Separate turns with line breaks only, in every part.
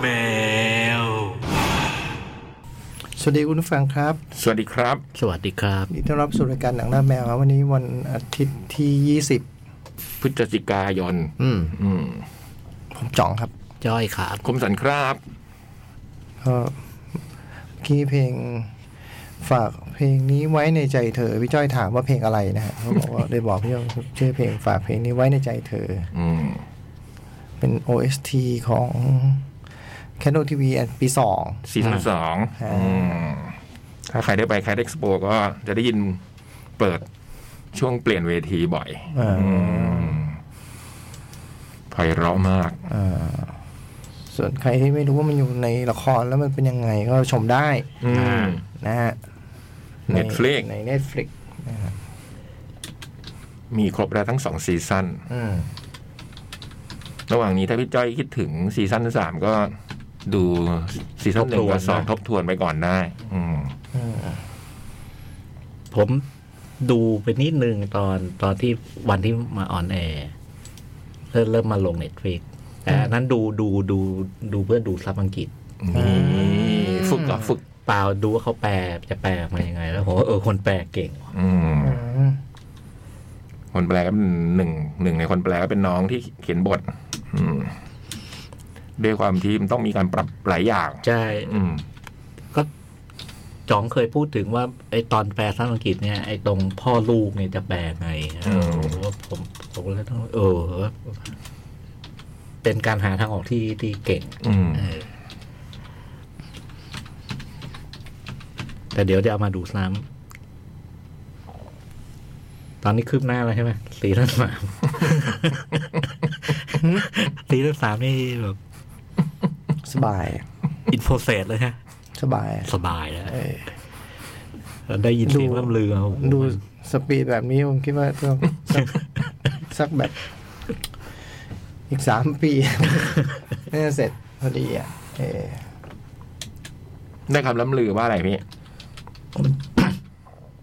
แมว
สวัสดีคุณผู้ฟังครับ
สวัสดีครับ
สวัสดีครับ
ยินดีต้อนรับสู่รายการหนังหน้าแมวครับวันนี้วันอาทิตย์ที่
พฤศจิกายน
อืม
อืม
20 ผมจ่องครับ
จ้อยครับ
คมสันครับ
ก็เมื่อกี้เพลงฝากเพลงนี้ไว้ในใจเธอ พี่จ้อยถามว่าเพลงอะไรนะฮะเขาบอกว่า ได้บอกพี่จ้อยชื่อเพลงฝากเพลงนี้ไว้ในใจเธอ
อืม
เป็น OST ของ Canon TV อันปีสอง
ซีซั่นสอง
อ่า
อืมถ้าใครได้ไปแคดเอ็กซ์โปก็จะได้ยินเปิดช่วงเปลี่ยนเวทีบ่อยไพเราะมาก
ส่วนใครที่ไม่รู้ว่ามันอยู่ในละครแล้วมันเป็นยังไงก็ชมได้
อืม
นะฮะใน
Netflix
ใน Netflix นะฮะ
มีครบแล้วทั้งสองซีซั่น
อืม
ระหว่างนี้ถ้าพี่จ้อยคิดถึงซีซั่นสามก็ดูซีซั่นหนึ่งกับสองทบทวนไปก่อนได้ อืม
ผมดูไปนิดนึงตอนตอนที่วันที่มาออนแอร์เริ่มเริ่มมาลงเน็ตฟ i ิกแต่อันนั้นดูดูดูดูเพื่อดูซับอังกฤษ
นี่ฝึกก็ฝึก
เปล่าดูว่าเขาแปลจะแปลออกมายังไง แล้วผมว่าเออคนแปลเก่งว่ะ
อืม คนแปลก็เป็นหนึ่งหนึ่งในคนแปลก็เป็นน้องที่เขียนบท อืมด้วยความที่มันต้องมีการปรับหลายอย่าง
ใช่
อืม
ก็จ๋องเคยพูดถึงว่าไอตอนแปลซับอังกฤษเนี่ยไอตรงพ่อลูกเนี่ยจะแปลไง
อืม
ผมว่าผมผมเลยต้องเออ เป็นการหาทางออกที่ที่เก่ง
อืม
แต่เดี๋ยวจะเอามาดูซ้ำตอนนี้คืบหน้าแล้วใช่ไหมสีท่านสาม สีท่านสามนี่แบบ
สบาย
อินโฟเซตเลยฮะ
สบาย
สบายแล้วแล้วได้ยินเสียงเริ่มลือโอ้โห
ดูสปีดแบบนี้ผมคิดว่าต้อง สักสักแบบ อีกสามปี น่าจะเสร็จพอดีอ่ะเออ
ได้คำล้ำลือว่าอะไรพี่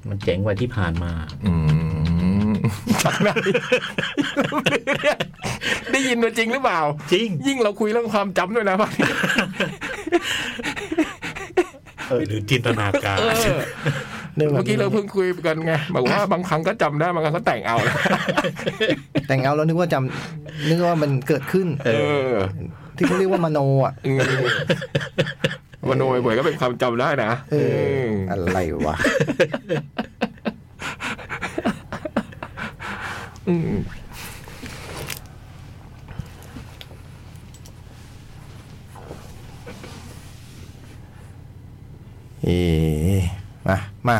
มันเจ๋งกว่าที่ผ่านมา
อืม จากไหนล้ำลือเนี่ยได้ยินมาจริงหรือเปล่า
จริง
ยิ่งเราคุยเรื่องความจำด้วยนะว่า
เออหรือจินตนาการ
เออ
รื่องแบบ
เมื่อกี้เราเพิ่งคุยกันไงบอกว่าบางครั้งก็จำได้บางครั้งก็แต่งเอานะ
แต่งเอาแล้วนึกว่าจำนึกว่ามันเกิดขึ้น
เออ
ที่เขาเรียกว่ามโนอ่ะ
อืมมโนยบ่อยก็เป็นความจำได้นะ
เออ
ม
อะไรวะ
อืม
เออมามา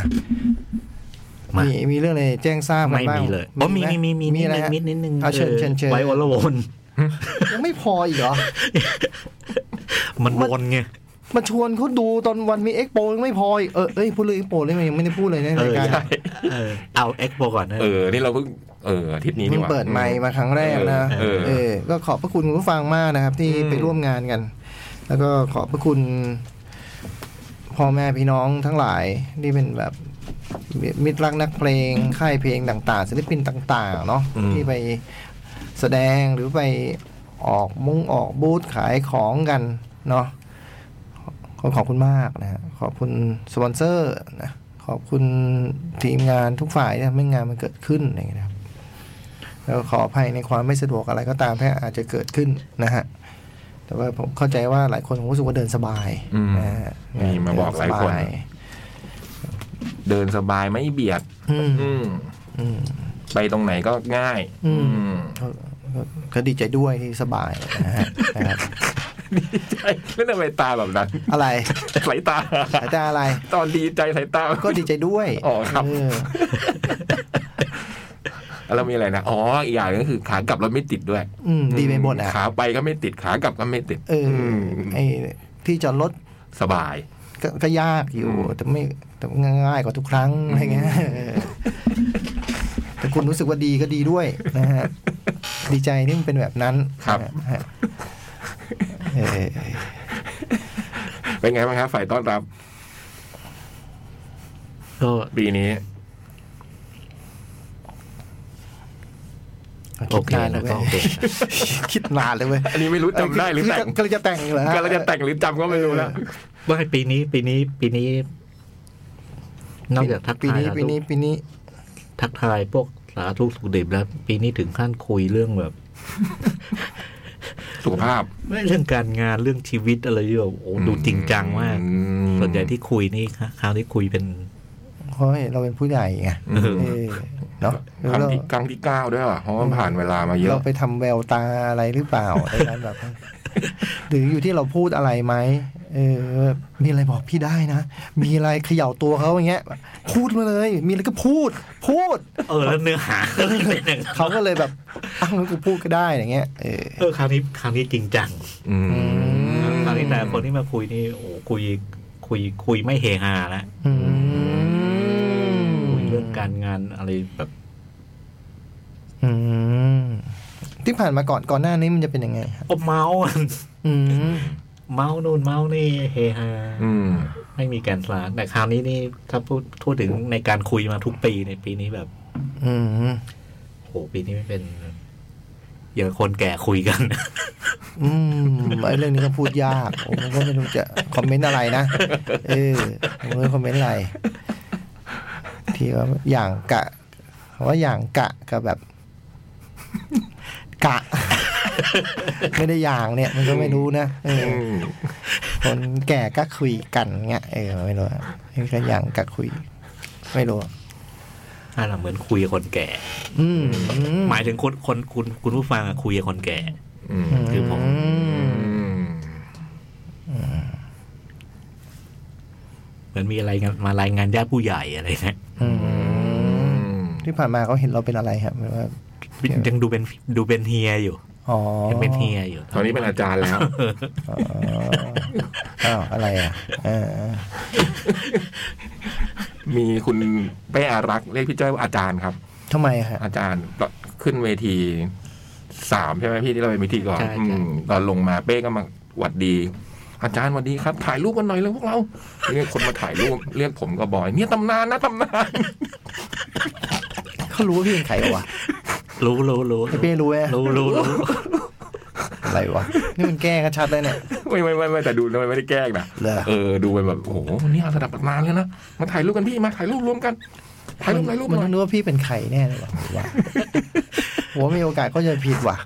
มา
มีมีเรื่องอะไรแจ้งทราบกัน
ไม่
บ้าง
มีเลยอ๋อมี
ไห
มีมีมี
มีอะไรฮะ
นิดนิดนึง
เอาเชิญเชิญเชิญ
ไว้วอลวน
ยังไม่พออีกเหรอ
มันวนไง
มาชวนเขาดูตอนวันมีเอ็กโปยังไม่พออีกเออเอ้ยพูดเรื่องเอ็กโปเลยยังไม่ได้พูดเลยใน
เอ
ราย
อ
การ
ใช่เออเอาเอ็กโปก่อนนะ
เออ นี่เราเพิ่ง เอออาทิตย์นี้นี่
เพิ่ง
หว่า
เปิดไมค์มาครั้งแรกนะ
เออเออ
ก็ขอบพระคุณคุณผู้ฟังมากนะครับ ที่
อืม
ไปร่วมงานกัน แล้วก็ขอบพระคุณพ่อแม่พี่น้องทั้งหลายที่เป็นแบบ มิตรรักนักเพลงค่ายเพลงต่างๆศิลปินต่าง ๆ เนาะ
อืม
ที่ไปแสดงหรือไปออกมุ้งออกบูธขายของกันเนาะขอขอบคุณมากนะฮะขอบคุณสปอนเซอร์นะขอบคุณทีมงานทุกฝ่ายที่ทำให้งานมันเกิดขึ้นอะไรอย่างเงี้ยนะครับแล้วขออภัยในความไม่สะดวกอะไรก็ตามที่อาจจะเกิดขึ้นนะฮะแต่ว่าผมเข้าใจว่าหลายคนคงรู้สึกว่าเดินสบายนะฮะ
อืมมีมาบอกหลายคน
เดิสบ
เดินสบายไม่เบียด
อืม
อืม
อืม
ไปตรงไหนก็ง่าย
อืม
อืม
ก็ก็ก็ดีใจด้วยที่สบายนะฮะนะครับ
ดีใจแล้วทำไมตาแบบนั้น
อะไร
สายตา
สายตาอะไร
ตอนดีใจสายตา
ก็ดีใจด้วย
อ๋อครับ
เอ
แล้วมีอะไรนะ อ๋อ อีกอย่างก็คือขากลับรถไม่ติดด้วย
อืมดีไปหมดอ่ะ
ขาไปก็ไม่ติด ขากลับก็ไม่ติด
เอออ
ม
ไอ้ที่จอดรถ
สบาย
ก็ก็ยากอยู่ แต่ไม่แต่ง่ายกว่าทุกครั้งอะไร เงี้ยเออแต่คุณรู้สึกว่าดีก็ดีด้วยนะฮะดีใจที่มันเป็นแบบนั้น
ครับ
นะฮะเออ
เป็นไงบ้างครับฝ่ายต้อนรับ
ก็
ปีนี้
โอเค
ได้
นะ
เว้
ก็
ย
โอเค
คิดนานเลยเว้ย
อันนี้ไม่รู้จำได้หรือแต่ง
คืก็เลยจะแต่งเหรอฮ
กำลังจะแต่งหรือจำก็ไม่รู้แล้ว
ว่าปีนี้ปีนี้ปีนี้ นอกจากทัก
ปี
ทาย
นี้
สา
ปี
ธุ
นี้ปีนี้
ทักทายพวกสาธุสุขดิบแล้ว ปีนี้ถึงขั้นคุยเรื่องแบบ
สุขภาพ
ไม่เรื่องการงานเรื่องชีวิตอะไรที่แบบโอ้ดูจริงจังมาก
อืม
ส่วนใหญ่ที่คุยนี่ครับคราวที่คุยเป็น
เพราะเราเป็นผู้ใหญ่ไง
อืม
เออเนาะ
ครั้ง
เรา
ที่ครั้งที่เก้าด้วยว่ะเพราะว่าผ่านเวลามาเย
เรา
อะ
ไปทำแววตาอะไรหรือเปล่าในนั้นแบบ หรืออยู่ที่เราพูดอะไรไหมเออ มีอะไรบอกพี่ได้นะ มีอะไรเขย่าตัวเขาอย่างเงี้ย พูดมาเลย มีอะไรก็พูด พูด
เออแล้วเนื้อหาก็เป็นอย่างนั้น
เขาก็เลยแบบอ้าวงั้นกูพูดก็ได้อย่างเงี้ยเออ
เออคราวนี้คราวนี้จริงจัง
อืม
ม
คราวนี้แต่ละคนที่มาคุยนี่โอ้คุยคุยคุยไม่เฮฮาแล้ว
อืม
คุยเรื่องการงานอะไรแบบ
อืมที่ผ่านมาก่อนก่อนหน้านี้มันจะเป็นยังไงครับ
ก็เมาส์ อะ
อืม
เมาส์นู่นเมาส์นี่เฮฮา
อืม
ไม่มีแกนสารแต่คราวนี้นี่ถ้าพูดพูดถึงในการคุยมาทุกปีในยปีนี้แบบ
อืม
โหปีนี้ไม่เป็นอย่างคนแก่คุยกัน
อืมไอ้เรื่องนี้ก็พูดยากผมก็ไม่รู้จะคอมเมนต์อะไรนะเออผมไม่รู้คอมเมนต์อะไรที่ว่าอย่างกะคำว่าอย่างกะกับแบบ กะ ไม่ได้อย่างเนี่ย มันก็ไม่รู้นะเออ
อืม
คนแก่ก็คุยกันเงี้ยเออไม่รู้อะนี่ก็อย่างก็คุย ไม่รู้อะ
ถ้าเราเหมือนคุยกับคนแก่
อืม
หมายถึงคนคนคุณคุณผู้ฟังอะคุยกับคนแก่
อืม
คือผม
อืม
เหมือนมีอะไรกันมารายงานญาติผู้ใหญ่อะไรเนะ
อืม
อืม
ที่ผ่านมาเขาเห็นเราเป็นอะไรครับหรือว่า
ยังดูเป็นดูเป็นเฮียอยู่
อ๋อ
ยังเป็นเฮียอยู่
ตอนนี้เป็นอาจารย์ แล้ว
อ๋อ อ้าวอะไรอ่ะเออ
มีคุณเป้อารักษ์เรียกพี่จ้อยว่าอาจารย์ครับ
ทำไมอะฮะ
อาจารย์ขึ้นเวทีสามใช่ไหมพี่ที่เราเป็นพิธีกรอืมตอนลงมาเป้ก็มาหวัดดี อาจารย์หวัดดีครับ ถ่ายรูปกันหน่อยเลยพวกเราเรียกคนมาถ่ายรูป เรียกผมก็บอย เนี่ยตำนานนะตำน าน
เขารู้ว่าพี่เป็นใครวะ
รู้รู้รู้
ไอ้เป้รู้ไหม
รู้รู้รู้
อะไรวะนี่มันแก้กันชัดเลยเนี่ย
ไม่ไม่ไม่ไม่แต่ดูไม่ไม่ได้แกล้งนะ
เหรอ
เออดูเป็นแบบโอ้โหเนี่ยระดับตำนานเลยนะมาถ่ายรูปกันพี่มาถ่ายรูปรวมกันถ่ายรูปถ่ายรูป
มัน
ห
ต้
น่อ
อย งรู้ว่าพี่เป็นใครแน่เลยว่ะว่าผมว่ามีโอกาส ก็จะผิดว่ะ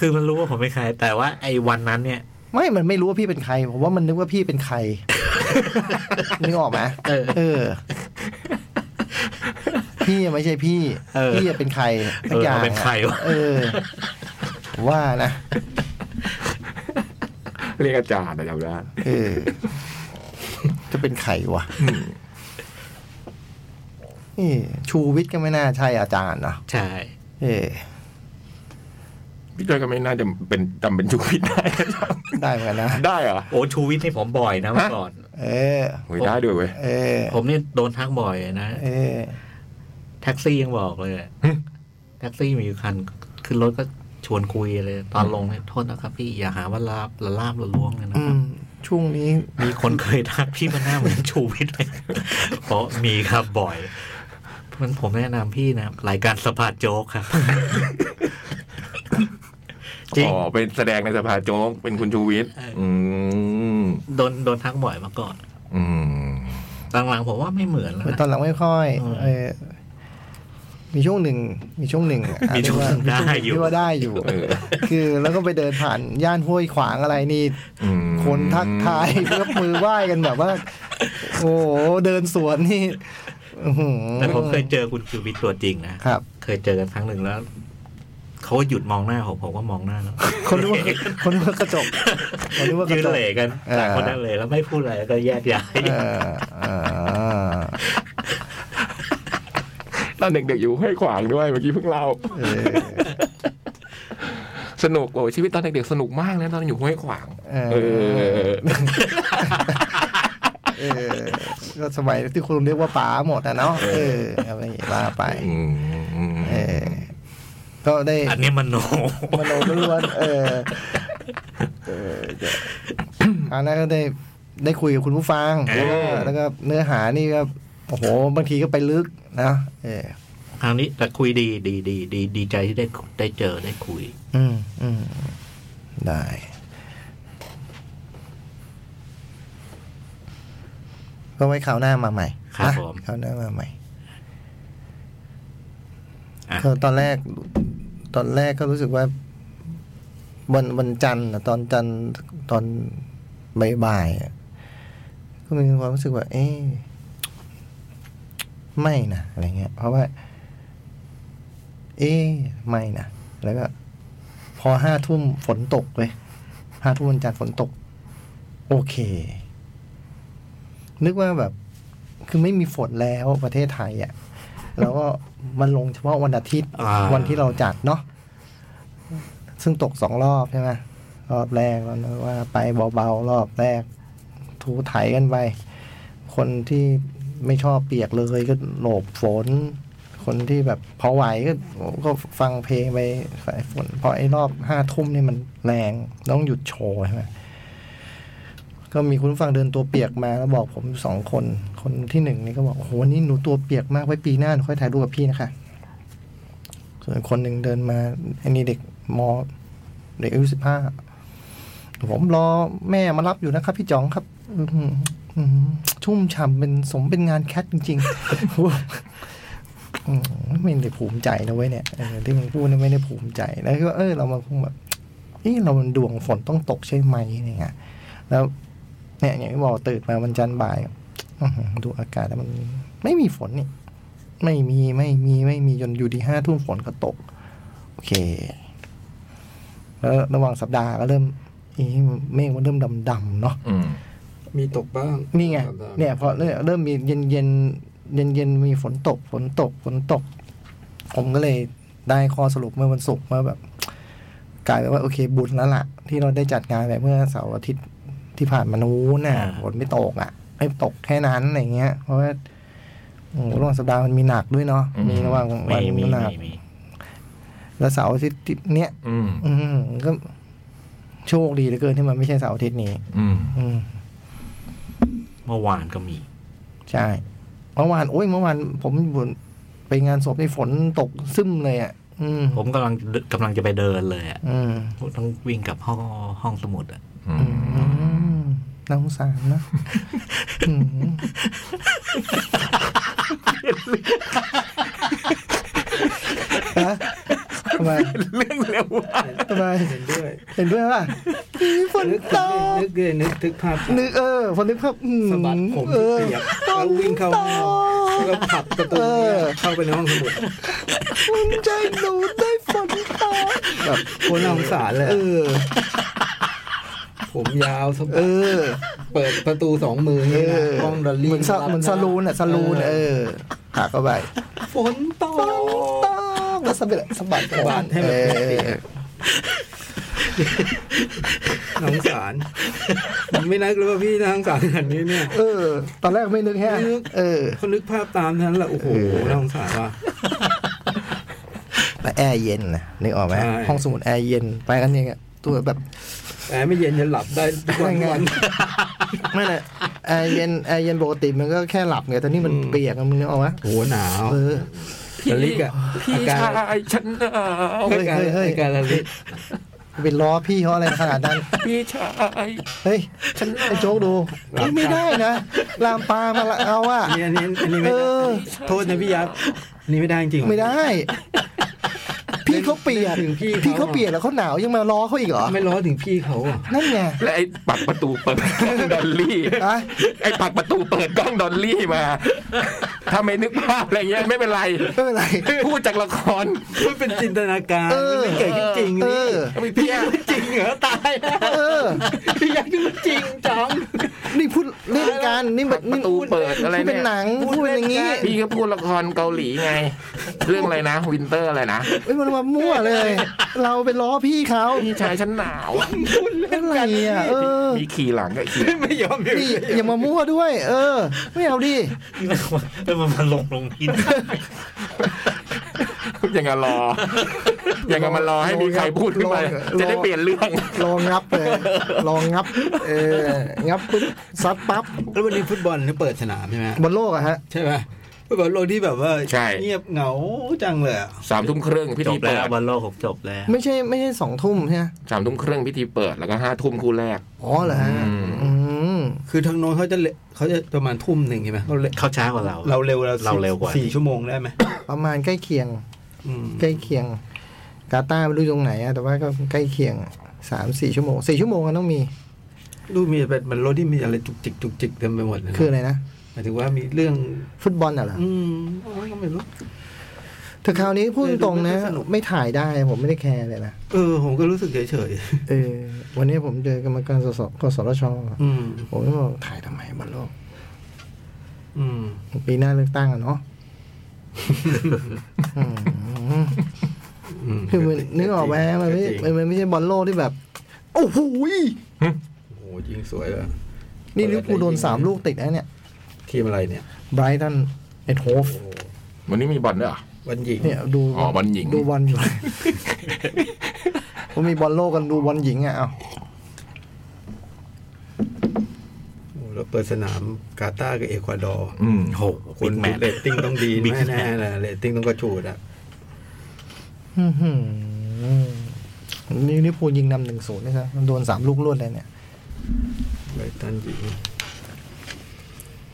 คือมันรู้ว่าผมเป็นใคร แต่ว่าไอ้วันนั้นเนี่ย
ไม่ มันไม่รู้ว่าพี่เป็นใคร ผมว่ามันนึกว่าพี่เป็น ใคร นึกออกไหม
เออ
เออ พี่ไม่ใช่พี่
เออ
พี่เป็นใครสัก
เออ
อย่าง
เป็นใครวะ
เออ ว่านะ
เรียกอาจารย์นะจำได้
เออ จะเป็นใครวะนี่ชูวิทย์ก็ไม่น่าใช่อาจารย์นะ
ใช่
เออ
พี่จ้อยก็ไม่น่าจะเป็นจำเป็นจุกพิษได้
ได้เหมือนกันนะ
ได้เหรอ
โอ้ชูวิทย์นี่ผมบ่อยนะเมื่อก่อน
เออ
เฮ้ยได้ด้วยเว้ย
เออ
ผมนี่โดนทักบ่อยนะ
เออ
แท็กซี่ยังบอกเลยอะ
หึ
แท็กซี่มีอยู่คันขึ้นรถก็ชวนคุยเลย ตอนลงเนี่ยโทษนะครับพี่อย่าหาว่าลาบละลาบละล้วงเลยนะ
อื
ครับ
ม ช่วงนี้
มีคนเคยทักพี่มันหน้าเหมือนชูวิทย์ไหม เพราะมีครับบ่อยมันผมแนะนำพี่นะรายการสภาโจ๊กครับ จริง
อ๋อเป็นแสดงในสภาโจ๊กเป็นคุณชูวิทย์อืม
โดนโดนทักบ่อยมาก่อน
อืม
หลังๆผมว่าไม่เหมือนแล้ว
เหมือน
นะ
ตอนหลังไม่ค่อย
อืม
เออ มีช่วงหนึ่ง มีช่วงหนึ่งอ่ะ
มีช่วงหนึ่ง
เรีกว่า
ได้อยู่
ที่ว่าได้อยู่
เออ
คือแล้วก็ไปเดินผ่านย่านห้วยขวางอะไรนี่
อืม
คนทักทาย ยกมือไหว้กันแบบว่า โอ้โห เดินสวนนี่อื้อหือ
แต่ผมเคยเจอคุณชูวิทย์ตัวจริงนะครับ เคยเจอกันครั้งหนึ่งแล้วเขาหยุดมองหน้าผมผมก็มองหน้าแล้ว
คนนึกว่าคนนึกว่ากระจกคนนึกว่าก
ยื
ระจก
นเหล่กัน
เออ
ต่างคนนั่งเหล่แล้วไม่พูดอะไรแล้วก็แยกย้าย
เอออ่า
ตอนเด็กๆอยู่ให้ขวางด้วยเมื่อกี้เพิ่งเล่า
เออ
สนุกโอ้ชีวิตตอนเด็กๆสนุกมากนะตอนอยู่ห้วยขวาง
เออ
อ
เออ ก็สมัยที่คุณเรียกว่าป๋าหมดนะเนาะ เอออะไรอย่างเงี้ยว่าไป
ม
เออ ก็ได้
อันนี้มันโน
มโนล้วนๆเออ เอออันนั้นก็ได้ได้คุยกับคุณผู้ฟัง แล้วก็แล้วก็เนื้อหานี่ก็โอ้โห บางทีก็ไปลึกนะ เออ
คราวนี้แต่คุยดีดีดีดีดีใจที่ได้ได้เจอได้คุย
อืมอืมได้ ก็ไว้คราวหน้ามาใหม่
ครับ
นะ
ผม
คราวหน้ามาใหม่
อ่ะ
ก็ตอนแรก ตอนแรกก็รู้สึกว่า วันวันจันทร์น่ะตอนจันทร์ตอนบ่ายๆอ่ะก็มีความรู้สึกว่า เอ๊ะไม่นะอะไรเงี้ย เพราะว่า เอ๊ะไม่นะแล้วก็ พอห้าทุ่มฝนตกเลยห้าทุ่มวันจันทร์ฝนตก โอเค นึกว่าแบบ คือไม่มีฝนแล้วประเทศไทยอะ่ะ แล้วก็มันลงเฉพาะวันอาทิตย์
อ่า
วันที่เราจัดเนาะซึ่งตกสองรอบใช่ไหมรอบแรกเรานึกว่าไปเบาๆ รอบแรก ถูไถกันไป คนที่ไม่ชอบเปียกเลยก็โหลบฝน คนที่แบบพอไหวก็ก็ฟังเพลงไปสายฝนพอไอ้รอบห้าทุ่มนี่มันแรงต้องหยุดโชว์ใช่ไหมก็มีคุณผู้ฟังเดินตัวเปียกมาแล้วบอกผมสองคน คนที่หนึ่งนี่ก็บอกโอ้โหวันนี้หนูตัวเปียกมากไว้ปีหน้าหนูค่อยถ่ายรูปกับพี่นะคะ ส่วนคนหนึ่งเดินมาอันนี้เด็กมเด็กอายุสิบห้าผมรอแม่มารับอยู่นะครับ พี่จ๋องครับ อืมอืมชุ่มฉ่ำเป็นสมเป็นงานแคทจริงๆ อืมไม่ได้ภูมิใจนะเว้ยเนี่ยเออที่มึงพูดเนี่ยไม่ได้ภูมิใจแล้วก็เออเรามาคงแบบเออเรามันดวงฝนต้องตกใช่ไหมอะไรเงี้ยแล้ว เนี่ยอย่างที่บอกตื่นมาวันจันทร์บ่ายอื้อหือดูอากาศแล้วมันไม่มีฝนนี่ ไม่มีไม่มีไม่มีจนอยู่ดีห้าทุ่มฝนก็ตก โอเค แล้วระหว่างสัปดาห์ก็เริ่มอีเมฆมันเริ่มดำๆเนาะ
อืม
มีตกบ้าง
นี่ไงเนี่ยพอเริ่มเริ่มมีเย็นเย็นเย็นเย็นๆมีฝนตก ฝนตก ฝนตก ผมก็เลยได้ข้อสรุปเมื่อวันศุกร์ว่าแบบ กลายเป็นว่าโอเค บุญแล้วล่ะ ที่เราได้จัดงานแบบเมื่อเสาร์อาทิตย์ที่ผ่านมานู้นน่ะ
อ่า
ฝนไม่ตกอ่ะไม่ตกแค่นั้นอะไรเงี้ย เพราะว่าโอ้โหระหว่างสัปดาห์มันมีหนักด้วยเนาะ
อืม
มีระหว่างวั
มี
น
มี
หนัก
มีมี
แล้วเสาร์อาทิตย์เนี้ย
อืม
อืมก็โชคดีเหลือเกินที่มันไม่ใช่เสาร์อาทิตย์นี้
อืม
อืม
เมื่อวานก็มี
ใช่เมื่อวานโอ้ยเมื่อวานผมบนไปงานศพในฝนตกซึมเลยอ่ะ อืม
ผมกำลังกำลังจะไปเดินเลยอะ
อืม
ต้องวิ่งกลับห้องห้องสมุดอะ
อื
อื
ม
มน่าสงสารนะอืมฮะทำไม
เรื่องเร็วมาก
ทำไม
เห็นด้วย
เห็นด้วยป่ะอีฝน
นึก
ต
ถึง
ก
นึกเลยนึกถึงภาพ
นึกเออพอนึกภาพอื
สะบัดผม
เออ
เปียกแล้ววิ่งเข้าห้องแล้วก็ผลักประตูเข้าไปในห้องสมุด
ภูมิใจหนูได้ฝนตกแบบ
โคนน่าสงสารเลย
เออ
ผมยาวสะ
เอ
บัด
อ
เปิดประตูสองมือ
เอ
นี่นะ
อ
ห้องดอลลี่
เหมือนซะเหมือนซาลูนอ่ะซาลูนเออหักเข้าไป
ฝนตก
ตกแล้วสะบัดสะบัด
สะบัดให้มัน
เอ
เปียก
อ
น่าสงสารผมไม่นึกเลยว่าพี่น่าสงสารขนาดนี้เนี่ย
เออ ตอนแรกไม่นึกแฮะ
ไม่นึก
เออ
เขานึกภาพตามเท่านั้นแหละโอ้โห
เออ
น่าสงสารว่ะ
แต่แอร์เย็นนะนึกออกไหม
ใช่
ห้องสมุดแอร์เย็นไปกันยังไงตัวแบบ
แต่ไม่เย็นจะหลับได้ทุกวัน
ไม่ไง
ทุกวัน
ไม่เลยแอร์เย็นแอร์เย็นปกติมันก็แค่หลับไงแต่นี่มัน
อืม
เปียกอะมึงนึกออกไหม
โหหนาว
เออ
พี่
ระลิกอะ
พี่
อาการ
ชายฉันหนาว
เฮ้ย
อาการ
เฮ้ยเฮ้ย
อาการระลิก
ไปล้อพี่เขาอะไรขนาดนั้น
พี่ชาย
เฮ้ย
ฉันหนาว
ไอ้โจ๊กดูไม่ได้นะ ลามปามมาละเอาอะ
อันนี้อันนี้อันนี้ไม่
เอ
ได
อ
้โทษนะพี่ยับอันนี่ไม่ได้จริงๆ
ไม่ได้ พี่เขาเปียก
ถึงพี่
พี่เขาเปียกแล้วเขาหนาวยังมาล้อเขาอีกเหรอ
ไม่ร้อนถึงพี่เขาอะ
นั่นไง
และไอ้ปักประตูเปิดกล้องดอลลี่
อะ
ไอ้ปักประตูเปิดกล้องดอลลี่มา ถ้าไม่นึกภาพอะไรเงี้ยไม่เป็นไร
ไม่เป็นไร
พูดจากละคร
มันเป็นจินตนาการ
เออ
มันไม่เกิดขึ้นจริง
เอ
นี่
อ
พี่อะ
จริงเหรอตายแล้ว
เออ
พี่ยักษ์นี่มันจริงจัง นี่พูด
เล่นกันนี่แบ
ปั
บ
กป
นี่
ระตูเปิดอะไร
พูดเป็
เนี่
น
ย
หนังพูดเป็นอย่างงี้
พี่ก็พูดละครเกาหลีไง เรื่องอะไรนะวินเตอร์อะไรนะ
เอ้ยมันมามั่วเลย เราไปล้อพี่เขา
พี่ชายฉันหนาว
เป็นไรอ่ะเออ
มีขี่หลังก็ขี่
ไม่ยอมอยู่
นี่อย่ามามั่วด้วย เออ ไม่เอาดิ
แล้วมันมาลงลงพิน
ยังกับรอ ยังกับมารอให้มีใครพูดขึ้นมาจะได้เปลี่ยนเรื่อง
ลองงับเลยลองงับ เอองับปุ๊บซัดปั๊บ
แล้ววันนี้ฟุตบอลเนี่ยเปิดสนามใช่ไหม
บนโลกอะฮะ
ใช่ไหม เป็นบอลโลกที่แบบว่า
ใช่
เงียบเหงาจังเลยอะ
สามทุ่มครึ่งพิ
จ
ธี
บ
เปิ
แล้ว
ด
บอลโลกผมจบแล้ว
ไม่ใช่ไม่ใช่สองทุ่มใช่ไหม
สามทุ่มครึ่งพิธีเปิดแล้วก็ห้าทุ่มคู่แรก
อ๋อเหรอฮะ
อืม
อืม
คือทางโน้นเขาจะเลเขาจะประมาณทุ่มหนึ่งใช่ไหมเราเล
เขาช้ากว่าเรา
เราเร็วเรา
เราเร็วกว่า
สี่ชั่วโมงได้ไหม
ประมาณใกล้เคียง
อืม
ใกล้เคียง กาตาร์ไม่รู้ตรงไหนอะแต่ว่าก็ใกล้เคียงสามสี่ชั่วโมงสี่ชั่วโมงก็ต้องมี
ดูมีเป็นบอลโลกที่มีอะไรจุกจิกจุกจิกเต็มไปหมดเลยนะ
คืออะไรนะ
หมายถึงว่ามีเรื่อง
ฟุตบอลน่ะเหรอ
อืมโอ้ยก็ไม่รู้
แต่คราวนี้พูดตรงๆนะ
ไม่สนุก
ไม่ถ่ายได้ผมไม่ได้แคร์เลยนะ
เออ ผมก็รู้สึกเฉย
เออวันนี้ผมเจอกรรมการสสกสรช
ๆอืม
ผมก็บอกถ่ายทำไมบอลโลก
อืม
ปีหน้าเลือกตั้งอะเนาะ อืม
อืม
คือมันนึกออกไหมมันไม่
จริง
มันไม่ใช่บอลโลกที่แบบ โอ้โหย
โอ้โหยิงสวยเลย
นี่ลิเวอร์พูลโดนสามลูกติดนะเนี่ย
ทีมอะไรเนี่ย
ไบรตันเอ็ดโฮฟ
โอ้โห
วันนี้มีบอลด้วยเหรอ
วันหญิง
เนี่ยดู
อ๋อบอลหญิง
ดูบอลอยู่ ผมมีบอลโลกกันดูบอลหญิงอ่ะเอา
โอ้โหเราเปิดสนามกาตาร์กับเอกวาดอร์
อืม
โอ้โห
ค
บิ๊
น
กแมตช์
เรตติ้งต้องดี
Big
แน่ๆนะเรตติ้งต้องกระชูดอ่ะ
อื้อหือนี่นี่พูลยิงนำหนึ่งศูนย์นะครับโดนสามลูกรวดเลยเนี่ย
ไบรตันหญิง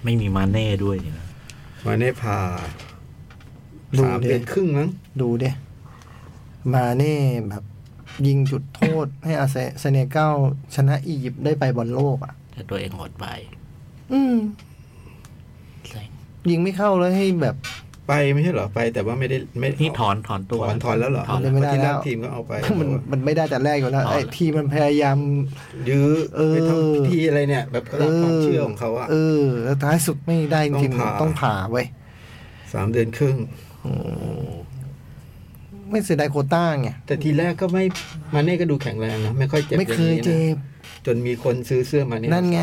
ไม่มีมาเน่ด้วยนี่นะ
มาเน่พา
ดู
สาม
ดิ
เดือนครึ่งมั้ง
ดูเด้มาเน่แบบ ยิงจุดโทษ ให้อาเซเซเนกัลชนะอียิปต์ได้ไปบอลโลกอ่ะ
แต่ตัวเองอดไป
อืม
แรง
ยิงไม่เข้าแล้วให้แบบ
ไปไม่ใช่เหรอ ไปแต่ว่าไม่ได้ไม่
นี่ถอนถอนตัว
ถอนถอนแล้วเหรอ
ถอน
ไม่ได้
ที่
แล้
ราว กทีมก็เอาไป
มันมันไม่ได้แต่แรกอยู่แล้วไอ้ทีมมันพยายาม
ยื้อ
เออ
ไปทำพิธีอะไรเนี่ย แบบตามความเชื่อของเขาอะ
เออแล้วท้ายสุดไม่ได้จริงๆ
ต้องผ่า
ต้องผ่าเว้ย
สามเดือนครึ่ง
ไม่เสียดายโควต้าไง
แต่ทีแรกก็ไม่มาเน่ก็ดูแข็งแรงนะไม่ค่อยเจ็บ
ไม่เคย
อางนี้นะ
เจ็บ
จนมีคนซื้อเสื้อมาเน่
นั่นไง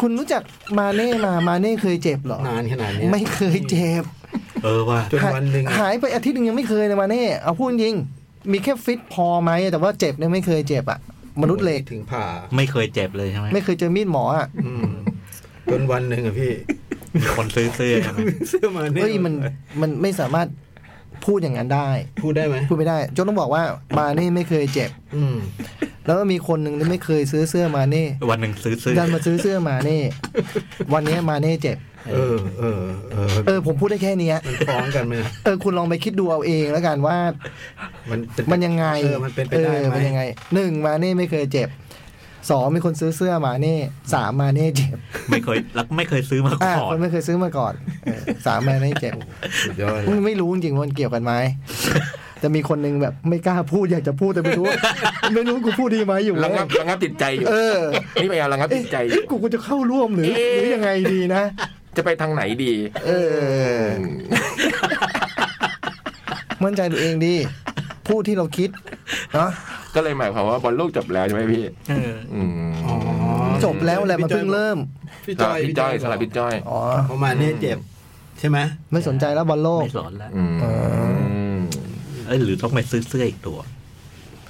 คุณรู้จักมาเน่มามาเน่เคยเจ็บเหรอ
นานขนาดเนี้ย
ไม่เคยเจ็บ
เออว่า
จนวันหนึ่ง
หายไปอาทิตย์หนึงยังไม่เคยเลยมาเน่เอาพูดจริง มีแค่ฟิตพอไหมแต่ว่าเจ็บเนี่ยไม่เคยเจ็บอะมนุษย์เหล็ก
ถึงผ่า
ไม่เคยเจ็บเลยใช่ไหม
ไม่เคยเจอมีดหมออะ
อืมจนวันหนึ่งอะพี่
มีคนซื้อเสื้อใช่ไหม
เสื้อมาเน่
เฮ้ยมันมันไม่สามารถพูดอย่างนั้นได้
พูดได้ไหม
พูดไม่ได้จนต้องบอกว่ามาเน่ไม่เคยเจ็บ
อืม
แล้วก็มีคนหนึ่งที่ไม่เคยซื้อเสื้อมาเน่
วันหนึ่งซื้อเสื้อ
ดันมาซื้อเสื้อมาเน่วันเนี้ยมาเน่เจ็บ
เออเออเออ
เออผมพูดได้แค่เนี้ย
มันฟ้องกันไหมนะ
เออคุณลองไปคิดดูเอาเองแล้วกันว่า
มันเป็
มันยังไง
เออมันเป็นไปได้
ออ
ไหม
นยังไงหนึ่งมาเน่ไม่เคยเจ็บสองมีคนซื้อเสื้อมาเน่สามมาเน่เจ็บ
ไม่เคยแล้วไม่เคยซื้อมา
อ่า
ก่อ
คน นไม่เคยซื้อมาก่อนเออสามมาเน่เจ็บ
สุดยอดเล
มึ
ย
งไม่รู้จริงว่ามันเกี่ยวกันไหมแต่มีคนหนึงแบบไม่กล้าพูดอยากจะพูดแต่ไม่รู้ว่าไม่รู้กูพูดดีไหมอยู่
ระ
เว้ย
งับระงับติดใจอยู่
เออ
นี่พยายามระงับ
เอ๊ะ
ติดใจอ
เอ๊ะ
ยู่
กูกูจะเข้าร่วมหรือ
เอ๊ะ
หรือยังไงดีนะ
จะไปทางไหนดี
เออ มั่นใจตัวเองดี พูดที่เราคิดเนาะ
ก็เลยหมายความว่าบอลโลกจบแล้วใช่ไหมพี่
เออ
อืม
อ๋อ
จบแล้วแหละมันเพิ่งเริ่ม
พี่
ส
จ
ลั
อบ ย
พี่จ้อยสลับพี่จ้อย
อ๋อ
ประมาณนี้เจ็บ ใช่ไหม
ไม่สนใจแล้วบอลโลก
ไม่สอนแล้ว
อืม
เอ้ยหรือต้องไปซื้อเสื้ออีกตัว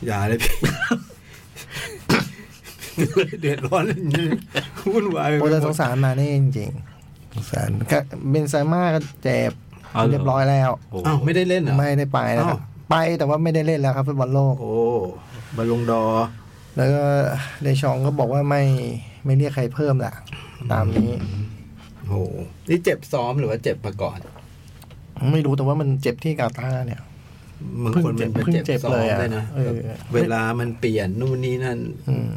อย่า เลยพี่ เดือดร้อนอย่างนี้วุ่นวายไปหม
โอ้
ด
แต่สงสารมาเน่จริงๆสงสารก็เบนไซาม่าก็เจ็บ
เอาเหรอ
เรียบร้อยแล้ว
โอ้
อ้าวไม่ได้เล่นเหรอ
ไม่ได้ไปนะครับ
อ้าว
ไปแต่ว่าไม่ได้เล่นแล้วครับฟุตบอลโลก
โอ้บอลลงดอร์
แล้วก็เดชองก็บอกว่าไม่ไม่เรียกใครเพิ่มละตามนี้
โอ้โหนี่เจ็บซ้อมหรือว่าเจ็บมาก่อน
ไม่รู้แต่ว่ามันเจ็บที่กาตาร์เนี่ย
บางคนมัน
เพิ่งเจ็บ
เจ็บซ้อ
เพิ่งเจ็บเลยอะ
มด้วยนะ
เออ
เวลามันเปลี่ยนนู่นนี่นั่น
อืม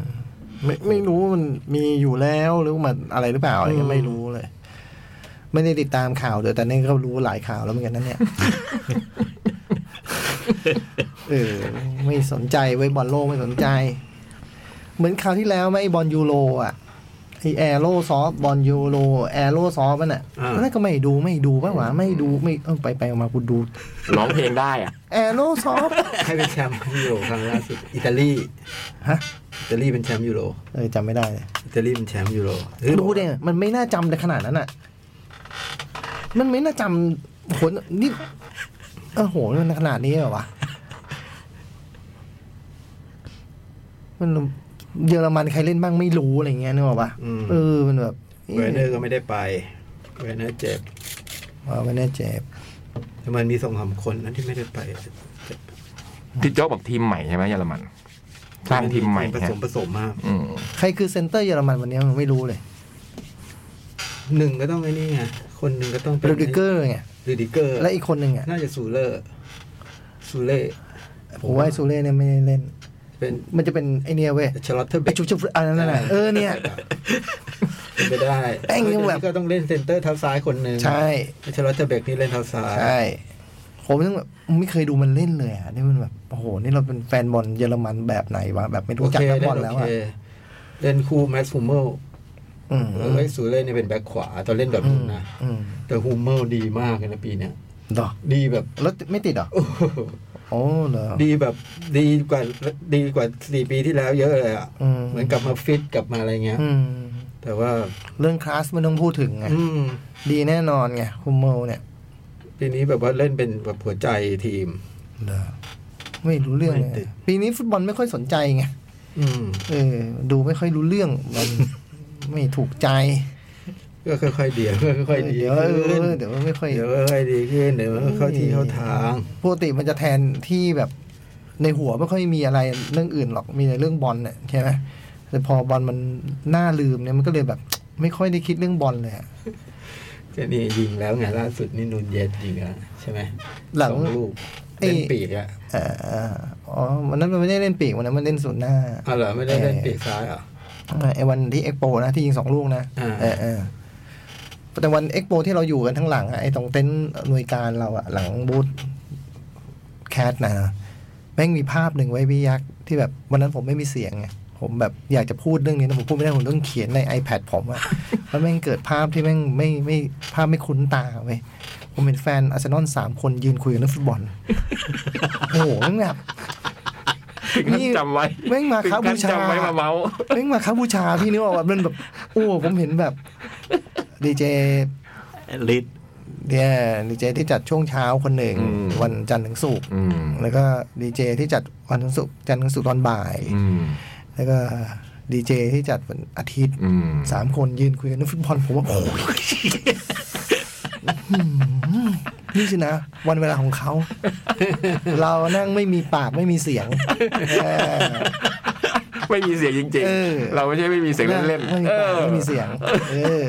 ไม่ไม่รู้ว่ามันมีอยู่แล้วหรือมันอะไรหรือเปล่าอะไร
อื
ก็
ม
ไม่รู้เลย ไม่ได้ติดตามข่าวเลยแต่นี่ก็รู้หลายข่าวแล้วเหมือนกันนั่นเนี่ย เออไม่สนใจไว้ยบอลโลกไม่สนใจ เหมือนคราวที่แล้วไหมไอ้บอลยูโรอ่ะไอแอโรซอฟบอลยูโรแอโรซอฟมันอ่ะ
อ่า
แล้วก็ไม่ดูไม่ดูป่ะหวะไม่ดูไม่เออไปไปมากูดู
ร้องเพลงได้อะ
แอโรซอฟ
ให้เป็นแชมป์ยูโรครั้งล่าสุดอิตาลี
ฮะ
อิตาลีเป็นแชมป์ยูโร
เออจำไม่ได้เลย
อิตาลีเป็นแชมป์ยูโร
ดูเนี่ยมันไม่น่าจำในขนาดนั้นอ่ะ มันไม่น่าจำคนนี่โอ้โหมันขนาดนี้เหรอวะ มันเยอรมันใครเล่นบ้างไม่รู้อะไรเงี้ยนึกออกปะ
อืม
เออมันแบบ
เวอร์เนอร์ก็ไม่ได้ไปเวอร์เนอร์เจ็บ
ว่าไม่ได้เจ็บ
แต่มันมีสองสามคนนั้นที่ไม่ได้ไป
ที่โจ๊กบอกทีมใหม่ใช่ไหมเยอรมัน สร้างทีมใหม่
ผ
ฮะ
สมผสมมาก
อืม
ใครคือเซนเตอร์เยอรมันวันนี้ยังไม่รู้เลย
หนึ่งก็ต้องไอ้นี่ไงคนหนึ่งก็ต้องเป็น
รูดิเกอร์ไง
ลูดิเกอร์
และอีกคนหนึ่งอ่ะ
น่าจะซูเลอร์ซูเล่
ผมว่าไอ้ซูเล่เนี่ยไม่ได้เล่น
เป็น
มันจะเป็นไอเนี่ยเว้ย
ชาร์ลอตเทอร์เบ
ไอก จุบจุบอันนั้นน่ะเออเนี่ย
เป็นไปได้
แม่งยังแบบ
ก็ต้องเล่นเซนเตอร์เท้าซ้ายคนหนึ่ง
ใช่
ชาร์ลอตเทอร์เบกนี่เล่นเท้าซ้าย
ใช่ ผมยังแบบไม่เคยดูมันเล่นเลยอ่ะนี่มันแบบโอ้โหนี่เราเป็นแฟนบอลเยอรมันแบบไหนวะแบบไม่รู้จักนักบอลแล้วอ่ะ
โเคเล่นคู่แมสฮูเมล
อืม
แล้วไอ้ซูเล่เนี่ยเป็นแบ็คขวา ตอนเล่นแบบนู้นนะ
อืม
แต่ฮูเมลดีมากเลยนะปีเนี้ย
ดอ
ดีแบบ
แล้วไม่ติดเหรอ
โอ้โห
โอ้เหรอ
ดีแบบดีกว่าดีกว่าสี่ปีที่แล้วเยอะเลยอ่ะ
อืม
เหมือนกลับมาฟิตกลับมาอะไรเงี้ย
อืม
แต่ว่า
เรื่องคลาสไม่ต้องพูดถึงไง
อืม
ดีแน่นอนไงคุมเมลเนี่ย
ปีนี้แบบว่าเล่นเป็นแบบหัวใจทีม
เหรอไม่รู้เรื่องเล
ไม่ติ
ย
ด
ปีนี้ฟุตบอลไม่ค่อยสนใจไง
อืม
เออ ดูไม่ค่อยรู้เรื่อง มัน ไม่ถูกใจ
ก็ค่อยๆเดียวค่อยๆดี
เดี๋ยวเอ
ขึ้น
อเดี๋ยวไม่ค่อย
เดี๋ยวค่อยๆดีขึ้นเดี๋ยวเข้าที่เข้าทาง
ปกติมันจะแทนที่แบบในหัวไม่ค่อยมีอะไรเรื่องอื่นหรอกมีแต่เรื่องบอลเนี่ยใช่ไหมแต่พอบอลมันน่าลืมเนี่ยมันก็เลยแบบ ไม่ค่อยได้คิดเรื่องบอลเลยอะ
ก็นี่ยิงแล้วไงล่าสุดนี่นูนเย็ดยิงแล้วใช่ไหม
หลัง
สอลูก
ไอ้
เล่นปีกอะ
เอ่ออ๋อวันนั้นมันไม่ได้เล่นปีกวันนั้นมันเล่นส่วนย์หน้า
เอาเหรอไม่ได้เล่นปีกซ้ายเหรอ่ะ
ไอ้วันที่เอ็กโปนะที่ยิงสองลูกนะ
อ่า
เออเออแต่วันเอ็กโปที่เราอยู่กันทั้งหลังอะไอ้ตรงเต็นท์หน่วยการเราอะหลังบูธแคทนะแม่งมีภาพหนึ่งไว้พี่ยักษ์ที่แบบวันนั้นผมไม่มีเสียงไงผมแบบอยากจะพูดเรื่องนี้นะผมพูดไม่ได้ผมต้องเขียนใน iPad ผม อะแล้วแม่งเกิดภาพที่แม่งไม่ไม่ภาพไม่คุ้นตาเว้ยผมเป็นแฟนอาร์เซนอลสามคนยืนคุยกันเรื่องฟุตบ อลโอ้โหแม่งแบบ
ถึงขั้น
นี่
จำไว้
แม่งมา
ถึ
ค้า
ขั้น
บูชา
จำไว้มาเมาส์
แม่งมาค้าบูชาพี่นึกออกแบบมันแบบ โอ้ผมเห็นแบบดีเจ
ลิด
เนี่ยดีเจที่จัดช่วงเช้าคนหนึ่ง วันจันทร์ถึงศุกร์
อืม
แล้วก็ดีเจที่จัดวันถึงศุกร์จันทร์ถึงศุกร์ตอนบ่าย
อืม
แล้วก็ดีเจที่จัดวันอาทิตย์
อืม
สามคนยืนคุยกันเรื่องฟุตบอลผมว่าโอ้ย นี่สินะ วันเวลาของเขา เรานั่งไม่มีปากไม่มีเสียงเออ
ไม่มีเสียงจริง
เออ
ๆ เราไม่ใช่ไม่มีเสียงเล่น
ไม่มีปา
ๆเอ
ก
อ
ไม่มีเสียง เออ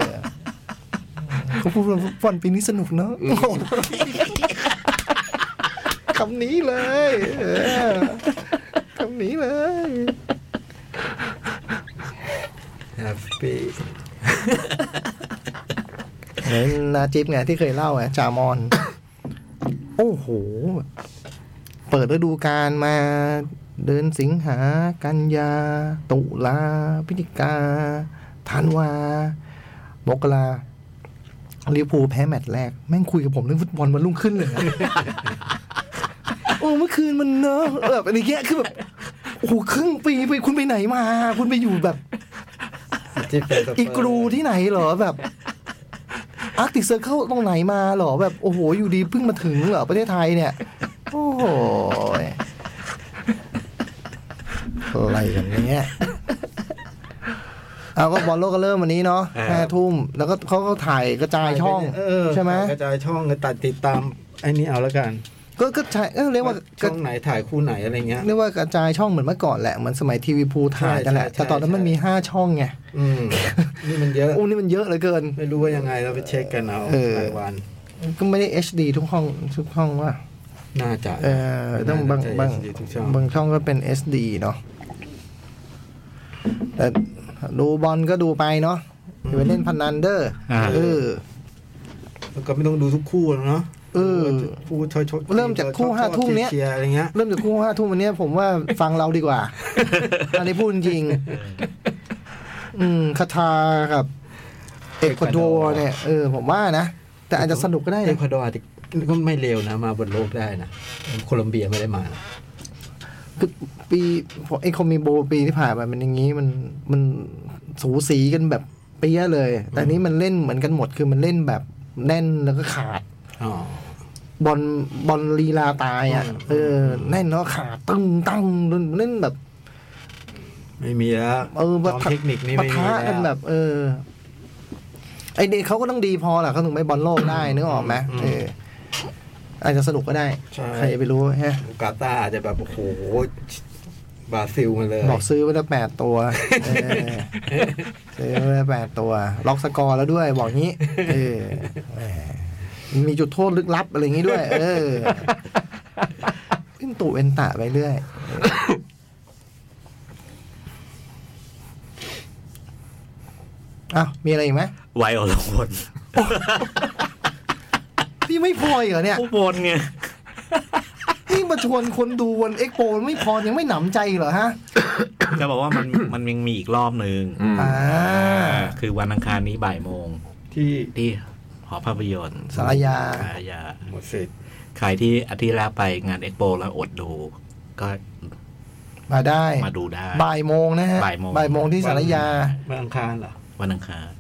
เขาพูดว่าฟุตบอลปีนี้สนุกเนาะโอ้โหคำนี้เลยเออคำนี้เลย
แฮปปี้
เหมือนนาจิบไงที่เคยเล่าอะจามอน โอ้โห เปิดฤดูกาลมา เดินสิงหากันยา ตุลาพฤศจิกาธันวามกราลิเวอร์พูลแพ้แมตช์แรก แม่งคุยกับผมเรื่องฟุตบอลวันรุ่งขึ้นเลยอะ โอ้เมื่อคืนมันเนอะเออแบบอะไรเงี้ยคือแบบโอ้โหครึ่งปีไปคุณไปไหนมา คุณไปอยู่แบบ
ที่เป็นสเปร์
อีกรูที่ไหนเหรอแบบอาร์ติเซอร์เข้าตรงไหนมาเหรอแบบ โอ้โห อยู่ดีเพิ่งมาถึงเหรอ ประเทศไทยเนี่ย โอ้โหอะไรกันเนี่ยเอาก็บอลโลกก็เริ่มวันนี้เนาะห้าทุ่มแล้วก็เขาก็ถ่ายกระจายช่อง
เอ
ใช่ไหม
กระจายช่องตัดติดตามไอ้นี่เอาแล้วกัน
ก็ก็ใช่เออเรียกว่าก
ช่
ระ
องไหนถ่ายคู่ไหนอะไรเงี้ย
เรียกว่ากระจายช่องเหมือนเมื่อก่อนแหละเหมือนสมัยทีวีพูถ่ายนั่นแหละ
ใช่ใช่
แต่ตอนนั้นมัน
ใช่
มีห้าช่องไง
อืมนี่มันเยอะ
โอ้นี่มันเยอะเหลือเกิน
ไม่รู้ว่ายังไงเราไปเช็คกันเอา
เออ
รายวัน
ก็ไม่ได้ HD ทุกห้องทุกห้องว่า
น่าจะ
เออต้องบาง
น่จะ
บาง
ดีทุกช่อง
บางช่องก็เป็น SD เนาะแต่ดูบอลก็ดูไปเนาะอย่าไปเล่นพนันเดอร์เออ
แล้วก็ไม่ต้องดูทุกคู่แล้วเนาะ
เออ
คู่ชอยชอย
เริ่มจากคู่ห้าทุ่มเนี้ย
เชียร์อะไรเงี้ย
เริ่มจากคู่ห้าทุ่มวันเนี้ยผมว่าฟังเราดีกว่า อันนี้พูดจริง อืมคาทากับเอกวาดอร์เนี่ยเออผมว่านะ แต่อาจจะสนุกก็ได้
เอ
นะ
คาดอร์อาจจะก็ไม่เร็วนะ มาบนโลกได้นะ โคลอมเบียไม่ได้มานะ
คือปีไอคอมมิโบปีที่ผ่านมามันอย่างนี้มันมันสูสีกันแบบเปี้ยเลย แต่อันนี้มันเล่นเหมือนกันหมดคือมันเล่นแบบแน่นแล้วก็ขาด
อ๋อบ
อลบอลลีลาตายอ่ะเออแน่นแล้วขาดตึงตั้งเล่นแบบ
ไม่มีแล้ว
เออ
ความเทคนิคนี่
ปะ
ไม่มี
ทะ
แล้
กันแบ
ว
บ เออ ไอเด็กเขาก็ต้องดีพอแหละเขาถึงไปบอลโลกได้ นึกออกไหมเอออาจจะสนุกก็ได้
ใช่
ใครจะไปรู้ฮะ
กาตาร์อาจจะแบบโอ้โหบราซิลมาเลย
บอกซื้อไว้แล้วแปดตัวเออซื้อไว้แล้วแปดตัว ล็อกสกอร์แล้วด้วย บอกงี้เออแหมมีจุดโทษลึกลับอะไรอย่างงี้ด้วย เออขึ้นตู่เอ็นตะไปเรื่อยอ้าวมีอะไรอีกไหม
ไวออลวน
พี่ไม่พออีกเหรอเนี่ย
ผู้วนไง
นี่มาชวนคนดูวันเอ็กโปไม่พอยังไม่หนำใจอีกเหรอฮะ
จะบอกว่ามันมันยังมีอีกรอบหนึ่ง
อืม
อ่า
คือวันอังคารนี้บ่ายโมง
ที่
ที่หอภาพยนตร์
สารยา
สารยา
หมดสิทธิ์
ใครที่อาทิตย์แล้วไปงานเอ็กโปแล้วอดดู ก็
มาได้
มาดูได้
บ่ายโมงนะฮะ
บ่ายโมง
บ่ายโมงที่สารยา
วันอังคารเหรอ
วันอังคาร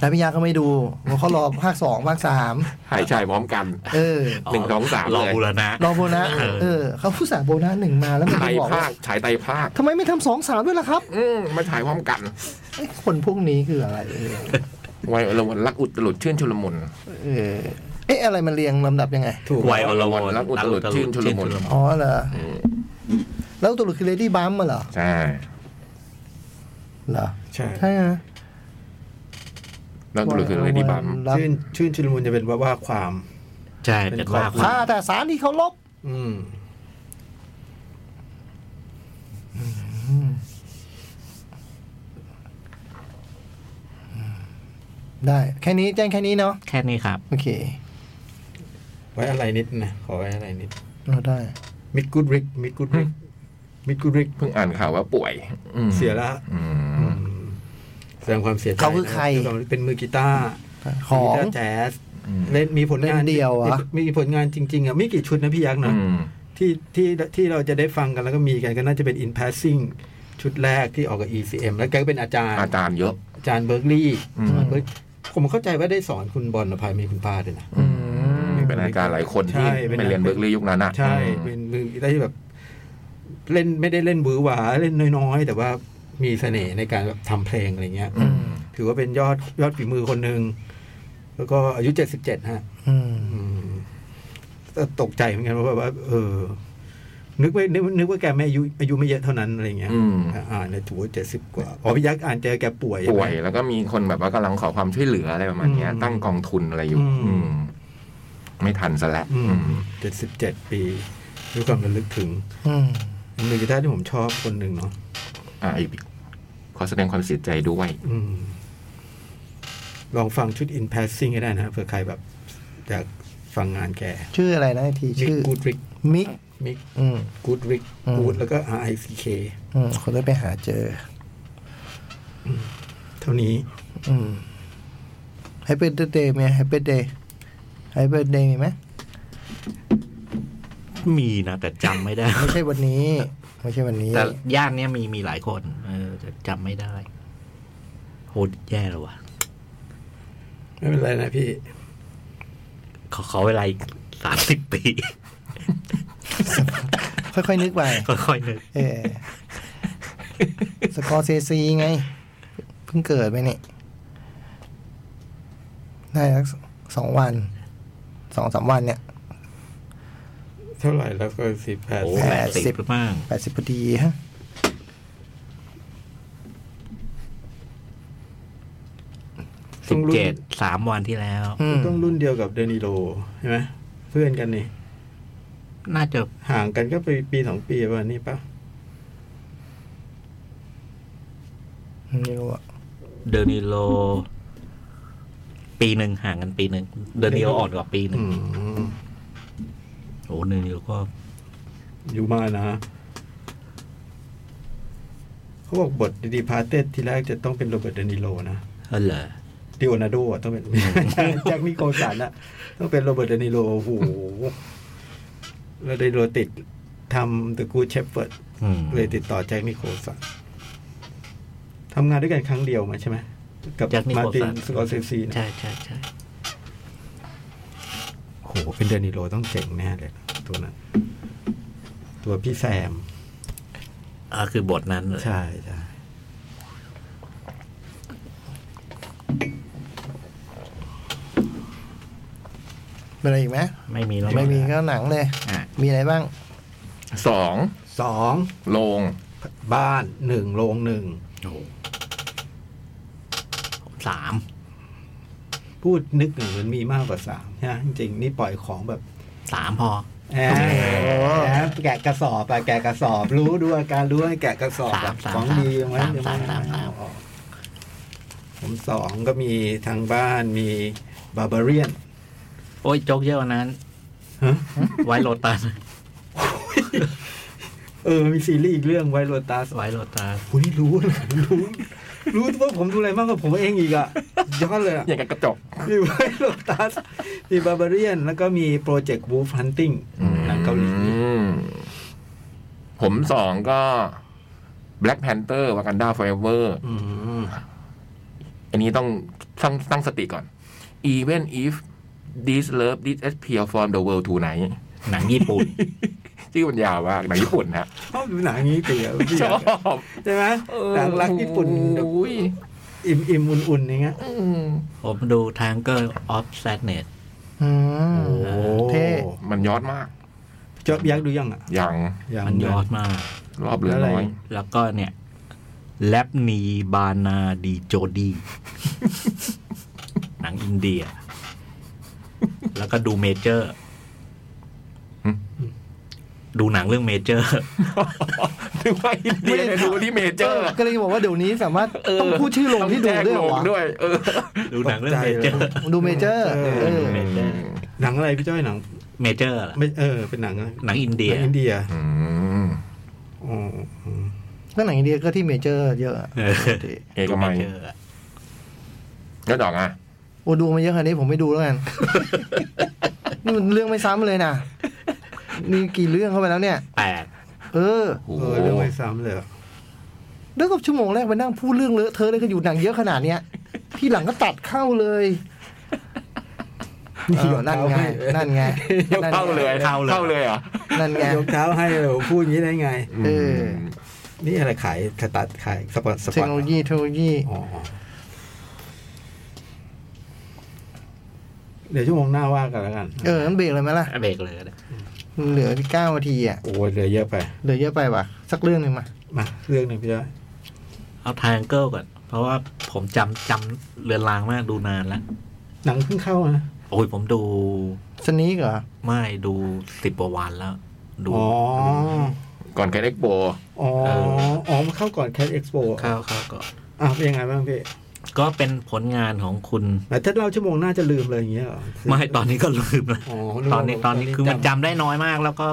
แต่พี่ยาก็ไม่ดูเพราะเขารอภาคสองภาคสาม
หายใจพร้อมกัน
เออ
หนึ่งสองสาม
รอ
เลย
บูรณะ
รอโบนัส
เออ
เออเขาผู้สาห์โบนัสหนึ่งมาแล้วมัน
ไต
ไป
ร
บอก
ภาคฉายไตรภาค
ทำไมไม่ทำสองสามด้วยล่ะครับ
อืมมาฉายพร้อมกัน
ไอ้คนพวกนี้คืออะไร เออ
ไวัยละวันรักอุตลุดชื่นชุลมุน
เออเอ๊ะอะไรมันเรียงลำดับยังไง
ถูก
ไวอลวน
รักอุตลุดชื่นชุลมุน
อ๋อเหรอแล้วตัวหลุดคือเลดี้บัมมาเหรอ
ใช่
เหรอ
ใช่
ใช่ฮะ
แล้วก็คือเลดี้บัม
รัก
ชื่นชื่นชุลมุนจะเป็นว่าว่าความ
ใช่
เป็น
เป็นว่า
ครอบครัว
ข้าแต่สารที่เขาลบ
อืม
ได้ แค่นี้แจ้งแค่นี้เนาะ
แค่นี้ครับ
โอเค
ไว้อะไรนิดนะขอไว้อะไรนิด
เราได้
มิดกูดริกมิดกูดริกมิดกูดริก
เพิ่งอ่านข่าวว่าป่วยอืม
เสียละ
อืม
แสดงความเสียใจ
เขาคือใคร
นะเป็นมือกีตาร์
ของ
มืกีตาร์แจ๊ส
อืม
เล่นมีผลงาน
เล่นเดี่ยวเหรอ
มีมีผลงานจริง ๆอ่ะไม่กี่ชุดนะพี่ยักษ์
อื
นะ
ม
ที่ที่ที่เราจะได้ฟังกันแล้วก็มีกันก็น่าจะเป็น In Passing ชุดแรกที่ออกกับ ECM แล้วแกก็เป็นอาจารย์
อาจารย์เยอะ
อาจารย์เบิร์กลีย์
อืม
เบิร์กผมเข้าใจว่าได้สอนคุณบอลอภัยมีคุณป้าด้วยนะ
อืมเป็นอาจารย์หลายคนที่
ใช่เป็น
ไปเรียนเบิร์กลีย์ยุคนั้นอ่ะ
ใช่
อื
เป็
ม
นมือได้แบบ เล่นไม่ได้เล่นบือหวาเล่นน้อยๆ แต่ว่ามีเสน่ห์ในการแบบทำเพลงอะไรเงี้ย
อืม
ถือว่าเป็นยอดยอดฝีมือคนหนึ่งแล้วก็อายุเจ็ดสิบเจ็ดฮะ
อืม
อืมแต่ตกใจเหมือนกันว่าแบบว่าเออ นึกไว้นึกนึกว่าแกไม่อายุอายุไม่เยอะเท่านั้นอะไรเงี้ย
อืม
อ่านในถูเจ็ดสิบกว่า อ๋อพี่ยักษ์อ่านเจอแกป่วยใช่
ป่
ไห
ว
ม
ยแล้วก็มีคนแบบว่ากำลังขอความช่วยเหลืออะไรประมาณเนี้ย
อืม
ตั้งกองทุนอะไรอยู่
อืม
อืมไม่ทันซะแล้วอืม
เจ็ดสิบเจ็ดปีด้วยความระลึกถึง
อืม
มือกีตาร์ที่ผมชอบคนหนึ่งเนาะ
อ่าอีกขอแสดงความเสียใจด้วย
อืม ลองฟังชุด in passing ก็ได้นะฮะเผื่อใครแบบอยากฟังงานแก
ชื่ออะไรนะอีกที
มิก
ชื่อ
กูดริก
มิก
มิก
อืม
กูดริก
อืม
กูดแล้วก็ R I C K
อืมคนได้ไปหาเจอ
เท่านี้
อืมไฮเปอร์เดย์ไหมไฮเปอร์เดย์ไฮเปอร์เดย์มีไหม
มีนะ แต่จำไม่ได้
ไม่ใช่วันนี้ ไม่ใช่วันนี้
แต่ย่านเนี้ยมีมีหลายคน เออแต่จำไม่ได้โหแย่แล้ววะ
ไม่เป็นไรนะพี่
ขอขอเวลาอีกสามสิบปี
ค่อยๆนึกไป
ค่อยๆนึก
เออสกอร์เซซีไง เพิ่งเกิดไปนี่ได้สักสองวันสองสามวันเนี่ย
เท่าไหร่แล้วก็สิบแปด
โอ้
แป
แป
ด
ด
สิ
สิ
บ
บหรือมั้ง
แปดสิบพอดีฮะ
สิ
ต้อง
บ
รุ่
เจ็
น
ดสามวันที่แล้ว
อืม
ต้องรุ่นเดียวกับเดนิโลใช่ไหมเพื่อนกันนี่
น่าจะ
ห่างกันก็ไปปีสองปีวันนี้ปะ
ไม่รู้อะ
เดนิโล ปีหนึ่งห่างกันปีหนึ่งเดนิโลอ่อนกว่าปีหนึ่
อื
ง
ม
โอ้เดนิโลก็
อยู่มานะ เขาบอกบทดีพาเต็ดที่แรกจะต้องเป็นโรเบิร์ตเดนิโลนะ
เออเหรอ
ดิโอนาโดอะต้องเป็น แจ็คนิโคลสันอะต้องเป็นโรเบิร์ตเดนิโลโอ้โหแล้วเดนิโลติดทำ The Good Shepherd
อืม
เลยติดต่อแจ็คนิโคลสันทำงานด้วยกันครั้งเดียวมาใช่ไหมกับ
แจ็คนิ
มา
โคล
ร์ติน
สัน
สกอร์เซซีนะ
ใช่ใช่ใช่
โอ้โหเป็นเดนิโลต้องเจ๋งแน่เลยตัวนั้น ตัวพี่แซม
อ่าคือบทนั้นเลย
ใช่ใช่
เป็นอะไรอีกไหม
ไม่มีแล้ว
ไม่มีก็หนังเลย
อ่ะ
มีอะไรบ้าง
สอง
สอง
โรง
บ้านหนึ่งโรงหนึ่ง
โอ้โหสาม
พูดนึกหนึ่งมันมีมากกว่าสามนะจริงๆนี่ปล่อยของแบบ
สามพอ
แหมแกะกระสอบอะแกะกระสอบรู้ดูอาการรู้ให้แกะกระสอบอะ
สามสาม
ของดีไหม
สาม
ยังไง
สามสามสาม
เอาออกผมสองก็มีทางบ้านมีบาบาเรียน
โอ้ยโจกเยอะกวันนั้น
ฮะ
ไวโรตัส
เออ มีซีรีส์อีกเรื่องไวโรตัส
ไวโรตัส
โหนี่รู้เลยรู้ รู้ว่าผมดูอะไรมากกว่าผมเองอีกอะย้อนเลยอะ
อย่างกับกระจก
มีไวโรตัสมีบาบาเรียน แล้วก็มีโปรเจกต์วูฟฮันติงหนังเกาหลี
อืมผมสองก็ Black Panther Wakanda Forever
อืม
อันนี้ต้องตั้งตั้งสติก่อน Even if this love disappear from the world tonight
หนังญี่ปุ่น
ชื่อมันยาวมากหนังญี่ปุ่นนะ
ชอบดูหนังอย่างนี้เตี๋ยว
ชอบ
ใช่ไหมหนังรักญี่ปุ่นแบบ
อุ้ย
อิ่มอิ่มอุ่นอุ่นอย่างเงี้ย
อืม
ผมดูทางเกอร์ออฟแซดเนต
อืม เท่
มันยอดมาก
เจอบยักษ์ดูยังอ่ะ
อย่าง
ยัง
มันยอดมาก
รอบเหลือน้อย
แล้วก็เนี่ยแลบนีบานาดีโจดี หนังอินเดีย แล้วก็ดูเมเจอร์
หึ
ดูหนังเรื่องเมเจอร์
ถึงว่าอินเดียเนี่ยดูที่เมเจอร์
ก็เลยจะบอกว่าเดี๋ยวนี้สามารถต้องพูดชื่อลงที่ดูด้วยเหรอ
ต้
วะ
องแจ้งลงด้วย เออ
ดูหนังเรื่องเมเจอร์
ดูเมเจอร์เออ
เมเจอร์
หนังอะไรพี่จ้อยหนัง
เมเจอร์เหรอ
ไม่เออเป็นหนังอะไร
หนังอินเดีย
หนังอินเดีย
อืม
อ๋ออืม
ก็หนังอินเดียก็ที่เมเจอร์เยอะอะ
เออ
เอกมัย
ดูเจอร์อะ
ก็ดอกอ่ะ
โอ้ดูมาเยอะขนาดนี้ผมไม่ดูแล้วกัน นี่มันเรื่องไม่ซ้ำเลยนะมีกี่เรื่องเข้าไปแล้วเนี่ย
แปด
เออ
โอ้
เอ
โห
อเรื่องไม่ซ้ำเลยอะ
เรื่องกับชั่วโมงแรกไปนั่งพูดเรื่องเลอะเทอะเลยก็อยู่หนังเยอะขนาดเนี้ยที่หลังก็ตัดเข้าเลยเออนั่นไง นั่นไง
ยกเข้าเลย
เข้าเลย
เข้าเลยเหรอ
นั่นไง
ยกเท้าให้เลยผมพูดอย่างนี้ได้ไง
เออ
นี่อะไรขายสตัดขายสปอนส
เท
ป
ค
อน
โนโลยีเทคโนโลยี
อ๋อเดี๋ยวชั่วโมงหน้าว่ากันแล้วกัน
เอองั้นเบรกเลยไหมล่ะ
เบรกเลยก็ได้
เหลือเก้านาทีอ่ะ
โอ้ยเหลือเยอะไป
เหลือเยอะไปปะสักเรื่องหนึ่งมา
มาเรื่องหนึ่งพี่จ้อย
เอาทางเกิลก่อน เพราะว่าผมจำจำเรือนรางมากดูนานแล้ว
หนังเพิ่งเข้านะ
โอ้ยผมดู
สนีกเหรอ
ไม่ดูสิบกว่าวันแล้ว ดู
อ๋อ
ก่อนแคดเอ็กโป
อ๋อ
เออ
อ๋อมันเข้าก่อนแค t เอ็กซ์โป
ข้าวข้าวก็
อ่ะเป็นยังไงบ้างพี่
ก็เป็นผลงานของคุณ
แต่ถ้าเล่าชั่วโมงหน้าจะลืมเลยอย่างเงี้ยเหรอคือ
ไม่ตอนนี้ก็ลืมแล้ว
อ๋อ
ตอนนี้ตอนนี้คือมันจำได้น้อยมากแล้วก็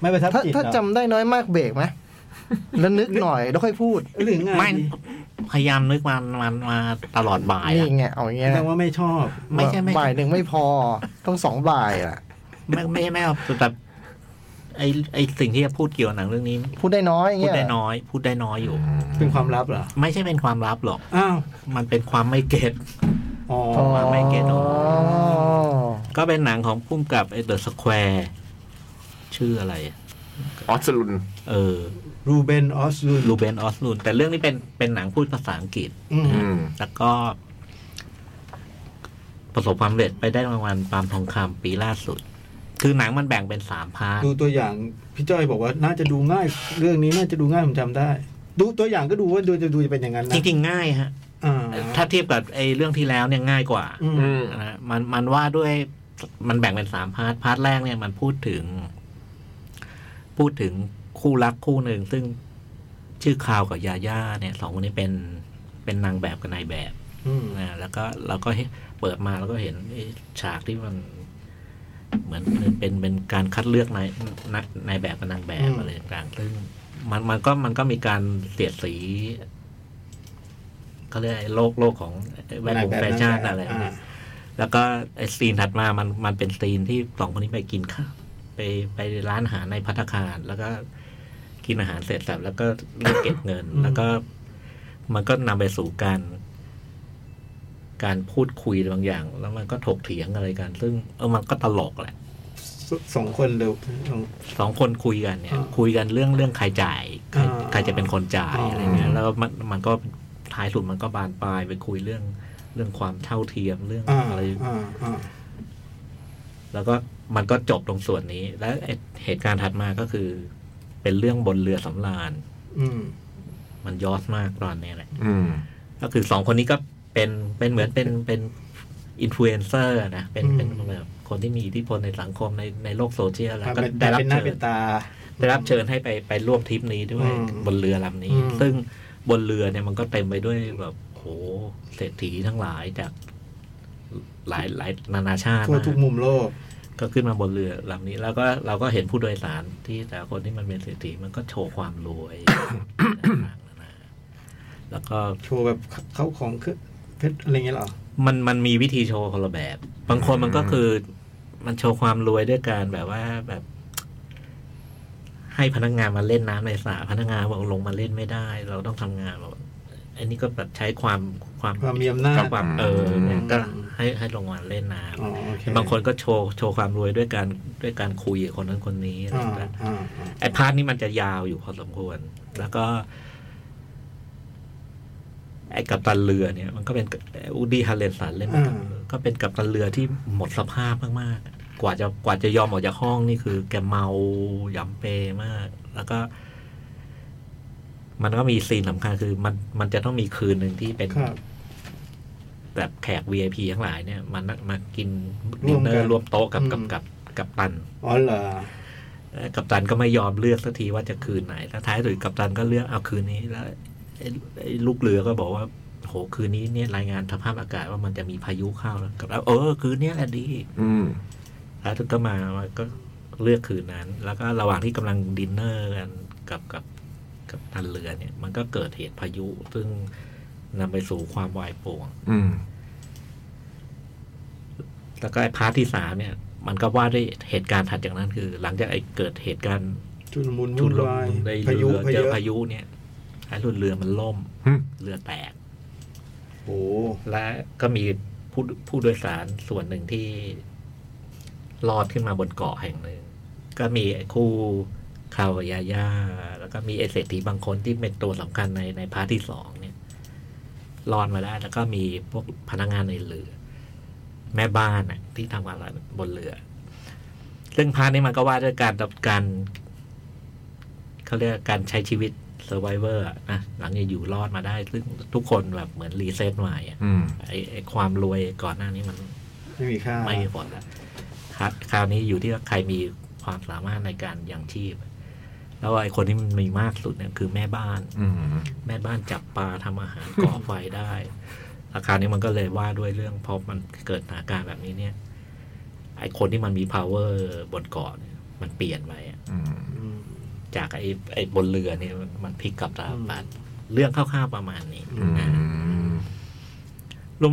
ไม่ประทับ
ถ้า
จิต
ถ้า
เหรอ
จำได้น้อยมากเบรกไหมแล้วนึกหน่อยแล้วค่อยพูด
หรือไง
ไม่พยายามนึกมันมันมาตลอดบ่ายอะ
นี่ไงเอาอย่างเงี้ย
แสด
นะ
งว่าไม่ชอบ
ไม่ใช่ไม่
บ่ายหนึ่งไม่พอ ต้องสองบ่ายอ่ะ
ไม่ไม่ไม่เอาแต่ไอไอสิ่งที่จะพูดเกี่ยวกับหนังเรื่องนี้
พูดได้น้อยอย่าง
พูด
เงี้ย
ได้น้อย พูดได้น้อยอยู่
เป็นความลับเหรอ
ไม่ใช่เป็นความลับหรอก
อ้าว
มันเป็นความไม่เก็ต
อ๋อ
อ๋อ
ไม่เก็ตหรอก
อ
ก็เป็นหนังของพุ่มกับไอเดอะสแควร์ชื่ออะไร
ออสลุน
เออ
รูเบนออสลู
ลูเบนออสลูนแต่เรื่องนี้เป็นเป็นหนังพูดภาษาอังกฤษ
อืม
แล้วก็ ประสบความสำเร็จไปได้รางวัลปาล์มทองคำปีล่าสุด คือหนังมันแบ่งเป็นสามพาร์ท
ดูตัวอย่างพี่จ้อยบอกว่าน่าจะดูง่าย เรื่องนี้น่าจะดูง่ายผมจำได้ ดูตัวอย่างก็ดูว่าดูจะดูจะเป็นอย่างนั้น
จ
นะ
ริงๆง่ายฮะ
อ่า
ถ้าเทียบกับไอ้เรื่องที่แล้วเนี่ยง่ายกว่า
อืม
อืม
นะมันมันว่าด้วยมันแบ่งเป็นสามพาร์ทพาร์ทแรกเนี่ยมันพูดถึง พูดถึงคู่รักคู่หนึ่งซึ่งชื่อคาวกับยาย่าเนี่ยสองคนนี้เป็นเป็นนางแบบกับนายแบบ
อืม
นะแล้วก็เราก็เห็นเปิดมาเราก็เห็นไอ้ฉากที่มัน เหมือนเป็นเป็นการคัดเลือกนายนายนายแบบกับนางแบบอะไรต่างๆซึ่งมันมันก็มันก็มีการเสียดสีเขาเรียกไอ้โลกโลกของแวดวงแฟชั่นอะไรพวก
อ่า
นี้แล้วก็ไอ้ซีนถัดมามันมันเป็นซีนที่สองคนนี้ไปกินข้าวไปไปร้านอาหารในพัตตาคาร แล้วก็กินอาหารเสร็จสับแล้วก็เรียกเก็บเงิน แล้วก็ มันก็นำไปสู่การ การพูดคุยบางอย่าง แล้วมันก็ถกเถียงอะไรกัน ซึ่งเออมันก็ตลกแหละ
สสองคนเร็วสอง
สองคนคุยกันเนี่ย
อ่า
คุยกันเรื่องเรื่องใครจ่ายใคร
อ่า
ใครจะเป็นคนจ่าย
อ่า
อะไรเงี้ยแล้วมันมันก็ท้ายสุดมันก็บานปลายไปคุยเรื่องเรื่องความเท่าเทียมเรื่อง
อ่า
อะไร
อ่าอ่า
แล้วก็มันก็จบตรงส่วนนี้ แล้วไอ้เหตุการณ์ถัดมาก็คือ เป็นเรื่องบนเรือสำราญ
อืม
มันยอสมากตอนนี้แหละ
อืม
ก็คือสองคนนี้ก็เป็นเป็นเหมือนเป็นเป็นอินฟลูเอนเซอร์นะ เป็น
อืม
เป็นแบบคนที่มีอิทธิพลในสังคมในในโลกโซเชียลแล้ว
ทำ
ก็
เป็น
ได้
แต่
รับ
เป็นหน้า
เชิ
เป็
ญ
นตา
ได้รับเชิญให้ไปไปร่วมทริปนี้ด้วย
อืม
บนเรือลำนี้
อืม
ซึ่งบนเรือเนี่ยมันก็เต็มไปด้วยแบบโหเศรษฐีทั้งหลายจากหลายหลายนานาชาติ
ทั่ว
มาก
ทุกมุมโลก
ก็ขึ้นมาบนเรือลำนี้ แล้วก็เราก็เห็นผู้โดยสารที่แต่ละคนที่มันเป็นเศรษฐีมันก็โชว์ความรวย ต่างๆนานาแล้วก็
โชว์แบบเข้าของเครื่องเพชรอะไรเงี้ยเหรอ
มันมันมีวิธีโชว์คนละแบบ บางคนมันก็คือ มันโชว์ความรวยด้วยการแบบว่าแบบ ให้พนักงานมาเล่นน้ำในสระพนักงานบอกลงมาเล่นไม่ได้ เราต้องทำงานแบบอันนี้ก็แบบใช้ความความ
ความมีอำนาจ
ความเออเนี่ยก็
อืม
ให้ให้ลงมาเล่นน้ำ
อ๋อโอเค
บางคนก็โชว์โชว์ความรวยด้วยการด้วยการคุยกับคนนั้นคนนี้อะไร
อ่า
แบบ
อ่าอ่า
ไอ้พาร์ทนี้มันจะยาวอยู่พอสมควร แล้วก็ ไอ้กัปตันเรือเนี่ย มันก็เป็นอูดี้ฮาร์เลนสันเล่นเป็นกัปก็เป็นกัปตันเรือที่หมดสภาพมากๆ กว่าจะกว่าจะยอมออกจากห้องนี่คือ แกเมาหยำเปมาก แล้วก็ มันก็มีซีนสำคัญคือ มันมันจะต้องมีคืนหนึ่งที่เป็น
ครับ
แบบแขก VIP ทั้งหลายเนี่ยมานั่งมากิน
ร่
ดิ
วม
นเนอ
กัน
ร์ร่วมโต๊ะกับกับ
อืม
กับกับตัน
อ๋อเหรอ
เอ่อกับตันก็ไม่ยอมเลือกสักทีว่าจะคืนไหนแล้วท้ายสุดกับตันก็เลือกเอาคืนนี้แล้วไอ้ไอ้ลูกเรือก็บอกว่าโหคืนนี้เนี่ยรายงานสภาพอากาศว่ามันจะมีพายุเข้าแล้วกับแล้วเออคืนเนี้ยแหละดี
อืม
แล้วทุกก็มามาก็เลือกคืนนั้น แล้วก็ระหว่างที่กำลังดินเนอร์กันกับกับกับทันเรือเนี่ย มันก็เกิดเหตุพายุ ซึ่งนำไปสู่ความวายป่วง
อืม
แล้วก็ไอ้พาร์ทที่สามเนี่ย มันก็ว่าด้วยเหตุการณ์ถัดจากนั้นคือ หลังจากไอ้เกิดเหตุการณ์
ชุนมุน
ชุ
วุ่
น
น
ล
วาย
มุนใน
พายุ
เรือเจอ
พายุ
พายุเนี่ยไอ้รุ่นเรือมันล่ม
หึ
เรือแตก
โอ้โห
และก็มีผู้ผู้โดยสารส่วนหนึ่งที่รอดขึ้นมาบนเกาะแห่งหนึ่ง ก็มีไอ้คู่คาวายาย่าแล้วก็มีไอเศรษฐีบางคนที่เป็นตัวสำคัญในในพาร์ทที่สองเนี่ยรอดมาได้ แล้วก็มีพวกพนักงานในเรือ แม่บ้านน่ะที่ทำงานบนเรือ ซึ่งพาร์ทนี้มันก็ว่าด้วยการการเขาเรียกการใช้ชีวิต survivor อะนะหลังจากอยู่รอดมาได้ ซึ่งทุกคนแบบเหมือนรีเซ็ตใหม่อะ
อืม
ไอ้ไอ้ความรวยก่อนหน้านี้มัน
ไม่มีค่า
ไม่มีผลแล้วครับคราวนี้อยู่ที่ว่าใครมีความสามารถในการยังชีพ แล้วไอ้คนที่มันมีมากสุดเนี่ยคือแม่บ้าน
อืม
แม่บ้านจับปลาทำอาหาร ก่อไฟได้ราคราวนี้มันก็เลยว่าด้วยเรื่องพอมันเกิดสถานการณ์แบบนี้เนี่ย ไอ้คนที่มันมี power บนเกาะเนี่ยมันเปลี่ยนไปอะ
อืม
อืม
จากไอ้ไอ้บนเรือเนี่ยมันมันพลิกกลับตา
อืม
บาดเรื่องคร่าวๆประมาณนี้
อืม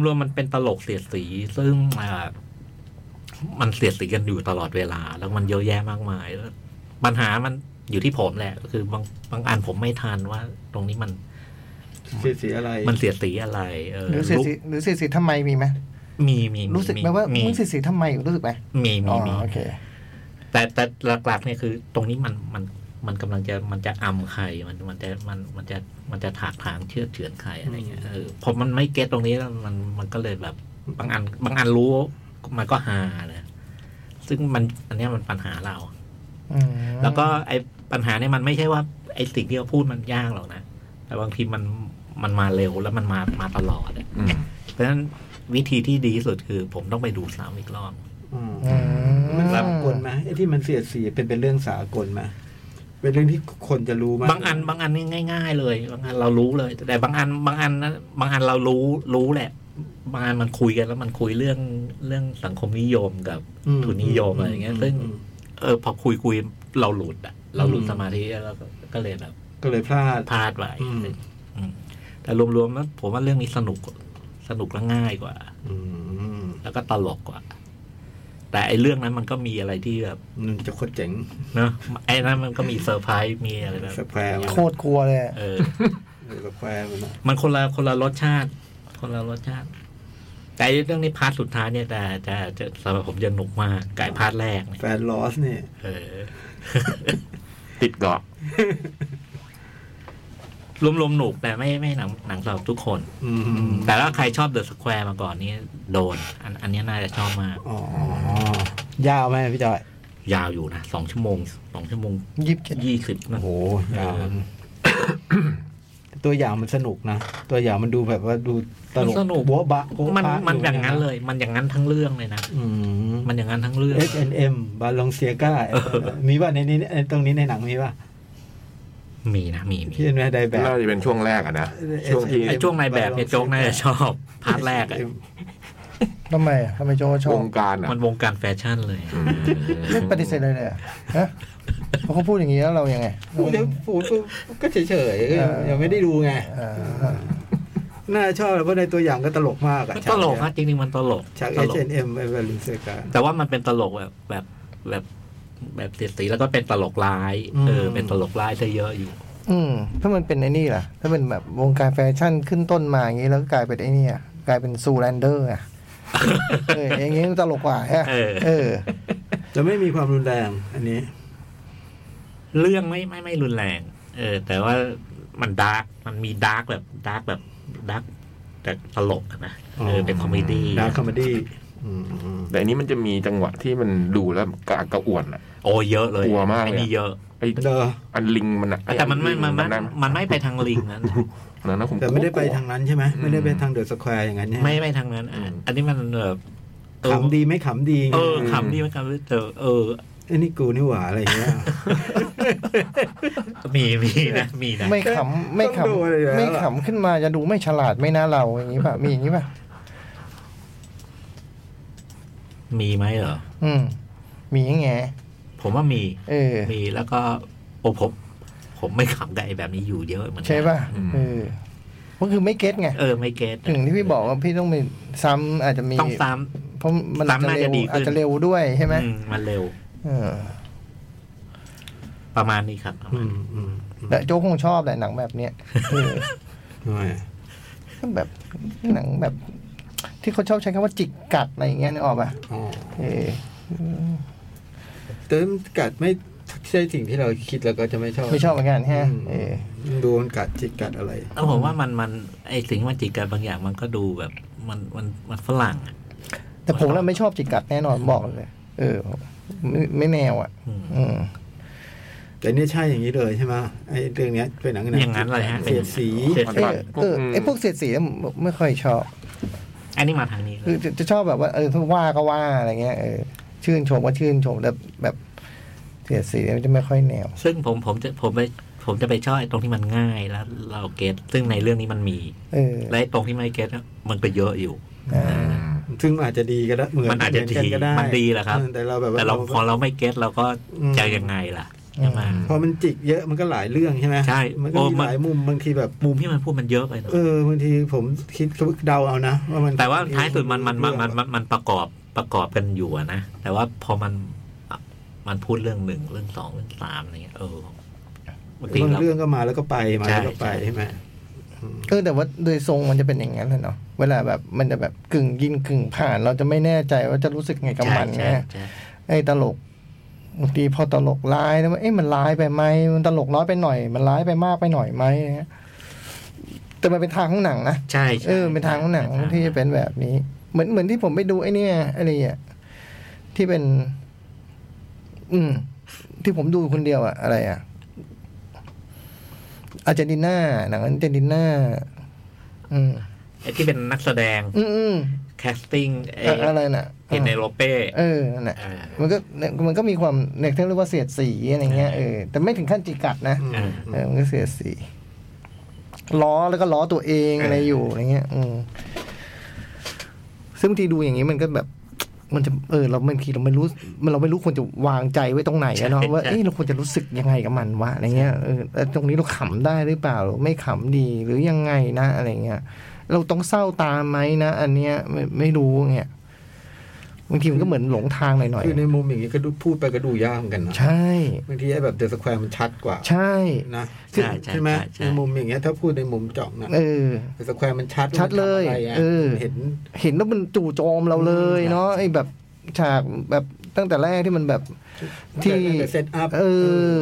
รวมๆมันเป็นตลกเสียดสี ซึ่งอ่ามันเสียดสีกันอยู่ตลอดเวลา แล้วมันเยอะแยะมากมายแล้วปัญหามันอยู่ที่ผมแหละคือบางบางอันผมไม่ทันว่า ตรงนี้มัน
เสียสีอะไร
มันเสียดสีอะไร เออ
หรือเสีย
ลุ
สีหรือเสียสีทำไมมีไหม
มีมี
รู้สึกไหมว่า
มี
มึงเสียสีทำไมรู้สึกไหม
มี
อ๋
มี
อ
มี
โอเค
แต่แต่หลักๆเนี่ยคือ ตรงนี้มันมันมันกำลังจะมันจะอำใครมันมันจะมันมันจะมันจะถากถางเชื่อดเฉือนใครอะไรเงี้ยเออพอมันไม่เก็ตตรงนี้แล้วมันมันก็เลยแบบ บางอันบางอันรู้มันก็หานะซึ่งมันอันเนี้ยมันปัญหาเรา
อืม
แล้วก็ไอ้ปัญหาเนี่ยมันไม่ใช่ว่าไอ้สิ่งที่เราพูดมันยากหรอกนะ แต่บางทีมันมันมาเร็วแล้วมันมามาตลอดอะ
อืม
เพราะฉะนั้นวิธีที่ดีที่สุดคือ ผมต้องไปดูซ้ำอีกรอบ
อืม
อื
มันสากลไหมไอ้ที่มันเสียดสีเป็นเป็นเรื่องสากลไหมเป็นเรื่องที่คนจะรู้ไหม
บางอันบางอันนี่ง่าย ๆ เลย บางอันเรารู้เลย แต่บางอันบางอันนะบางอันเรารู้รู้แหละบางอันมันคุยกันแล้วมันคุยเรื่องเรื่องสังคมนิยมกับ
อืม
ทุนนิยมอะไรอย่างเงี้ยซึ่ง
อืม
เออพอคุยคุยเราหลุดอะเราหลุด
อืม
สมาธิแล้วเราก็ก็เลยแบบ
ก็เลยพลาด
พลาดไป
อืม
อืมแต่รวมๆแล้วผมว่าเรื่องนี้สนุกกว่าสนุกและง่ายกว่า
อืม
แล้วก็ตลกกว่า แต่ไอ้เรื่องนั้นมันก็มีอะไรที่แบบ
มันจะโคตรเจ๋ง
เนอะไอ้นั้นมันก็มีเซอร์ไพรส์มีอะไรแบบ
เซอร์ไพรส์
โคตรกลัวเลยอะ
เออ
เลยแบบแควมันนะ
มันคนละคนละรสชาติ คนละรสชาติ แต่ไอ้เรื่องนี้พาร์ทสุดท้ายเนี่ยแต่จะจะสำหรับผมจะหนุกมากไก่พาร์ทแรกเนี่ย
แฟนลอสเนี่ย
เออ
ติดเกาะ
รวมๆหนุกแต่ไม่ไม่หนังหนังสำหรับทุกคน
อืม
แต่ถ้าใครชอบเดอะสแควร์มาก่อนนี่โดน อันอันนี้น่าจะชอบมาก
อ๋อ ยาวไหมพี่จอย
ยาวอยู่นะสองชั่วโมงสองชั่วโมง
ยี่สิบเจ็ด
ยี่สิบนะ
โอ้โหยาว
เออ
แต่ตัวอย่างมันสนุกนะ ตัวอย่างมันดูแบบว่าดูตลก
สนุก
โบ๊ะบะโบ๊ะบะ
มันมันอย่างนั้นเลย มันอย่างนั้นทั้งเรื่องเลยนะ
อืม
มันอย่างนั้นทั้งเรื่อง
H&M บาลองเซีย กามีว่าในนี้ในตรงนี้ในหนังมีว่า
มีนะมีมี
ที่เป็นไดแบบ
น่าจะเป็นช่วงแรกอะนะ
เออ
ช่วงที่
ไอ้ช่วงในายแบบเนี่ยโจ๊กน่าจะชอบ พาร์ทแรกอะ
ทำไมทำไมโจชอ
ว
บ
งการอะ
มันวงการแฟชั่นเลย
ไม่ปฏิเสธเลยเลยเหรอฮะพอเขาพูดอย่างนี้แล้วเรายังไง
ผมจะผมก็เฉยเฉยๆ
เออ
ยังไม่ได้ดูไง
อ่า
น่าชอบเลยเพราะในตัวอย่างก็ตลกมากอะ
มันตลกนะจริงๆมันตลก
ฉาก
ตลก
H&M ไอ้บาลองเซียกา
แต่ว่ามันเป็นตลกแบบแบบแบบแบบเสียดสีแล้วก็เป็นตลกร้าย
อืม
เออเป็นตลกร้ายซะเยอะอยู่
อืมถ้ามันเป็นไอ้นี่ล่ะ ถ้าเป็นแบบวงการแฟชั่นขึ้นต้นมาอย่างนี้แล้วก็กลายเป็นไอ้นี่อะกลายเป็นซูแลนเดอ ร์อะเอออย่างนี้มันตลกกว่าฮะ
เออ
เออ
จะไม่มีความรุนแรง อันนี้
เรื่องไม่ไม่ไม่รุนแรง เออ แต่ว่ามันดาร์กมันมีดาร์กแบบดาร์กแบบดาร์กแต่ตลกอะนะเออเป็นคอมเมดี้
ดาร์คคอมเมดี้อืม
แต่อันนี้มันจะมีจังหวะที่มันดูแล้วกระอักกระอ่วนอะ
โอ้เยอะเลย
กลัวมากเลย
ไอ้นี่เยอะ
ไอ้
เออ
อันลิงมันอะอ้
แต่มันไม่มันไม่
อัะ
มันไม่ไปทางลิง นั้น
อันนั้นนะผม
แต่ไม่ได้
ก
ไป
ลัว
ทางนั้นใช่ไหมไม่ได้ไปทางเดอะสแควร์อย่างนั้นใช่ไหม
ไม่ไม่ทางนั้นอ่ะ
อืม
อันนี้มันแบบเออ
ขำดีไม่ขำดีไง
เออขำดีมันขำเจอเออ
ไอ้นี่กูนี่หว่าอะไรอย่างเงี้ย
มีมีนะมีนะ
ไม่ขำไม่
ต้องดูเลยเหรอ
ขำไม่ขำขึ้นมาจะดูไม่ฉลาดไม่น่าเราอย่างนี้ป่ะมีอย่างนี้ป่ะ
มีไหมเหรอ
อืม มีอย่างไง
ผมว่ามี
เออ
มีแล้วก็โอ้ผม ผมไม่ ขำกับไอ้แบบนี้อยู่เยอะเหมือนกัน
ใช่ป่ะ
อืม
เออก็คือไม่เก็ตไง
เออไม่เก็ต
ถึงที่พี่บอกว่าพี่ต้องไปซ้ำอาจจะมี
ต้องซ้
เพราะมันอาจ
ำ
จะ
ซ้ำน่า
เร็
จะ
ว
ดีขึ้น
อาจจะเร็วด้วยใช่ไหม
อืมันเร็ว
เออ
ประมาณนี้ครับประ
อื
มาณ
มอืมอืม
แต่โจ้คงชอบแหละหนังแบบเนี้ยเออ
ทำไมอะ
แบบหนังแบบ ที่เขาชอบใช้คำว่าจิกกัดอะไรอย่างเงี้ยนึกออกป่ะเออ
แต่มันกัดไม่ใช่สิ่งที่เราคิดแล้วก็จะไม่ชอบ
ไม่ชอบเหมือนกันฮะ
อืม
เออ
ดูมันกัดจิกกัดอะไร
แล้วผมว่ามันมันไอ้สิ่งที่มันจิกกันบางอย่างมันก็ดูแบบมันมันมันฝรั่งอะ
แต่ผมน่ะไม่ชอบจิกกัดแน่นอนบอกเลย เออ ไม่ไม่แนวอ่ะ
อืม
อืม
แต่เนี่ยใช่อย่างนี้เลยใช่ไหมไอ้เรื่องเนี้ยเป็นหนัง
อย่างนั้นเลยฮะ
เสียดสี
เสียด
เอ
สี
อเออไอพวกเสียดสีเนี่ยไม่ค่อยชอบ
อันนี้มาทางนี้เล
คือย จะจะชอบแบบว่าเออถ้าว่าก็ว่าอะไรเงี้ยเออชื่นชมก็ชื่นชมแต่แบบเสียดสีเนี่ยมันจะไม่ค่อยแนว
ซึ่งผมผมจะผมไปผมจะไปชอบไอ้ตรงที่มันง่ายแล้วเราเก็ตซึ่งในเรื่องนี้มันมี
เออ
และไอ้ตรงที่ไม่เก็ตอะมันก็เยอะอยู่
อ่า
ซึ่งมันอาจจะดีก็ได้เหมือน
มันอาจจะดี
เหกัก็ได้
มันดีแหละครับ
แต่เราแบบว่า
แต่เราพอเราไม่เก็ตเราก็
อืม
จะยังไงล่ะใช่ไหม
พอมันจิกเยอะมันก็หลายเรื่องใช่ไหม
ใช่
มันก็
โอ้
มี
มัน
หลายมุมบางทีแบบ
มุมที่มันพูดมันเยอะไปเนอะ
เออบางทีผมคิดเดาเอานะว่ามัน
แต่ว่าท้ายสุดมันมันมันมันมันมันประกอบประกอบกันอยู่อะนะ แต่ว่าพอมันอ่ะมันพูดเรื่องหนึ่งเรื่องสองเรื่องสามอะไรเงี้ยเออบางที
บาง
เรา
เรื่องก็มาแล้วก็ไปมาแล้วก็ไป
ใช่
ใช่ไหม
เออแต่ว่าโดยทรงมันจะเป็นอย่างนั้นเลยเนาะเวลาแบบมันจะแบบกึ่งยินกึ่งผ่าน เราจะไม่แน่ใจว่าจะรู้สึกไงกับ
ใช่
มัน
ใช่
ไง
ใช่
ไอ้ตลกบางทีพอตลกร้ายแล้วว่าเอ้มันร้ายไปไหมมันตลกน้อยไปหน่อย มันร้ายไปมากไปหน่อยไหมนะฮะแต่มันเป็นทางของหนังนะ
ใช่ใช่
เออเป็นทางของหนัง
เป็นทาง
ที่จะเป็นแบบนี้ เหมือนเหมือนที่ผมไปดูไอ้เนี่ยอะไรอ่ะที่เป็น อืม ที่ผมดูคนเดียวอะอะไรอะอาร์เจนตินาหนังอาร์เจนตินาอืม
ไอ้ที่เป็นนักแสดง
อืมอืม
แคสติ้งเอ
อะอะไรน่ะ
เอเนโรเป้
เออนั่นแหละ
เออ
มันก็เนี่ยมันก็มีความเนี่ยที่เรียกว่าเสียดสีอะไรเงี้ยเออแต่ไม่ถึงขั้นจิกกัดนะ
อืม
เออมันก็เสียดสีล้อแล้วก็ล้อตัวเองอะไรอยู่อะไรเงี้ย อืมซึ่งบางทีดูอย่างนี้มันก็แบบ มันจะเออ เราบางทีเราไม่รู้มันเราไม่รู้ควรจะวางใจไว้ตรงไหนอะเนาะ
ใช่
ว่า
ใช่
เอ้เราควรจะรู้สึกยังไงกับมันวะอะไรเงี้ยเออแล้วตรงนี้เราขำได้หรือเปล่าหรือไม่ขำดีหรือยังไงนะอะไรเงี้ย เราต้องเศร้าตามไหมนะอันเนี้ยไม่ไม่รู้เงี้ยบางทีมันก็เหมือนหลงทางหน่อย
คือใน
ๆ
มุมอย่างนี้ก็ดูพูดไปก็ดูยากเหมือนกันนะ
ใช่
บางทีไอ้แบบเดอะสแควร์มันชัดกว่า
ใช่
นะ
ใช่ใช่
ไหม
ใช่ใช่
ในมุมอย่างเงี้ยถ้าพูดในมุมเจ่องนะ
เออ
เดอะสแควร์มันชัด
ชัดเลย
ว่ามันทำอะไรอะ
เออ
เห็น
เห็นแล้วมันจู่โจมเราเลยเนาะไอ้แบบฉากแบบตั้งแต่แรกที่มันแบบที่
ตั้งแต่ set up
เอ
เอ
อ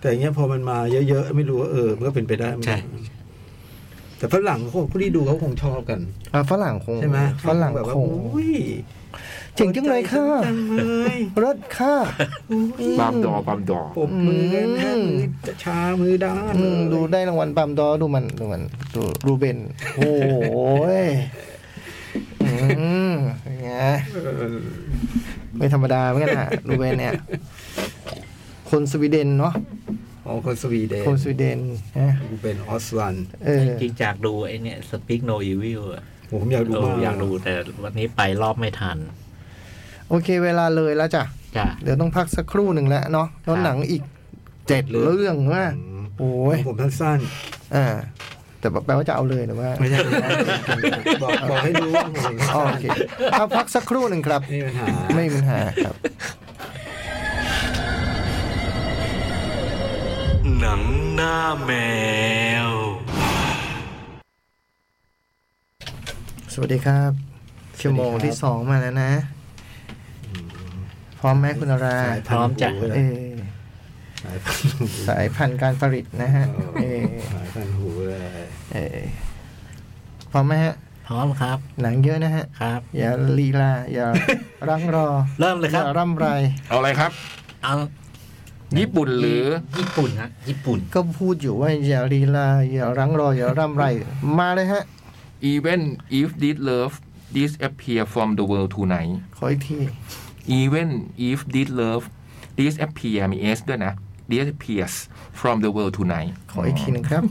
แต่อย่างเงี้ยพอมันมาเยอะๆ ไม่รู้ว่าเออมันก็เป็นไปได้เหมือน
ใช่
กันแต่ฝรั่งเขาคงผู้ที่ดูเขาคงชอบกัน
อ่ะฝรั่งคง
ใช่ไหม
ฝรั่ง
แบบว่า
คง
อุ้ย
เจ๋งจังเลยค่ะ
จังเลย
รถค่ะ
ความดอความดอ
ปมมือแน่นมือจะชามือด้าน
อืมดูได้รางวัลปามดอดูมันดูมันดูรูเบน โอ้ยอืมอย่างเงี้ย
เออ
ไม่ธรรมดาเหมือนกันอะรูเบนเนี่ย คนสวีเดนเนาะ
อ๋อคนสวีเดน
คนสวีเดนนะ
กูเป็นออสวัน
เออ
จริงๆจากดูไอ้เนี่ย Speak No Evil อะ
ผมอยากดู
เอ
มา
อก อยากดูแต่วันนี้ไปรอบไม่ทัน
โอเค เวลาเลยแล้วจ้ะ
จ้ะ
เดี๋ยวต้องพักสักครู่หนึ่งแล้วเนาะแล้วหนังอีกเจ็ดเรื่องว่าโอ้ย
ผมสั้น
อ่า แต่แปลว่าจะเอาเลยหรือว่า
ๆไม่ใช่บอกบอกให้รู้ว่าผม
อ๋อโอเคเอาพักสักครู่หนึ่งครับ
ไม่มีปัญหา
ไม่มีปัญหาครับ
หนังหน้าแมว
สวัสดีครับ ชั่วโมงที่สองมาแล้วนะ พร้อมไหมคุณอารา
สายพันธุ์
พร้อมจ้ะ
หูเลย
เออ
สายพันธุ์หู
สายพันธุ์การผลิตนะฮะ เออ
สายพันธุ์หูเลย
เออพร้อมไหมฮะ
พร้อมครับ
หนังเยอะนะฮะ
ครับ
อย่าลีลา อย่ารังรอ
เริ่มเลยครับ
อาร่ำไร
เอาอะไรครับ
เอา
ญี่ปุ่นหรือ
ญี่ปุ่นฮะญี่ปุ่น
ก็พูดอยู่ว่าอย่าลีลา อย่ารังรอ อย่าร่ำไร มาเลยฮะ
even if this love disappear from the world tonight
ขออีกที
even if this love disappear มี s ด้วยนะ disappears from the world tonight
ขออีกทีหนึ่งครับ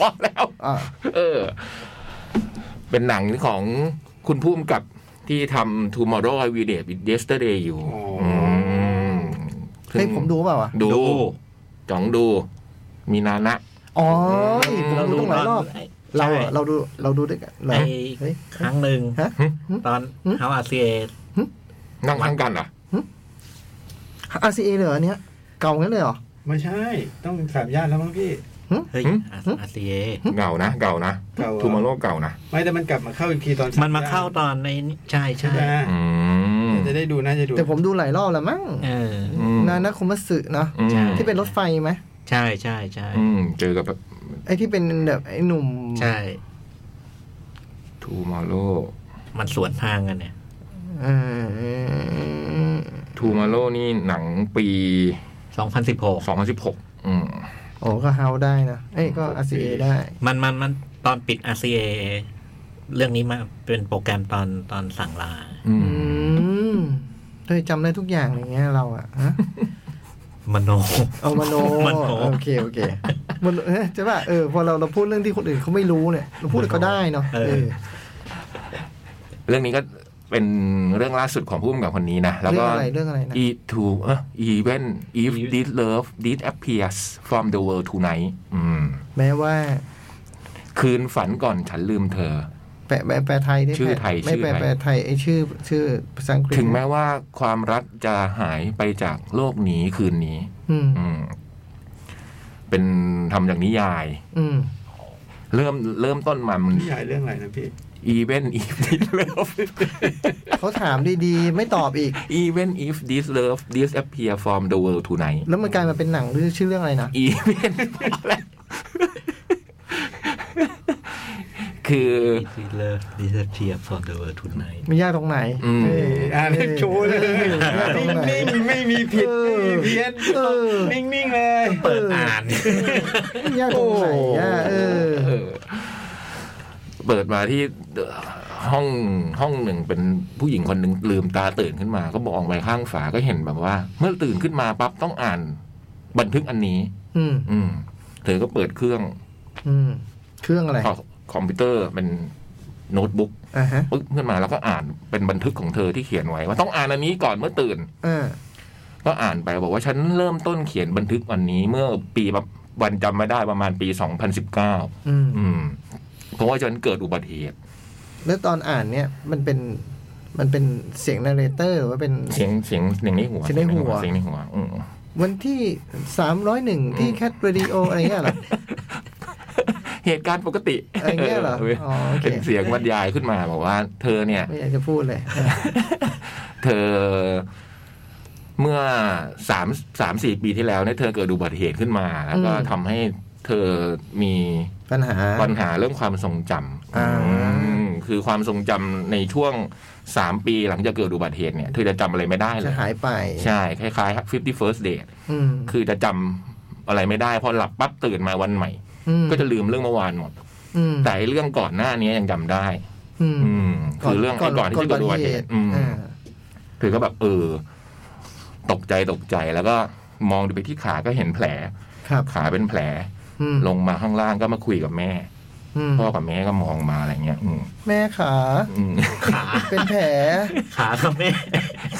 พอแล้ว
อ่า
เออ เป็นหนังของคุณพุ่มกับที่ทำ Tomorrow I Will Date with Yesterday อยู่ม
เฮ้ยผมดูเปล่าวะ
ดู
ดู
จ๋องดูมีนานะ
อ๋อผมดูตั้งหลายรอบ
ใช่
เราอะเราดูเราดูด้วยกันเหรอ
ไอ้
เฮ้ย
ครั้งหนึ่ง
ฮะ
ตอนเฮาอาเซีย
นั่งข้างกันเหรอ
RCA เหรออันเนี้ย เก่างั้นเลยเหรอ
ไม่ใช่ต้องสามย่านแล้วมั้งพี่
เฮ้ย
หึ
อาเซีย
เก่านะ เก่านะ
เก่าอะ
ทูมารโลเก่านะ
ไม่แต่มันกลับมาเข้าอีกทีตอน
มันมาเข้าตอนในนี่ใช่
ใช่
ใช่
ไหม
อืม
จะได้ดูน่าจะดู
แต่ผมดูหลายรอบแล้วมั้ง
เออ
อืม
นานะคุมัตสึนะ
อืม
ใช่
ที่เป็นรถไฟไหม
ใช่ใช่ใช่
อืมเจอกับ
ไอ้ที่เป็นแบบไอ้หนุ่ม
ใช่
ทูมารโล
มันสวนทางกันเนี่ย
เออ
ทูมารโลนี่หนังปี
2016
2016 อืม
โอ้ก็เฮาได้นะเอ้ยก็ RCA ได้
มันมันมันตอนปิด RCA เรื่องนี้มาเป็นโปรแกรมตอนตอนสั่งลา
อื
อื
ม
มเธอจำได้ทุกอย่างอย่างเงี้ยเราอะฮะ
มโน
เอามโน
มโน
โอเคโอเคมันเอ๊ะใช่ป่ะเออพอเราเราพูดเรื่องที่คนอื่นเขาไม่รู้เนี่ยเราพูดก็ได้เนาะเออ
เรื่องนี้ก็เป็นเรื่องล่าสุดของผู้กำกับคนนี้นะ แล้วก็
เรื่องอะไรเรื่องอะไรนะ
e to เอ่อ even if this love this appears from the world tonight อืม
แม้ว่า
คืนฝันก่อนฉันลืมเธอ
แปลแปลแปลไทยได้ไหม
ชื่อไทย
ไม่แปล
ชื่อไทย
แปลไทยไอ้ชื่อ ชื่อภาษาอังกฤษ
ถึงแม้ว่าความรักจะหายไปจากโลกนี้คืนนี้
อืม
อืม เป็นทำจากนิยาย
อืม
เริ่มเริ่มต้นมามัน
พี่ใหญ่เรื่องอะไรนะพี่
even if this love
เขาถามดีๆ ไม่ตอบอีก
even if this love disappear from the world tonight
แล้วมันกลายมาเป็นหนังหรือชื่อเรื่องอะไรนะ
อีเวนต์พอแล้ว คือ
ดีเลอร์ดิสเทียฟอร์เดอร์ทุนไน
มันยากตรงไหน
อืม
เอ้ย
อ่านโชว์เลย
ยากตรงไหน
นิ่งๆไม่มีผิด
เออ
ไม่มีเพี้ยน
เออ
นิ่งๆเลย
เปิดอ่าน
ยากตรงไหนอ่ะเออ
เออ เปิดมาที่ห้องห้องหนึ่งเป็นผู้หญิงคนหนึ่งลืมตาตื่นขึ้นมา ก็มองไปข้างฝาก็เห็นแบบว่า เมื่อตื่นขึ้นมาปั๊บต้องอ่าน บันทึกอันนี้
อืม
อืม เธอก็เปิดเครื่อง
อืม เครื่องอะไร
คอมพิวเตอร์เป็นโน้ตบุ๊ก
อ่าฮะ
ปึ๊บขึ้นมาแล้วก็อ่านเป็นบันทึกของเธอที่เขียนไว้ ว่าต้องอ่านอันนี้ก่อนเมื่อตื่น
อ่า
ก็อ่านไปบอกว่าฉันเริ่มต้นเขียนบันทึกวันนี้ เมื่อปีแบบวันจำไม่ได้ประมาณปี 2019
อืม
อืม เพราะว่าฉันเกิดอุบัติเหตุ
แล้วตอนอ่านเนี่ย มันเป็น มันเป็นเสียงนาเรเตอร์หรือว่าเป็น
เสียงเสียงเสียงในหัว
เสียงในหัว
เสียงในหัวอืม
วันที่สามร้อยหนึ่งที่แคทเรดิโออะไรเงี้ยเหรอ
เหตุการณ์ปกติ
อะไรเงี้ยเหรออ๋อโอเค
เป็นเสียงบรรยายขึ้นมาบอกว่า เธอเนี่ย
ไม่อยากจะพูดเลยอ่ะ
เธอเมื่อสามสามสี่ปีที่แล้วเนี่ยเธอเกิดอุบัติเหตุขึ้นมา แล้วก็ทำให้เธอมี
ปัญหา
ปัญหาเรื่องความทรงจำ
อ่า
อืม คือความทรงจำในช่วงสามปีหลังจากเกิดอุบัติเหตุเนี่ยเธอจะจำอะไรไม่ได้เล
จะ
ย
หายไป
ใช่ คล้ายๆ 50 first date
อืม
คือจะจำอะไรไม่ได้พอหลับปั๊บตื่นมาวันใหม่
ม
ก็จะลืมเรื่องเมื่อวานหมด
อืม
แต่ไอ้เรื่องก่อนหน้านี้ยังจำได้
อืม
อืมคือเรื่องไอ้ก่อนที่จะเกิดอุบัติเหตุอืม
อ่า
คือก็แบบเออ ตกใจตกใจแล้วก็มองดูไปที่ขาก็เห็นแผล
ครับ
ขาเป็นแผล
อืม
ลงมาข้างล่างก็มาคุยกับแม่
อืม
พ่อกับแม่ก็มองมาอะไรเงี้ย อืม
แม่ขา
อืม
ขา
เป็นแผล
ขาครับแม่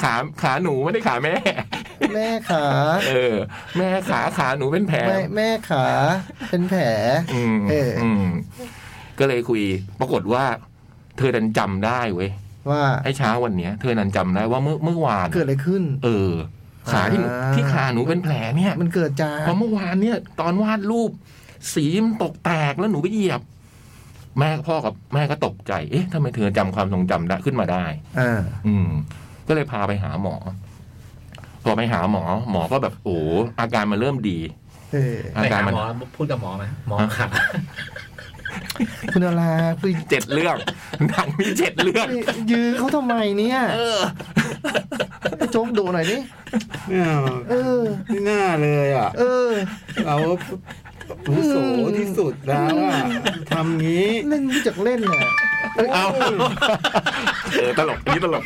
ขาขาหนูไม่ได้ขาแม่
แม่ขา
เออ แม่ขาขาหนูเป็นแผล
แม่แม่ขา เป็นแผล
อืม
เอออื
มก็เลยคุย ปรากฏว่า เธอดันจำได้เว้ย
ว่า
ไอ้เช้าวันเนี้ย เธอดันจำได้ว่าเมื่อเมื่อวาน
เกิดอะไรขึ้น
เออ ขาที่หนู
อ่า
ที่ขาหนูเป็นแผลเนี่ย
มันเกิดจาก
เพราะเมื่อวานเนี่ย ตอนวาดรูป สีมันตกแตกแล้วหนูไปเหยียบ แม่พ่อกับแม่ก็ตกใจ เอ๊ะทำไมเธอจำความทรงจำได้ขึ้นมาได้
อ่า
อืม ก็เลยพาไปหาหมอ พอไปหาหมอ หมอก็แบบโอ้อาการมันเริ่มดี
เออ
อา
ไป
การ
หา
มัน
หมอพูดกับหมอไหมหมอขา
คุณอาลาคือ
เจ็ดเรื่อง หนังมีเจ็ดเรื่อง
ยื้อเขาทำไมเนี่ย
เออ
โจ๊กดูหน่อยดิ
เนี่ย
เออ
ไม่น่าเลยอ่ะ
เออ
เราผู้โสที่สุดแล้วอ่ะทำงี้
เล่นรู้จักเล่นน่ะ
เอาเออตลกอันนี้ตลก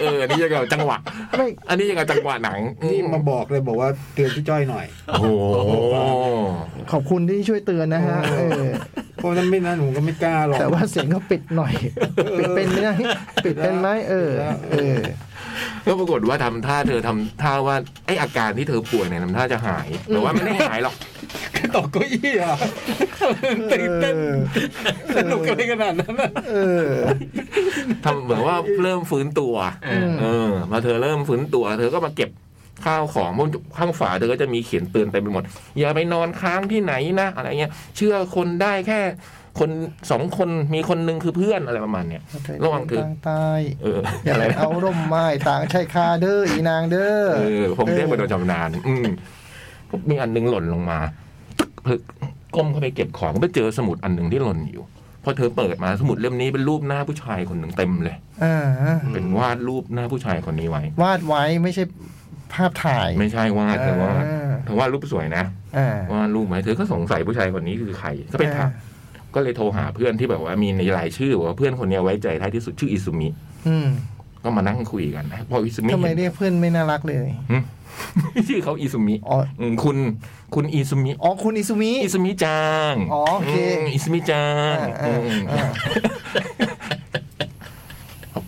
เอออันนี้ยังกับจังหวะ
ไม่
อันนี้ยังกับจังหวะหนังอื
นี่มาบอกเลยบอกว่าเตือนพี่จ้อยหน่อย
โอ้โห
ขอบคุณที่ช่วยเตือนนะฮะ เออ
เพราะฉะนั้นไม่นั้นผมก็ไม่กล้าหรอก
แต่ว่าเสียงเขาปิดหน่อย ปิดเป็นไหมนะปิดเป็นไหมเออ เออ
ก็ปรากฏว่าทำท่าเธอทำท่าว่าไออาการที่เธอป่วยเนี่ยทำท่าจะหายแต่ว่าไม่ได้หายหรอก
ตกเก้าอี้อ่ะตื่นเต้นสนุกอะไรขนาดนั้นอะ
เออ
ทำเหมือนว่าเริ่มฟื้นตัว
เออ
เออพอเธอเริ่มฟื้นตัว เธอก็มาเก็บข้าวของบนข้างฝาเธอก็จะมีเขียนเตือนเต็มไปหมด อย่าไปนอนค้างที่ไหนนะอะไรเงี้ย เชื่อคนได้แค่คนสองคนมีคนหนึงคือเพื่อนอะไรประมาณเนี้ย ระหว่างถือ
ต่ใต้
เออ
อย่า
อะไรนะ
เอาร่มไม้ต่างชายคาเด้ออีนางเด้อ
เออ ผมเรียกว่าโดนจำนาน อืมมีอันหนึงหล่นลงมาตึ๊กเธอก้มเข้าไปเก็บของไปเจอสมุดอันหนึ่งที่หล่นอยู่พอเธอเปิดมาสมุดเล่มนี้เป็นรูปหน้าผู้ชายคนหนึ่งเต็มเลย
อ่า
เป็นวาดรูปหน้าผู้ชายคนนี้ไว้
วาดไว้ไม่ใช่ภาพถ่าย
ไม่ใช่วาดแต่ว่า
อ่า
แต่ว่าดรูปสวยนะ
อ่า
ว่าดรูปไหมเธอก็สงสัยผู้ชายคนนี้คือใคร ก็ไปถามก็เลยโทรหาเพื่อนที่แบบว่ามีในรายชื่อบอกว่าเพื่อนคนเนี้ยไว้ใจได้ที่สุดชื่ออิซุมิ
อืม
ก็มานั่งคุยกันนะพออิซุมิ
ทำไม
เห็น
เรียกเพื่อนไม่น่ารักเลย
ชื่อเขาอิซุมิ
อ๋อ
อืมคุณคุณอิซุมิ
อ๋อ คุณอิซุมิ
อิซุมิจัง
อ๋อโอเค
มอิซุมิจัง
อ่าอ่า
อืม
อ่า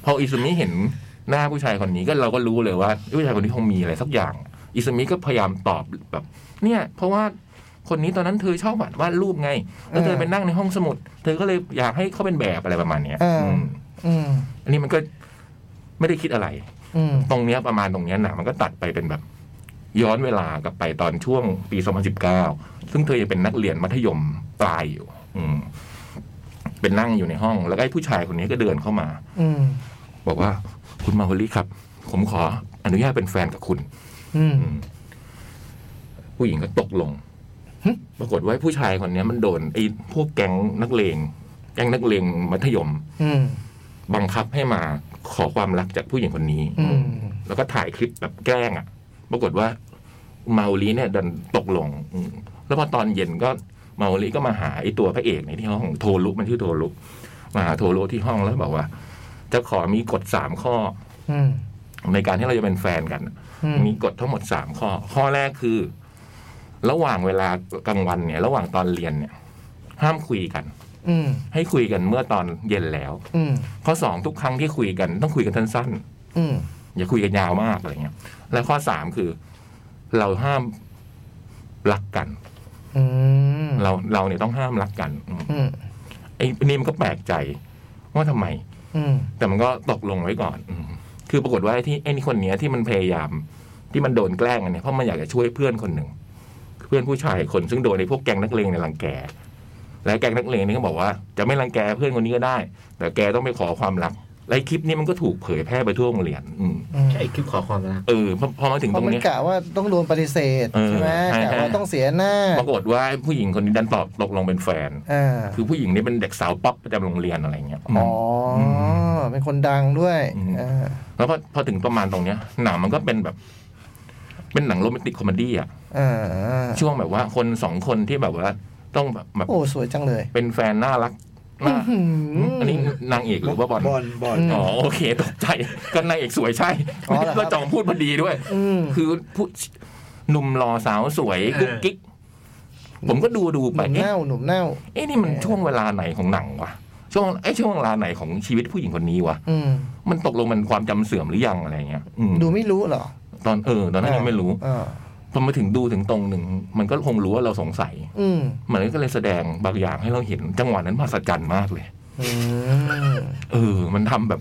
พออิซุมิเห็นหน้าผู้ชายคนนี้ก็เราก็รู้เลยว่าผู้ชายคนนี้คงมีอะไรสักอย่างอิซุมิก็พยายามตอบแบบ เนี่ย เพราะว่าคนนี้ตอนนั้นเธอชอบวาดวาดรูปไงแล้วเธอไปนั่งในห้องสมุด เธอก็เลยอยากให้เขาเป็นแบบอะไรประมาณเนี้ย
อ่า
อืม
อืม
อันนี้มันก็ไม่ได้คิดอะไร
อืม
ตรงเนี้ยประมาณตรงเนี้ยหนังมันก็ตัดไปเป็นแบบ ย้อนเวลากลับไปตอนช่วงปี 2019 ซึ่งเธอยังเป็นนักเรียนมัธยมปลายอยู่ อืม เป็นนั่งอยู่ในห้อง แล้วก็ไอ้ผู้ชายคนนี้ก็เดินเข้ามา
อืม
บอกว่า คุณมาโฮลี่ครับ ผมขออนุญาตเป็นแฟนกับคุณ
อืม
อืม ผู้หญิงก็ตกลง
หึ
ปรากฏว่าผู้ชายคนเนี้ยมันโดนไอ้พวกแก๊งนักเลง แก๊งนักเลงมัธยม
อืม
บังคับให้มาขอความรักจากผู้หญิงคนนี้
อืม
แล้วก็ถ่ายคลิปแบบแกล้งอ่ะ ปรากฏว่า เมาลีเนี่ยดันตกลงอืมแล้วพอตอนเย็นก็เมาลีก็มาหาไอ้ตัวพระเอกในที่ห้องโทรุมันชื่อโทรุมาหาโทรุที่ห้องแล้วบอกว่า จะขอมีกฎสามข้อ
อืม
ในการที่เราจะเป็นแฟนกัน
อืม
มีกฎทั้งหมดสามข้อ ข้อแรกคือ ระหว่างเวลากลางวันเนี่ย ระหว่างตอนเรียนเนี่ย ห้ามคุยกัน
อืม
ให้คุยกันเมื่อตอนเย็นแล้ว
อืม
ข้อสองทุกครั้งที่คุยกันต้องคุยกันสั้นๆ
อืม
อย่าคุยกันยาวมากอะไรเงี้ย แล้วข้อสามคือ เราห้ามรักกัน
อืม
เราเราเนี่ยต้องห้ามรักกันอืม
อืม
ไอ้นี่มันก็แปลกใจ ว่าทำไม
อืม
แต่มันก็ตกลงไว้ก่อนอมคือปรากฏว่าไอ้ที่ไอ้นี่คนเนี้ยที่มันพยายาม ที่มันโดนแกล้งอันเนี่ยเพราะมันอยากจะช่วยเพื่อนคนหนึ่งเพื่อนผู้ชายคนซึ่งโดนในพวกแก๊งนักเลงในยรังแก และแก๊งนักเลงนี่ก็บอกว่า จะไม่รังแกเพื่อนคนนี้ก็ได้ แต่แกต้องไปขอความรัก ไอ้คลิปนี้มันก็ถูกเผยแพร่ไปทั่วโรงเรียนอืม
อืม
ไอ้คลิปขอความรัก
เออพอพอมาถึง
เพ
ตร
ราะ
ง
มัน
เนี้ย
กะว่าต้องโดนปฏิเสธ
เออ
ใช่ไหม
ใช่
กะว่า
ใช่
ต้องเสียหน้า
ปรากฏว่าผู้หญิงคนนี้ดันตอบตกลงเป็นแฟน
อ่า
คือผู้หญิงนี่เป็นเด็กสาวป๊อปประจำโรงเรียนอะไรเงี้ยม
อ๋ออ
ม
เป็นคนดังด้วย
อืม
อ่า
แล้วพอพอถึงประมาณตรงเนี้ย หนังมันก็เป็นแบบ เป็นหนังโรแมนติกคอมเมดี้อะ
อ่า
ช่วงแบบว่าคนสองคนที่แบบว่า ต้องแบบแบบ
โอ้สวยจังเลย
เป็นแฟนน่ารัก
อื้
น่า
อหือ
อันนี้นางเอกหรือว่าบอล
บอลบอล
อ๋อโอเคตกใจ ก็นางเอกสวยใช่
อ๋อเหรอค
ก็
รับ
จองพูดพอดีด้วย
อืม
คือผู้หนุ่มรอสาวสวย
เออ
กุ๊กกิ๊กผมก็ดูดู
ห
ไป
นุ่ม
เอ๊ะ
เน่าหนุ่มเน่า
เอ๊ะนี่มัน
เออ
ช่วงเวลาไหนของหนังวะช่วงไอ้ยช่วงเวลาไหนของชีวิตผู้หญิงคนนี้วะ
อืม
มันตกลงมันความจำเสื่อมหรือยังอะไรเงี้ยอืม
ดูไม่รู้เหรอ
ตอนเออตอนนั้นยังไม่รู้
อ่า
พอมาถึงดูถึงตรงหนึ่ง มันก็คงรู้ว่าเราสงสัย
อืม
มันก็เลยแสดงบางอย่างให้เราเห็นจังหวะนั้นมหัศจรรย์มากเลย
อืม
เออ มันทำแบบ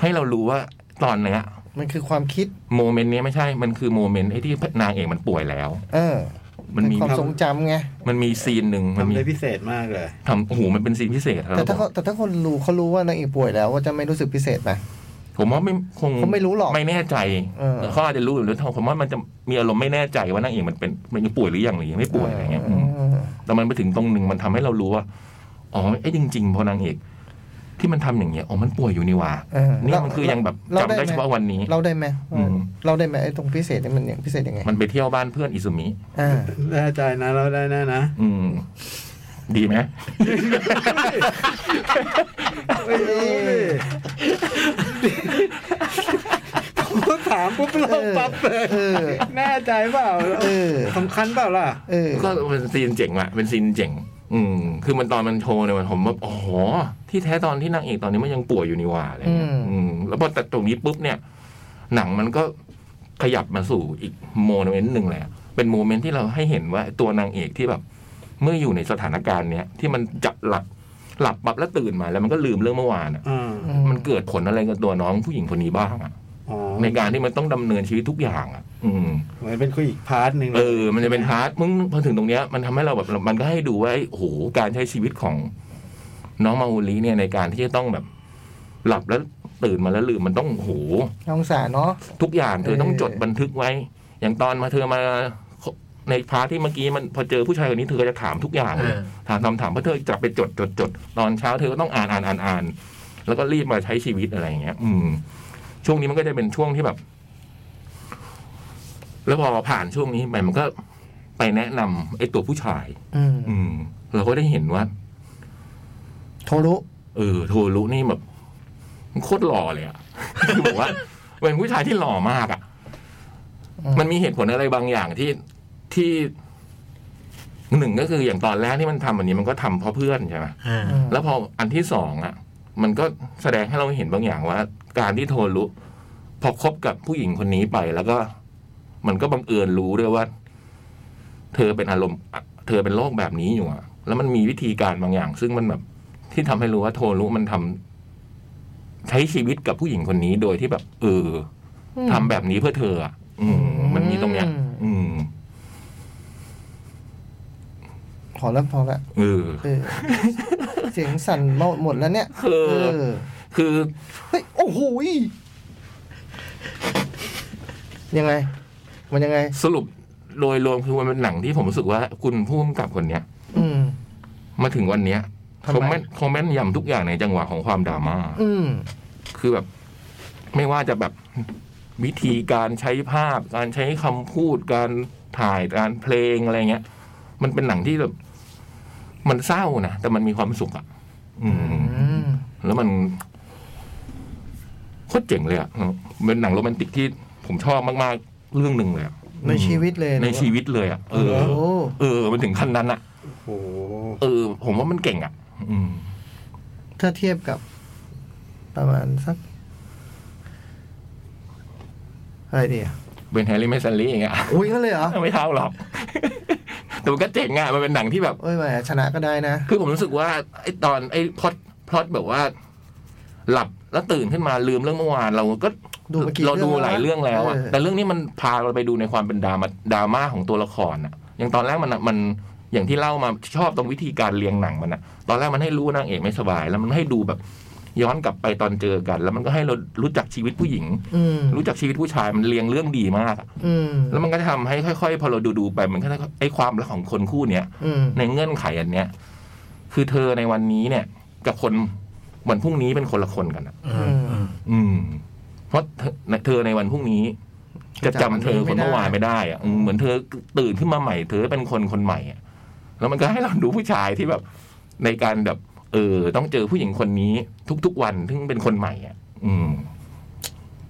ให้เรารู้ว่าตอนเนี้ย
มันคือความคิด
โมเมนต์เนี้ยไม่ใช่ มันคือโมเมนต์ไอ้ที่นางเอกมันป่วยแล้ว
เออ
มันมี
เป็ความทรงจำไง
มันมีซีนหนึ่งมัน
ทำ
มี
ได้พิเศษมากเลย
ทำโอ้โหมันเป็นซีนพิเศษ
แต่
แล้ว
ถ้าเขาแต่ถ้าคนรู้เขารู้ว่านางเอกป่วยแล้วว่าจะไม่รู้สึกพิเศษไหม
ผมว่าไม่คง
เขาไม่รู้หรอก
ไม่แน่ใจ
เออ
เขาอาจจะรู้หรือเขาผมว่ามันจะมีอารมณ์ไม่แน่ใจว่านางเอกมันเป็นมันยังป่วยหรือยังหรือยังไม่ป่วยอะไรเงี้ย
อื
อืม
ม
แต่มันไปถึงตรงหนึ่งมันทำให้เรารู้ว่า อ๋อไอ้จริง ๆ พอนางเอก ที่มันทำอย่างเงี้ย อ๋อ มันป่วยอยู่นี่หว่า
เออ
นี่
เรา
มันคือยังแบบ
เรา
จำ
ได้
ได้
ไหม
เฉพาะวันนี้
เราได้ไหม
อืม
เราได้ไหมไอ้ตรงพิเศษนี่มันยังพิเศษยังไง
มันไปเที่ยวบ้านเพื่อนอิซุมิ
อ่า
ได้ใจนะเราได้แน่นะ
อืม ดีไหม
ไม่รู้ดิผมก็ถามปุ๊บเราปั๊บเลย
เออ
แน่ใจเปล่า
เออ
สำคัญเปล่าล่ะ
เออ
ก็เป็นซีนเจ๋งอะเป็นซีนเจ๋ง อืม คือมันตอนมันโชว์เนี่ยมันผมว่าอ๋อที่แท้ตอนที่นางเอกตอนนี้มันยังป่วยอยู่นี่หว่าอะไรเงี้ยอืม แล้วพอแต่ตรงนี้ปุ๊บเนี่ย หนังมันก็ขยับมาสู่อีกโมเมนต์หนึ่งเลยอะเป็นโมเมนต์ที่เราให้เห็นว่าตัวนางเอกที่แบบ เมื่ออยู่ในสถานการณ์เนี้ยที่มันจับหลับหลับปับแล้วตื่นมาแล้วมันก็ลืมเรื่องเมื่อวานอะ
อ่า
มันเกิดผลอะไรกับตัวน้องผู้หญิงคนนี้บ้างอะ
อ๋อ
ในการที่มันต้องดำเนินชีวิตทุกอย่างอะอืม
เหมือนเป็นคุยอีกพาร์ทหนึ่งล
เอย อ มันจะเป็นฮาร์ดมึงพอถึงตรงเนี้ยมันทำให้เราแบบมันก็ให้ดูว่าไอ้โอ้โห การใช้ชีวิตของน้องมาอูลีเนี่ยในการที่จะต้องแบบ หลับแล้วตื่นมาแล้วลืมมันต้องโอ้โห
น้องสารเนาะ
ทุกอย่างเธอ
เออ
ต้องจดบันทึกไว้ อย่างตอนมาเธอมาในพาร์ทที่เมื่อกี้มันพอเจอผู้ชายคนนี้เธอก็จะถามทุกอย่างเลย
เออ
ถามถามถามเพราะเธอจะไปจดจดจดตอนเช้าเธอก็ต้องอ่านอ่านอ่านอ่านแล้วก็รีบมาใช้ชีวิตอะไรอย่างเงี้ย อืม ช่วงนี้มันก็จะเป็นช่วงที่แบบ แล้วพอผ่านช่วงนี้ไปมันก็ไปแนะนำไอ้ตัวผู้ชาย
อืม
อืม เราก็ได้เห็นว่า
โทรุ
เออโทรุนี่แบบมันโคตรหล่อเลยอะ คือบอกว่าเป็นผู้ชายที่หล่อมากอะ
อื
มันมีเหตุผลอะไรบางอย่างที่ที่หนึ่งก็คืออย่างตอนแรกที่มันทำอันนี้มันก็ทำเพราะเพื่อนใช่ไหม
อ่า
อืม
แล้วพออันที่สองอ่ะ มันก็แสดงให้เราเห็นบางอย่างว่า การที่โทรุพอคบกับผู้หญิงคนนี้ไปแล้วก็ มันก็บังเอิญรู้ด้วยว่า เธอเป็นอารมณ์อะเธอเป็นโรคแบบนี้อยู่อะแล้วมันมีวิธีการบางอย่าง ซึ่งมันแบบ ที่ทำให้รู้ว่าโทรุมันทำใช้ชีวิตกับผู้หญิงคนนี้โดยที่แบบ เออ ทำแบบนี้เพื่อเธออ่ะ อืม มันมีตรงเนี้ย อืม
พอแล้วพอแล้ว
เออ
เออเสียงสั่นหมดแล้วเนี่ย
คือ คือ
เฮ้ยโอ้โหยยังไง มันยังไง
สรุปโดยรวมคือมันเป็นหนังที่ผมรู้สึกว่า คุณผู้กำกับคนเนี้ย
อืม
มาถึงวันเนี้ย
ทำไม
เขาแม่นเขาแม่นยำทุกอย่างในจังหวะของความดราม่า
อืม
คือแบบ ไม่ว่าจะแบบวิธีการใช้ภาพ การใช้คำพูด การถ่ายการเพลงอะไรเงี้ย มันเป็นหนังที่แบบ มันเศร้านะ แต่มันมีความสุขอ่ะ อืม
อืม
แล้วมันโคตรเจ๋งเลยอะเป็นหนังโรแมนติกที่ผมชอบมากๆ เรื่องหนึ่งเลยอะ
ในชีวิตเลยเหรอ
ในชีวิตเลยอะเออ
โอ้
เออ มันถึงขั้นนั้นอะ
โอ้โห
เออ ผมว่ามันเก่งอะอืม
ถ้าเทียบกับ ประมาณสักอะไรดีอ่ะ
เป็นแฮร์รี่แมสซันลี่อย่าง เงี้ย
อุ้ยงั้นเลยเหรอ
ไม่เท่าหรอก แต่มันก็เจ๋งอะมันเป็นหนังที่แบบ
เอ้ยแหมชนะก็ได้นะ
คือผมรู้สึกว่าไอ้ตอนไอ้พล็อดพล็อดแบบว่า หลับแล้วตื่นขึ้นมาลืมเรื่องเมื่อวานเราก็
ดูมากี่
เราดู
เรื่องแล้ว
หลายเรื่องแล้วอะ
เออ
แต่เรื่องนี้มันพาเราไปดูในความเป็นดรามาดราม่าของตัวละครอะอย่างตอนแรกมันอะมันอย่างที่เล่ามาชอบตรงวิธีการเรียงหนังมันอะตอนแรกมันให้รู้ว่านางเอกไม่สบาย แล้วมันให้ดูแบบ ย้อนกลับไปตอนเจอกัน แล้วมันก็ให้เรารู้จักชีวิตผู้หญิง
อืม
รู้จักชีวิตผู้ชายมันเรียงเรื่องดีมากอะ
อืม
แล้วมันก็จะทำให้ค่อยๆ พอเราดูๆไปมันก็จะไอ้ความรักของคนคู่เนี้ย
อืม
ในเงื่อนไขอันเนี้ย คือเธอในวันนี้เนี่ยกับคนวันพรุ่งนี้เป็นคนละคนกันอะ
อืมอืม
อืม เพราะเธอเธอในวันพรุ่งนี้ จะจำเธอคนเมื่อวานไม่ได้อะอืมเหมือนเธอตื่นขึ้นมาใหม่ เธอเป็นคนคนใหม่อะแล้วมันก็ให้เราดูผู้ชายที่แบบ ในการแบบ เออ ต้องเจอผู้หญิงคนนี้ ทุกๆวันซึ่งเป็นคนใหม่อ่ะ อืม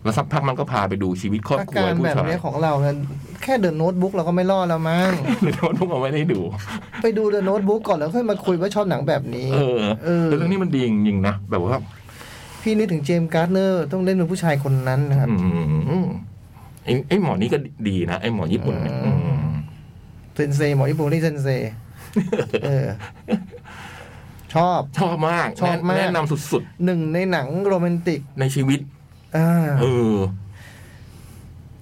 แล้วสักพักมันก็พาไปดูชีวิตครอบ
อา
ครัว
การ
ผู้
แบบ
ชาย
เนี้ยของเราเนี่ยแค่เดินโน้ตบุ๊กเราก็ไม่รอดแล้วมั้ง
หรือว่าพวก เราไม่ได้ดู
ไปดูเดอะโน้ตบุ๊กก่อนแล้วค่อยมาคุยว่าชอบหนังแบบนี้
เออ
เออ
แต่เรื่องนี้มันดีจริงๆนะแบบว่า
พี่นึกถึงเจมส์การ์ดเนอร์ต้องเล่นเป็นผู้ชายคนนั้นนะครับ
อืมไอ้ไอ้หมอนี่ก็ดีนะ ไอ้หมอญี่ปุ่นเนี่ย
อืม
อืม
เซนเซหมอญี่ปุ่นนี่เซนเซเออ ชอบ
ชอบมาก
ชอบมาก
แนะแนะนำสุด
หนึ่งในหนังโรแมนติก
ๆ ในชีวิต
อ่า
เออ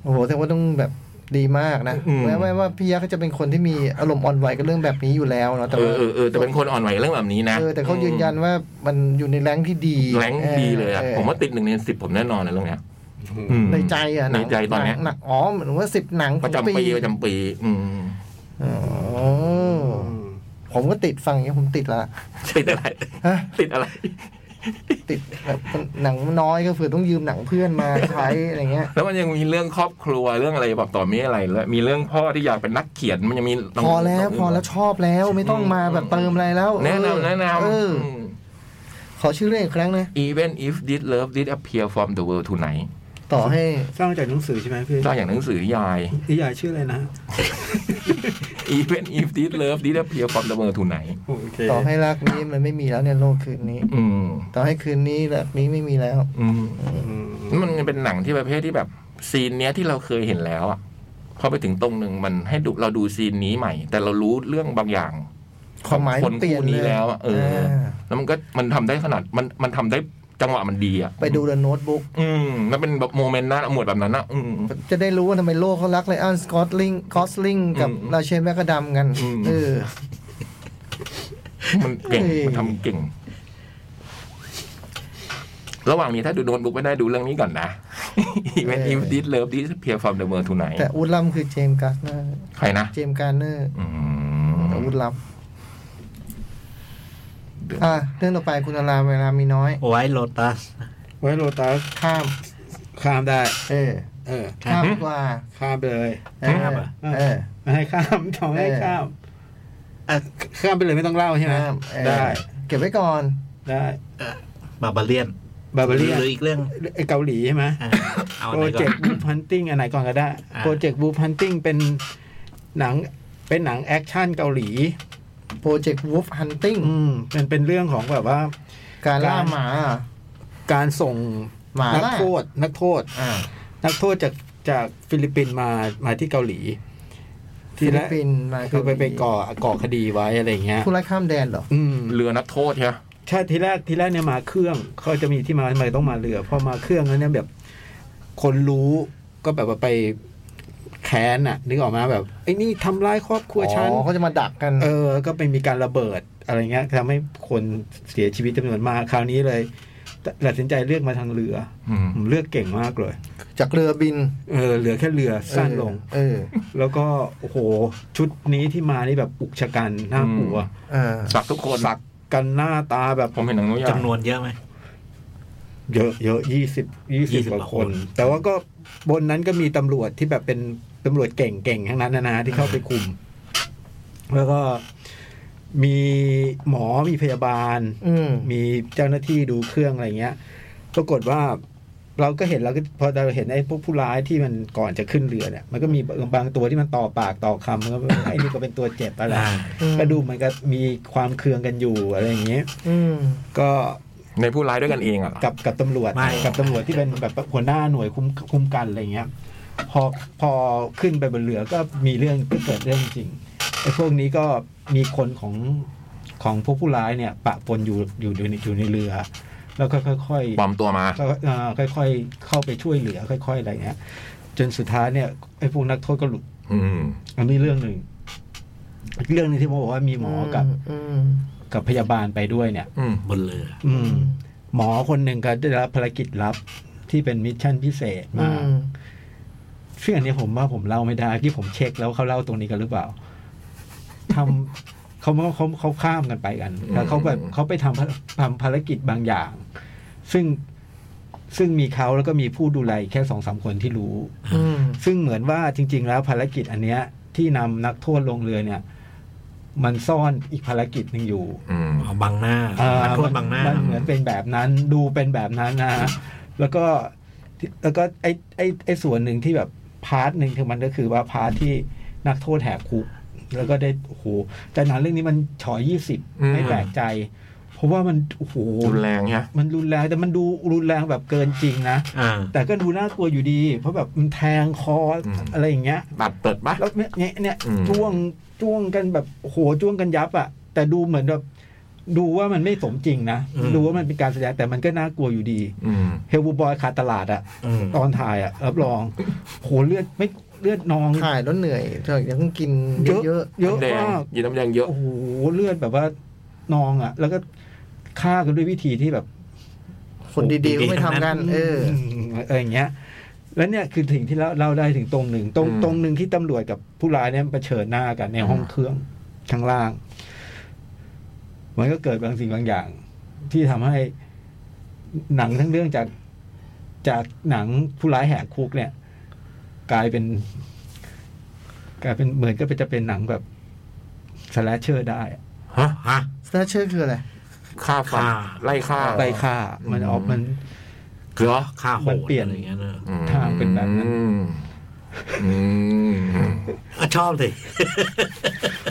โอ้โหแต่ว่าต้องแบบดีมากนะ
อืม
แม้ว่าพี่ยักษ์ก็จะเป็นคนที่มีอารมณ์อ่อนไหวกับเรื่องแบบนี้อยู่แล้วเนาะแต่
เอ
ว่า
อเออเออแต่เป็นคนอ่อนไหวเรื่องแบบนี้นะ
เออแต่เขายืนยันว่ามันอยู่ในแรงค์ที่ดี
แรงดีเลยอะ
ออ
ผมว่าติดหนึ่งในสิบผมแน่นอนนะเรื่องเนี้ยอืม
ในใจอะหง
ในใจตอนเนี้ย
หงอ๋อเหมือนว่าสิบหนังข
ป
อ
ระ
ง
จำปีประจำปี อืม
อ๋อผมก็ติดฟังอย่างเงี้ยผมติดละ
ติดอะไร
ฮะ
ติดอะไร
ติดแบบหนังน้อยก็คือต้องยืมหนังเพื่อนมาใช้อะไรเงี้ย
แล้วมันยังมีเรื่องครอบครัวเรื่องอะไรแบบต่อมีอะไรแล้วมีเรื่องพ่อที่อยากเป็นนักเขียนมันยังมีน้ง
พอแล้ว
น้ง
พอแล้วชอบแล้วไม่ต้องมาแบบเติมอะไรแล้ว
แนะนำแนะนำ
เออ
อืม
ขอชื่อเรื่องอีกครั้งนะ
Even if this love did appear from the world tonight
ต่อให้
สร้างจากหนังสือใช่ไหมพี่
ตัวอย่างหนังสือนิยาย
นิยายชื่ออะไรนะ
Even if this love did appear from the world tonight
โอเค
ต่อให้รักนี้มันไม่มีแล้วในโลกคืนนี้
อืม
ต่อให้คืนนี้รักนี้ไม่มีแล้ว
อืม
อืม
มันเป็นหนังที่ประเภทที่แบบซีนเนี้ยที่เราเคยเห็นแล้วอะพอไปถึงตรงหนึ่งมันให้ดูเราดูซีนนี้ใหม่ แต่เรารู้เรื่องบางอย่าง
ความหมาย
คน
เปลี่ย
คู่
น
นี้
เลย
แล้วอะเออ
เออ
แล้วมันก็มันทำได้ขนาดมันมันทำได้จังหวะมันดีอ่ะ
ไปดูเดอะโน้ตบุ๊ก
อืมมันเป็นแบบโมเมนต์นั้นอะหมวดแบบนั้นนะอืม
จะได้รู้ว่าทำไมโลกเขารักไลออนสกอตลิงกอสลิงกับ
อืม
ราเชนแมกกาดัมกัน
อืม
เออ
มันเก่ง
เอ้ย
มันทำเก่ง ระหว่างนี้ถ้าดูโน้ตบุ๊กไม่ได้ดูเรื่องนี้ก่อนนะ Even if this love disappear from the world tonight
แต่อูดลัมคือเจมส์การ์เนอร์
ใครนะ
เจมส์การ์เนอร์
อื
แต่
ม
อูดลัมอ่ะเรื่องต่อไปคุณอาราเวลามีน้อย
ไว้โลตัส
ไว้โรตัส
ข้าม
ข้ามได้
เออ
เออ
ข้ามดีกว่า
ข้ามไปเลย
เออ
ข้ามเหรอ
เออ
ไม่ให้ข้าม ทำให้ข้ามอ่ะข้ามไปเลยไม่ต้องเล่าใช่ไหม
ข้ามเออ
ได้
เก็บไว้ก่อน
ได้
บาบาเลียน
บาบารี
หรืออีกเรื่อง
ไอเกาหลีใช่ไหม
อ่ะเอาอัน
โปร
ไหน
เจ
ก่อก น
ต์บูพันติ้งอันไหนก่อนก็ได้
อ่า
โปรเจกต์บูพันติ้งเป็นหนังเป็นหนังแอคชั่นเกาหลี
โปรเจกต์วูฟฮันติ้ง
อืมเป็นเป็นเรื่องของแบบว่า
การล่า
การ
หมาอ่ะ
การส่ง
หมา
นั
ล่า
โทษ นักโทษ
อ่า
นักโทษจากจากฟิลิปปินส์มามาที่เกาหลี
ฟิ
แร
ลิป
ก
ปินส์มา
คือไปไปก่อก่อคดีไว้อะไรอย่างเงี้ย
ผู้ไล่ข้ามแดนเหรอ
อืม
เรือนักโทษใช่ไหม
ใช่ทีแรกทีแรกเนี่ยมาเครื่องเขาจะมีที่มาทำไมต้องมาเรือพอมาเครื่องแล้วเนี่ยแบบ คนรู้ก็แบบว่าไปแค้นอ่ะ นึกออกมาแบบไอ้นี่ทำร้ายครอบครัวฉัน
อ๋อเขาจะมาดักกัน
เออ ก็ไปมีการระเบิดอะไรเงี้ยทำให้คนเสียชีวิตจำนวนมากคราวนี้เลยตัดสินใจเลือกมาทางเรือ
อืม
ผมเลือกเก่งมากเลย
จากเรือบิน
เออเหลือแค่เรือสั้นลง
เออ
แล้วก็โอ้โหชุดนี้ที่มานี่แบบอุกชะกันน่ากลัว
เออ
สักทุกคน
สักกันหน้าตาแบบ
ผมเห็นหนังนู้นอย่าง
จำนวนเยอะไหม
เยอะเยอะยี่สิบยี่สิบ
20
กว่าค
ก
น
ว่าคน
แต่ว่าก็บนนั้นก็มีตำรวจที่แบบเป็นตำรวจเก่งเก่งๆทั้งนั้นนะนะที่เข้าไปคุม แล้วก็มีหมอมีพยาบาล
อืม
มีเจ้าหน้าที่ดูเครื่องอะไรเงี้ย ปรากฏว่าเราก็เห็นเราก็พอเราเห็นไอ้พวกผู้ร้ายที่มันก่อนจะขึ้นเรือเนี่ย มันก็มีบางตัวที่มันต่อปากต่อคำมันก็ ไอ้นี่ก็เป็นตัวเจ็บอะไร
อ่า
ก็ดูเหมันก็มีความเคืองกันอยู่อะไรอย่างเงี้ย
อืม
ก็
ในผู้ร้ายด้วยกันเองอ่ะเหรอ
กับกับตำรวจ
ไม่
กับตำรวจที่เป็นแบบหัวหน้าหน่วยคุ้มคุ้มกันอะไรเงี้ยพอพอขึ้นไปบนเรือก็มีเรื่องก็เกิดเรื่องจริงไอ้พวกนี้ก็มีคนของของพวกผู้ร้ายเนี่ย ปะปนอยู่อยู่อยู่ในอยู่ในเรือ แล้วก็ค่อย
ปลอมตัวมา
ๆก็เอ่อค่อย ๆ เข้าไปช่วยเหลือ ค่อย ๆ อะไรเงี้ย จนสุดท้ายเนี่ยไอ้พวกนักโทษก็หลุด
อืม
อันนี้เรื่องหนึ่งอีกเรื่องหนึงที่ผมบอกว่ามีหมอกับ
อืม
กับพยาบาลไปด้วยเนี่ย
อืม
บนเรือ
อืม หมอคนหนึ่งก็ได้รับภารกิจลับที่เป็นมิชชั่นพิเศษ
อื
มาก
ม
ซึ่งอันนี้ผมว่าผมเล่าไม่ได้ที่ผมเช็คแล้วเขาเล่าตรงนี้กันหรือเปล่าทำเขาเขาเขาข้ามกันไปกันแล้วเขาแบบ
อืม
เขาไปทำทำภารกิจบางอย่าง ซึ่งซึ่งมีเขาแล้วก็มีผู้ดูแลแค่สองสามคนที่รู้
อืม
ซึ่งเหมือนว่าจริง ๆ แล้วภารกิจอันเนี้ยที่นำนักโทษลงเรือเนี่ย มันซ่อนอีกภารกิจหนึ่งอยู่
อืม
อ๋อบังหน้า
อ่า
นักโทษบังหน้า
มันเหมือนเป็นแบบนั้นดูเป็นแบบนั้นนะฮะแล้วก็ที่แล้วก็ไอ้ไอ้ไอ้ส่วนหนึ่งที่แบบพาร์ทหนึ่งคือมันก็คือว่าพาร์ทที่นักโทษแหกคุก แล้วก็ได้โอ้โหแต่หนังเรื่องนี้มันฉอยยี่สิบ
อืม
ไม่แปลกใจ เพราะว่ามันโอ้โห
รุนแรงใช่ไหม
มันรุนแรงแต่มันดูรุนแรงแบบเกินจริงนะ
อ่า
แต่ก็ดูน่ากลัวอยู่ดี เพราะแบบมันแทงคออะไรอย่างเงี้ย
ตัดเปิดปะ
แล้วเนี่ยเนี่ยเนี่ย
อืม
จ้วงจ้วงกันแบบโอ้โหจ้วงกันยับอะแต่ดูเหมือนแบบดูว่ามันไม่สมจริงนะ
อืม
ดูว่ามันเป็นการแสดงแต่มันก็น่ากลัวอยู่ดี
อืม
เฮลบูบอยขาดตลาดอะ
อืม
ตอนถ่ายอะรับรองโหเลือดไม่เลือดนอง
ถ่ายแล้วเหนื่อยเธอยังต้องกินเยอะ
เยอะ
น้ำแดง
มาก
ยินน้ำแดงเยอะ
โอ้โหเลือดแบบว่านองอะแล้วก็ฆ่ากันด้วยวิธีที่แบบ
ๆ คนดีๆก็ไม่ทำกัน เออ
เอออย่างเงี้ย แล้วเนี่ยคือถึงที่เราเล่าได้ถึงตรงหนึ่งตรง
อืม
ตรงหนึ่งที่ตำรวจกับผู้ร้ายเนี่ยเผชิญหน้ากันในห้อง
อืม
เครื่องข้างล่าง มันก็เกิดบางสิ่งบางอย่าง ที่ทำให้หนังทั้งเรื่องจากจากหนังผู้ร้ายแหกคุกเนี่ย กลายเป็น กลายเป็นเหมือนก็เป็นจะเป็นหนังแบบสแลชเชอร์ได้อะ
ฮะ
ฮะ
สแตชเชอร์คืออะไร
ฆ่าฟัน
ฆ่า
ไล่ฆ่า
ไล่ฆ่า มันออก
อืม
มัน
เหรอ
ค่าโห
มัน
ด
เปลี่ยน
อะไรอย่างเงี้ยเนอะ
อืม
ทางเป็นแบบนั้น
อืม
อ่ะชอบสิ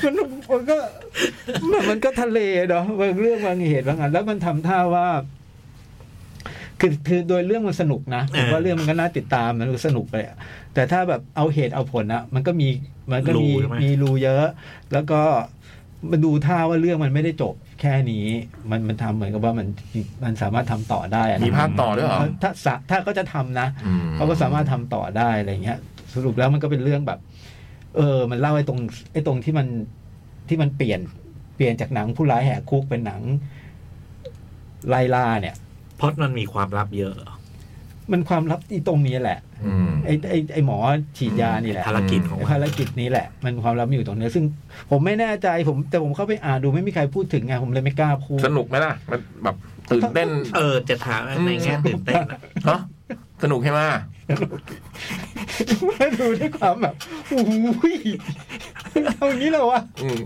มันมันก็มันมันก็ทะเลเนาะบางเรื่องบางเหตุบางอันแล้วมันทำท่าว่า คือคือโดยเรื่องมันสนุกนะผมว่าเรื่องมันก็น่าติดตามมันสนุกเลยอะแต่ถ้าแบบเอาเหตุเอาผลนะมันก็มีมันก็มีมีรูเยอะ แล้วก็มันดูท่าว่าเรื่องมันไม่ได้จบแค่นี้ มันมันทำเหมือนกับว่ามันมันสามารถทำต่อได้อะนะ
มีภาคต่อด้วยเหรอ
ถ้าสะถ้าก็จะทำนะ
อื
เขาก็สามารถทำต่อได้อะไรเงี้ย สรุปแล้วมันก็เป็นเรื่องแบบ เออ มันเล่าไอ้ตรงไอ้ตรงที่มันที่มันเปลี่ยน เปลี่ยนจากหนังผู้ร้ายแหกคุกเป็นหนังไลลาเนี่ย
เพราะมันมีความลับเยอะเหรอ
มันความลับที่ตรงนี้แหละ
อืม
ไอ้ไอ้ไอ้หมอฉีดยานี่แหละ
ภารกิจของ
ไอ้
มัน
ภารกิจนี้แหละ มันความลับมันอยู่ตรงนี้ซึ่งผมไม่แน่ใจผม แต่ผมเข้าไปอ่านดูไม่มีใครพูดถึงไงผมเลยไม่กล้าพูด
สนุกไหมล่ะ มันแบบตื่นเต้น
เออจะถามในแง่ตื่นเต้นอะ
เนาะสนุกใช่ไหม
ไม่ ดูด้วยความแบบโอ้โห เอางี้เหรอวะ
อืม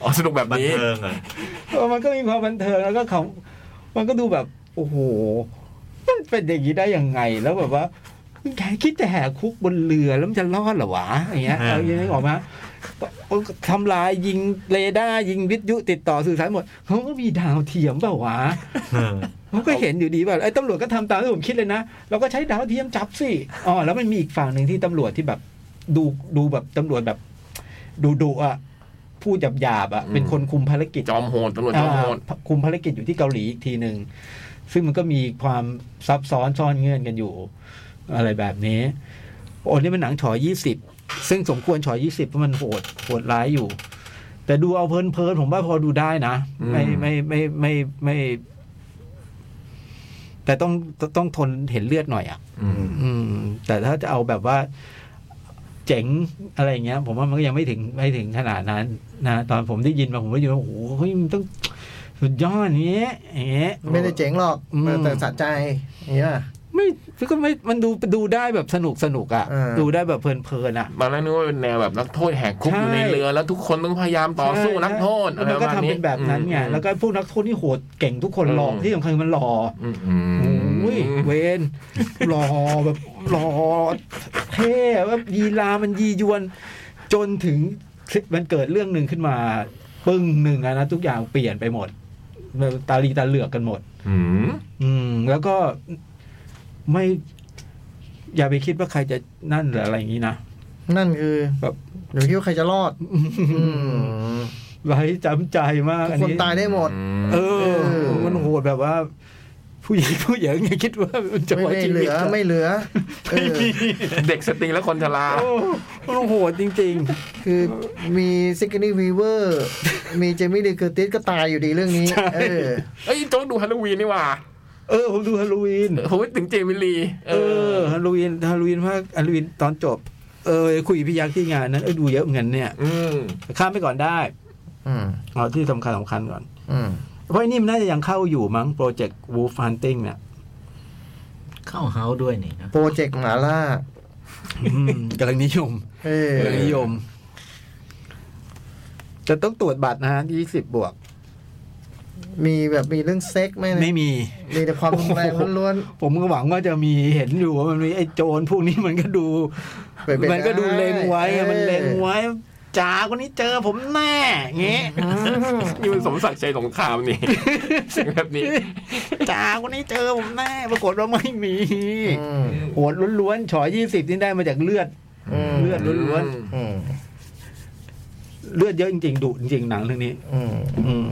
อ๋อสนุกแบบ
บัน
นี้
เทิงเหรอ่ะ
เอ อมันก็มีความบันเทิงแล้วก็เขามันก็ดูแบบ โอ้โห มันเป็นอย่างนี้ได้ยังไง แล้วแบบว่าแกคิดจะแหกคุกบนเรือแล้วมันจะรอดเหรอวะ อย่างเงี้ยเอาอย่างนี้นึกออกไหมาทำลายยิงเรดาร์ยิงวิทยุติดต่อสื่อสารหมดเขาก็มีดาวเทียมเปล่าวะ
เออ
เขาก็เห็นอยู่ดีแบบไอ้ตำรวจก็ทำตามที่ผมคิดเลยนะเราก็ใช้ดาวเทียมจับสิอ๋อแล้วมันมีอีกฝั่งหนึ่งที่ตำรวจที่แบบ ดูดูแบบตำรวจแบบดูดุๆอ่ะพูดหยาบๆอ่ะเป็นคนคุมภารกิจ
จอมโหดตำรวจจอมโหด
อ่าคุมภารกิจอยู่ที่เกาหลีอีกทีหนึ่ง ซึ่งมันก็มีความซับซ้อนซ่อนเงื่อนกันอยู่ อะไรแบบนี้ โอ้นี่มันหนังฉอยี่สิบซึ่งสมควรฉอยี่สิบเพราะมันโหดโหดร้ายอยู่ แต่ดูเอาเพลินเพลินๆผมว่าพอดูได้นะ ไม่
อืม
ไม่ไม่ไม่ไม่ แต่ต้องต้องทนเห็นเลือดหน่อยอ่ะ
อืม
อืม แต่ถ้าจะเอาแบบว่า เจ๋งอะไรอย่างเงี้ย ผมว่ามันก็ยังไม่ถึงไม่ถึงขนาดนั้นนะตอนผมได้ยินมาผมก็ยินว่าโอ้โหเฮ้ยมันต้องสุดยอดอย่างเงี้ยอย่างเงี้ย
ไม่ได้เจ๋งหรอก
อืม
แต่สะใจอย่างเงี้ย
ไม่ก็ไม่มันดูดูได้แบบสนุกสนุกอ่ะ
เออ
ดูได้แบบเพลินๆอ่ะ
ตอนแรกนึกว่าเป็นแนวแบบนักโทษแหกคุกอ
ใช่
ยู่ในเรือแล้วทุกคนต้องพยายามต่อสู้
ใช่
นักโทษอะไร
แล้ว
ป
ก็
ระมาณ
ทำ
นี้
เป็นแบบนั้นไง
อืม
แล้วก็พวกนักโทษที่โหดเก่งทุกคนหล่อ
อืม
ที่สำคัญมันหล่อ
อืมอืม
โอ้ยเวนหล่อแบบหล่อเท่แบบยีรามันยียวน จนถึงมันเกิดเรื่องหนึ่งขึ้นมาปึ้งหนึ่งอะนะทุกอย่างเปลี่ยนไปหมดตาลีตาเหลือกกันหมด
อืม
อืม แล้วก็ไม่ อย่าไปคิดว่าใครจะนั่นหรืออะไรอย่างนี้นะ
นั่นคือ
แบบ
เดี๋ยวคิดว่าใครจะรอด อืม
ไร้จำใจมาก
ทุก
อัน
คน
นี้
ตายได้หมด
เออ
เออ
มันโหดแบบว่า ผู้หญิงผู้หญิงยังคิดว่ามันจะ
ไม่
ไว้
ไม่
ชี
เห
วิ
ลื
ต
อไม่เหลือเออ
เด็กสตรีและคนชรา
โอ้มันโหดจริง
คือมีซิกนี่วีเวอร์ มีเจมี่เดเกอร์ติสก็ตายอยู่ดีเรื่องนี้
ใช่
เออ
เอ้ยโจ๊กดูฮาโลวีนนี่หว่า
ๆ เอ เออ ผมดูฮาโลวีน
โอ้ยถึงเจมิลี
เออฮาโลวีนฮาโลวีนภาคฮาโลวีนตอนจบ เออ คุยกับพี่ยักษ์ที่งานนั้นเออดูเยอะเหมือนกันเนี่ย
อืม
ข้ามไปก่อนได้
อืม
เอาที่สำคัญสำคัญก่อน
อืม
เพราะไอ้นี่มันน่าจะยังเข้าอยู่มั้งโปรเจกต์วูฟ h ันติ้งเนี่ย
เข้าเฮาด้วยนี่นะ
โปรเจกต์หมาล่า
อืมกำลังนิยม
เอ้ย
กำลังนิยม จะต้องตรวจบัตรนะฮะยี่สิบบวก
มีแบบมีเรื่องเซ็กไหมเนี่ย
ไม่มี
มีแต่ความรุนแรงล้วน
ผมก็หวังว่าจะมีเห็นอยู่ว่ามันมีไอ้โจรพวกนี้มันก็ดู
ๆเป็นไปไ
มันก็ดูเล็งไว้
อ้ย
มันเล็งไว้จ๋าคนนี้เจอผมแน่เงี้ย
อืม
นี่มันสมศักดิ์ชัยสงครามนี่ สิ่งแบบนี้
จ๋าคนนี้เจอผมแน่ปรากฏว่าไม่มี
อืม
โหดล้วนๆฉอยี่สิบนี่ได้มาจากเลือด
ม
เลือด ล้วน
อืม
เลือดเยอะจริงๆดุจริงๆหนังเรื่องนี้
อืม
อืม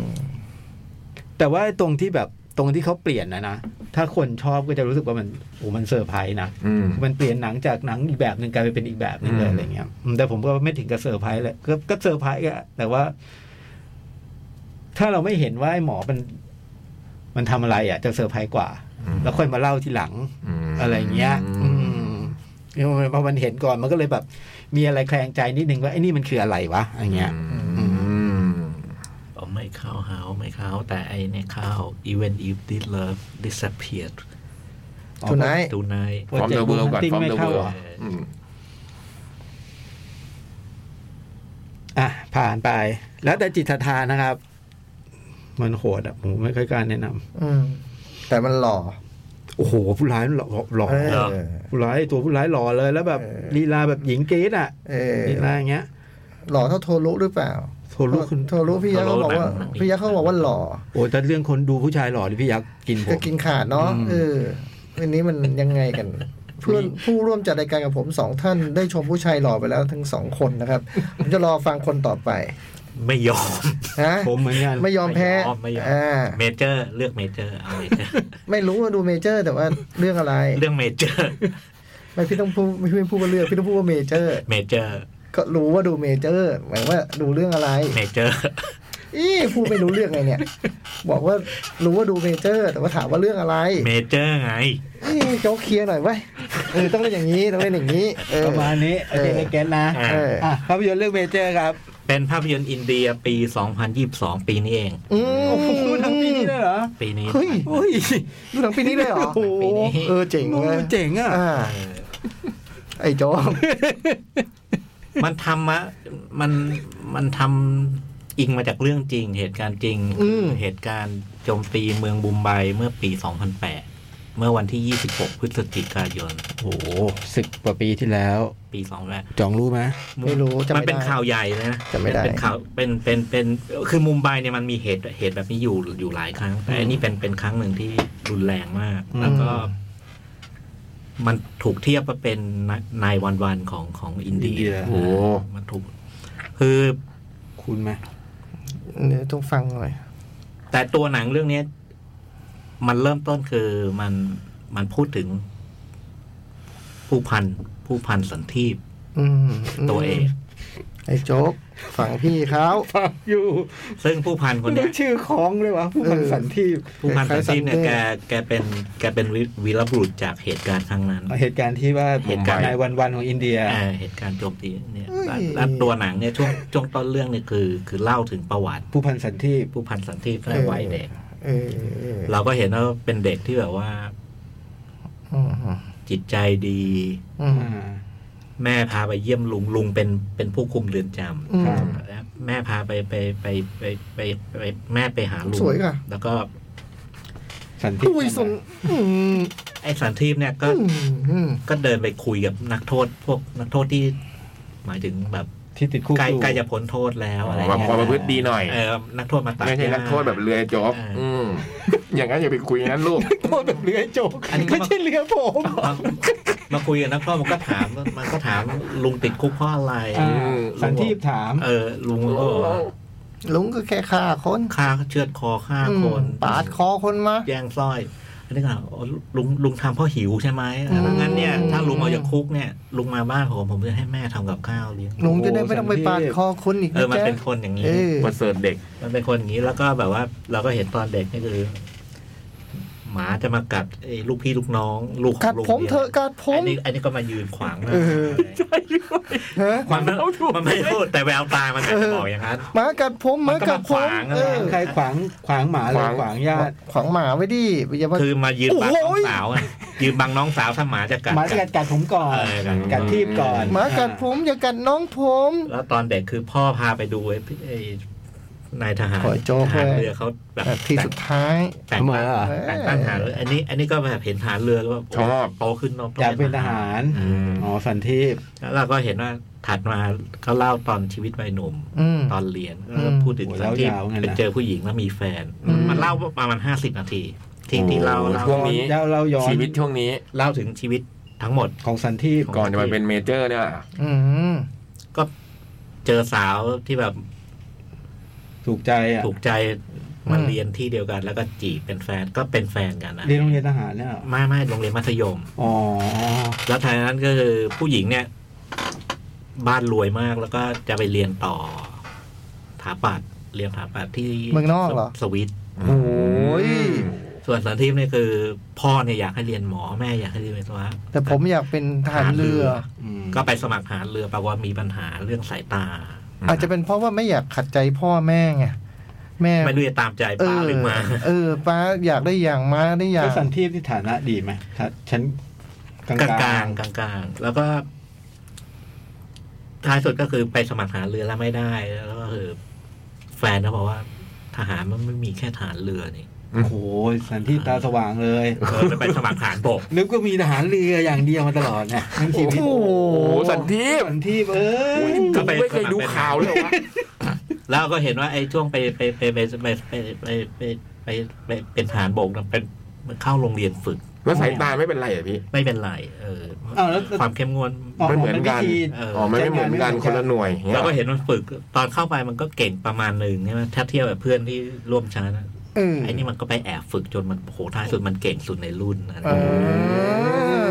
แต่ว่าตรงที่แบบตรงที่เขาเปลี่ยนนะนะ ถ้าคนชอบก็จะรู้สึกว่ามันโอ้มันเซอร์ไพรส์นะ
อืม
มันเปลี่ยนหนังจากหนังอีกแบบหนึ่งกลายไปเป็นอีกแบบหนึงเลย
อืม
อะไรเงี้ยอืมแต่ผมก็ไม่ถึงกับเซอร์ไพรส์เลยก็ก็เซอร์ไพรส์อะแต่ว่า ถ้าเราไม่เห็นว่าไอ้หมอมัน มันทำอะไรอ่ะ จะเซอร์ไพรส์กว่า แล้วค่อยมาเล่าทีหลัง
ม
อะไรเงี้ย อื
อืม
มเพอมันเห็นก่อนมันก็เลยแบบ มีอะไรแคลงใจนิดนึงว่าไอ้นี่มันคืออะไรวะอะไรเงี้ย
อืม
อ๋อไม่เข้าเฮาไม่เข้า แต่ไอเนี่ยเข้า even if this love disappeared
ทุนไนท์
tonight
ฟอร์มเดอะเวิลด์ก่อน
Hunting
ฟอร์มเดอะเวิลด์
ไม่ข้าหร
อืม
อ่ะ ผ่านไป แล้วแต่จิตศรัทธานะครับ มันโหดอ่ะผมไม่ค่อยกล้ารแนะนำ
อืมแต่มันหล่อ
โอ้โห ผู้ร้ายหล่อหล่อ
เออ
ผู้ร้ายตัวผู้ร้ายหล่อเลย แล้วแบบ
เออ
ลีลาแบบหญิงกรีดอ่ะ
เออ
ลีลาอย่างเงี้ย
หล่อเท่าโทรุหรือเปล่า
โทรลุคุณ
โทรุพี่ยักษ์เขาบอกว่า
โทรุหนัง
พี่ยักษ์เขาบอกว่าหล่อ
โอ้แต่เรื่องคนดูผู้ชายหล่อที่พี่ยักษ์กินผ
ก็
ม
กินขาดเนาะ
อืม
เออวันนี้มันยังไงกัน เพื่อนผู้ร่วมจัดรายการกับผมสองท่านได้ชมผู้ชายหล่อไปแล้วทั้งสองคนนะครับ ผมจะรอฟังคนต่อไป
ไม่ยอม
ฮะ
ผมเหมือนกัน
ไม่ยอมแพ้
ไม่ยอมไม่ยอม
อ่า
เมเจอร์ เลือกเมเจอร์เอาเมเจอ ร์
ไม่รู้ว่าดูเมเจอร์ แต่ว่าเรื่องอะไร
เรื่องเมเจ อร์
ไม่พี่ต้องพูดไม่พี่ไม่พูดว่าเรื่องพี่ต้องพูดว่าเมเจอร์
เมเจอร์
ก็รู้ว่าดูเมเจอร์หมายว่าดูเรื่องอะไร
เมเจอร์
อีพูดไม่รู้เรื่องไงเนี่ย บอกว่ารู้ว่าดูเมเจอร์ แต่ว่าถามว่าเรื่องอะไร
เมเจอร์ไง
อีโจ๊กเคลียร์หน่อยไว้ยเออต้องเล่นอย่างนี้ต้องเล่นอย่างนี้เออ
ประมาณนี้โอเค
เออ
ได้เก็ตนะ
อ่ะ
เออ
อ่ะภาพยนตร์เรื่องเมเจอร์ครับ
เป็นภาพยนตร์อินเดียปี 2022 ปีนี้เอง
อืม
โอ้โหทั้งปีนี้เลยเหรอ
ปีนี้
เฮ้ย
โอ้ย
ดูหนังปีนี้เลยเหรอ
โอ้โห
เออเจ๋ง
โอ้
เลย
เจ๋งอ่ะ
อ่าไอ้โจ๊ก
มันทำมามันมันทำอิงมาจากเรื่องจริง เหตุการณ์จริง เหตุการณ์โจมตีเมืองบุมไบเมื่อปี 2008 เมื่อวันที่ 26 พฤศจิกายน
โอ้โหสิบกว่าปีที่แล้ว
ปี 2 แล้ว
จองรู้ไหม
ไม่รู้จะ
มั
ไม่
น
ได้
เป็นข่าวใหญ่เลยนะ
จำไม่ได้
เป็นข่าวเป็นเป็นเป็นคือมุมไบเนี่ยมันมีเหตุเหตุแบบนี้อยู่อยู่หลายครั้ง แต่อันนี้เป็นเป็นครั้งหนึ่งที่รุนแรงมาก
อืม
แล้วก็ มันถูกเทียบว่าเป็นนายวันวันของของอินเดีย
โอ้
มันถูก คือ
คุณไหม
เดี๋ยวต้องฟังหน่อย
แต่ตัวหนังเรื่องเนี้ยมันเริ่มต้นคือมันมันพูดถึง ผู้พันผู้พันสันทีป
อืม
ตัวเอง
ไอ้โจ๊กฟังพี่เขา
ฟังอยู่
ซึ่งผู้พันคน
เรี
เนี้
ย
ย
กชื่อของเลยวะผู้พันสันทีพ
ผู้พันสันติเนี่ยแกแกเป็นแกเป็นวิวีรบุรุษจากเหตุการณ์ครั้งนั้น
เหตุการณ์ที่ว่า
เหตุการณ์
ในวันวันๆของอินเดีย
เอ่อเหตุการณ์โจมตีเนี่ยแล้วแล้วตัวหนังเนี่ยช่วงช่วงต้นเรื่องเนี่ยคือ คือเล่าถึงประวัติ
ผู้พันสันทีพ
ผู้พันสันติในวัยเด็ก
เออเออ
เราก็เห็นว่าเป็นเด็กที่แบบว่า
อืม
จิตใจดี
อืม
อ่า
แม่พาไปเยี่ยมลุงลุงเป็นเป็นผู้คุมเรือนจำ
อืม
ครับ
แล้วแม่พาไปไปไปไปไปไปไปแม่ไปหาลุง
สวยค่ะ
แล้วก็
สันทีพ
อุ้ยทรงอืม
ไอ้สันทีพเนี่ยก็
อืมอืม
ก็เดินไปคุยกับนักโทษ พวกนักโทษที่ หมายถึงแบบ
ที่ติดคุก
ใกล้
อยู่
ใกล้จะพ้นโทษแล้วอะไร
แบบ
เงี้ย
ความประพฤติดีหน่อย
เออนักโทษมาตัด
ไม่ใช่
หญ้า
นักโทษแบบเรือโจ๊ก
อ่า
อืม อย่างนั้นอย่าไปคุยอย่างนั้นลูก
โทษแบบเรือโจก
อันนี้ก็
ไม่
มา
ใช่เรือผม
มามาคุยกับนักโทษมันก็ถามมันก็ถามลุงติดคุกเพราะอะไร
อ่า
อืม
สันทีพถาม
เออลุงก็บอกว่า
ลุงก็แค่ฆ่าคน
ฆ่าเชือดคอฆ่า
อืม
คน
ปาดคอคนมา
แย่งสร้อยอันนี้ก็อ๋อลุงลุงทำเพราะหิวใช่ไหมอ่ะ
อืม
งั้นเนี่ย ถ้าลุงเอาจากคุกเนี่ย ลุงมาบ้านผมผมจะให้แม่ทำกับข้าวเลี้ยง
ลุงจะได้ไม่ต้องไปปาดคอคนอีก
เออ
นะ
มัน
จ๊ะ
เป็นคนอย่างนี้
เออ
ประเสริฐเด็ก
มันเป็นคนอย่างนี้แล้วก็แบบว่า เราก็เห็นตอนเด็กนี่คือ หมาจะมากัดไอ้ลูกพี่ลูกน้อง ลูกขอ
กัด
งลุง
ผม
นี่ย
เถอะกัดผม
อันนี้อันนี้ก็มายืนขวางหน้า
เออ ฮะ
มันไม่มันไม่พูดแต่แววตามันอาจจะบอกอย่างนั้น
หมากัดผมห
มั
มาน
ก็
กัดผม
มาขวางอะ
เออ
ใครขวางขวางหมาหรือขวางญาติ
ขวางหมาไว้ดิอย่ามา
คือมายืนบัง
โอ้โห
น้องสาวอะยืนบังน้องสาวถ้าหมาจะกัด
หมาจะกัดกัดผมก่อน
เออกัด
กัดทีบก่อน
หมากัดผมอย่ากัดน้องผม
แล้วตอนเด็กคือพ่อพาไปดูไอ้พี่ไอ้นายทหาร
ขอโจ๊ก
ทหาร
เลย
เรือเขาแบบ
อ่ะที่สุดท้าย
แต่ง
ทำไม
ตั้ง
อ่ะ
แต่งตั้งทหารเรืออันนี้อันนี้ก็แบบเห็นทหารเรือแล้วแบบ
ชอบ
โตขึ้นเนาะ
อยากเป็นทหาร
อืม
อ๋อสันทีพ
แล้วเราก็เห็นว่าถัดมาเขาเล่าตอนชีวิตวัยหนุ่ม
อืม
ตอนเรียน
อืม
แล้วก็พูดถึง
โอ้ย
ตอนที่
เล่ายาวไงนะ
ไปเจอผู้หญิงแล้วมีแฟน
อืม
มันเล่าประมาณห้าสิบนาที ที่
โอ้
ที่เล่า
โห
เล่า
ช่วงนี้
แล้วเราย้อน
ชีวิตช่วงนี้
เล่าถึงชีวิตทั้งหมด
ของสันทีพ
ก่อนจะมาเป็นเมเจอร์เนี่ย
อืม
ก็เจอสาวที่แบบ
ถูกใจอ่ะ
ถูกใจมา
อืม
เรียนที่เดียวกัน แล้วก็จีบเป็นแฟนก็เป็นแฟนกันนะ
เรียนโรงเรียนทหารเนี่ยเหรอ
ไม่ไม่โรงเรียนมัธยม
อ๋อ
แล้วทางนั้นก็คือผู้หญิงเนี่ย บ้านรวยมากแล้วก็จะไปเรียนต่อถาปัดเรียนถาปัดที่
เมืองนอกเหรอ
สวิต
โอ้ย
ส่วนสันทิพย์เนี่ยคือ พ่อเนี่ยอยากให้เรียนหมอแม่อยากให้เรียนวิศวะ
แต่ผมอยากเป็นทหารเรือ
อืม
ก็ไปสมัครทหารเรือแปลว่ามีปัญหาเรื่องสายตา
อาจจะเป็นเพราะว่าไม่อยากขัดใจพ่อแม่ไงแม่
ไม่รู้จะตามใจ
เอ
ป้า
อ
หรือมา
เออป้าอยากได้อย่างมาได้อย่า
แล้
ง
วสันทีพที่ฐานะดีไหมถ้าฉันกล
กลางกลา
าง ง
กลางกลางๆแล้วก็ ท้ายสุดก็คือไปสมัครทหารเรือแล้วไม่ได้ แล้วก็คือ แฟนเขาบอกว่า ทหารมันไม่มีแค่ทหารเรือนี่
ๆโอ้โหสันทีพตาสว่างเลย
เออไปสมัครทหารบก
นึกว่ามีทหารเรืออย่างเดียวมาตลอดเนี่ยทั้งชีวิต
โอ้โห
โอ้สันทีพ
สันทีพเอ้ย
กูไม่เคยดูข่าวเลยวะ
แล้วก็เห็นว่าไอ้ช่วงไปไปไปไปไปไปไปไปไปไปเป็นทหารบกนะเป็นเข้าโรงเรียนฝึก
แล้วสายตาไม่เป็นไรเหรอ่ะพี่
ไม่เป็นไรเออ
อ้าวแล้ว
ความเข้มงวด
ไม่เหมือนกัน
วิธี
อ๋อไม่ไม่เหมือนกันคนละหน่วยอย่างเงี้ย
เราก็เห็นมันฝึกตอนเข้าไปมันก็เก่งประมาณหนึ่งใช่ไหมถ้าเทียบแบบเพื่อนที่ร่วมชั้นอะ
เออ
ไอ้นี่มันก็ไปแอบฝึกจนมันโหท้ายสุดมันเก่งสุดในรุ่นอะไร
เอ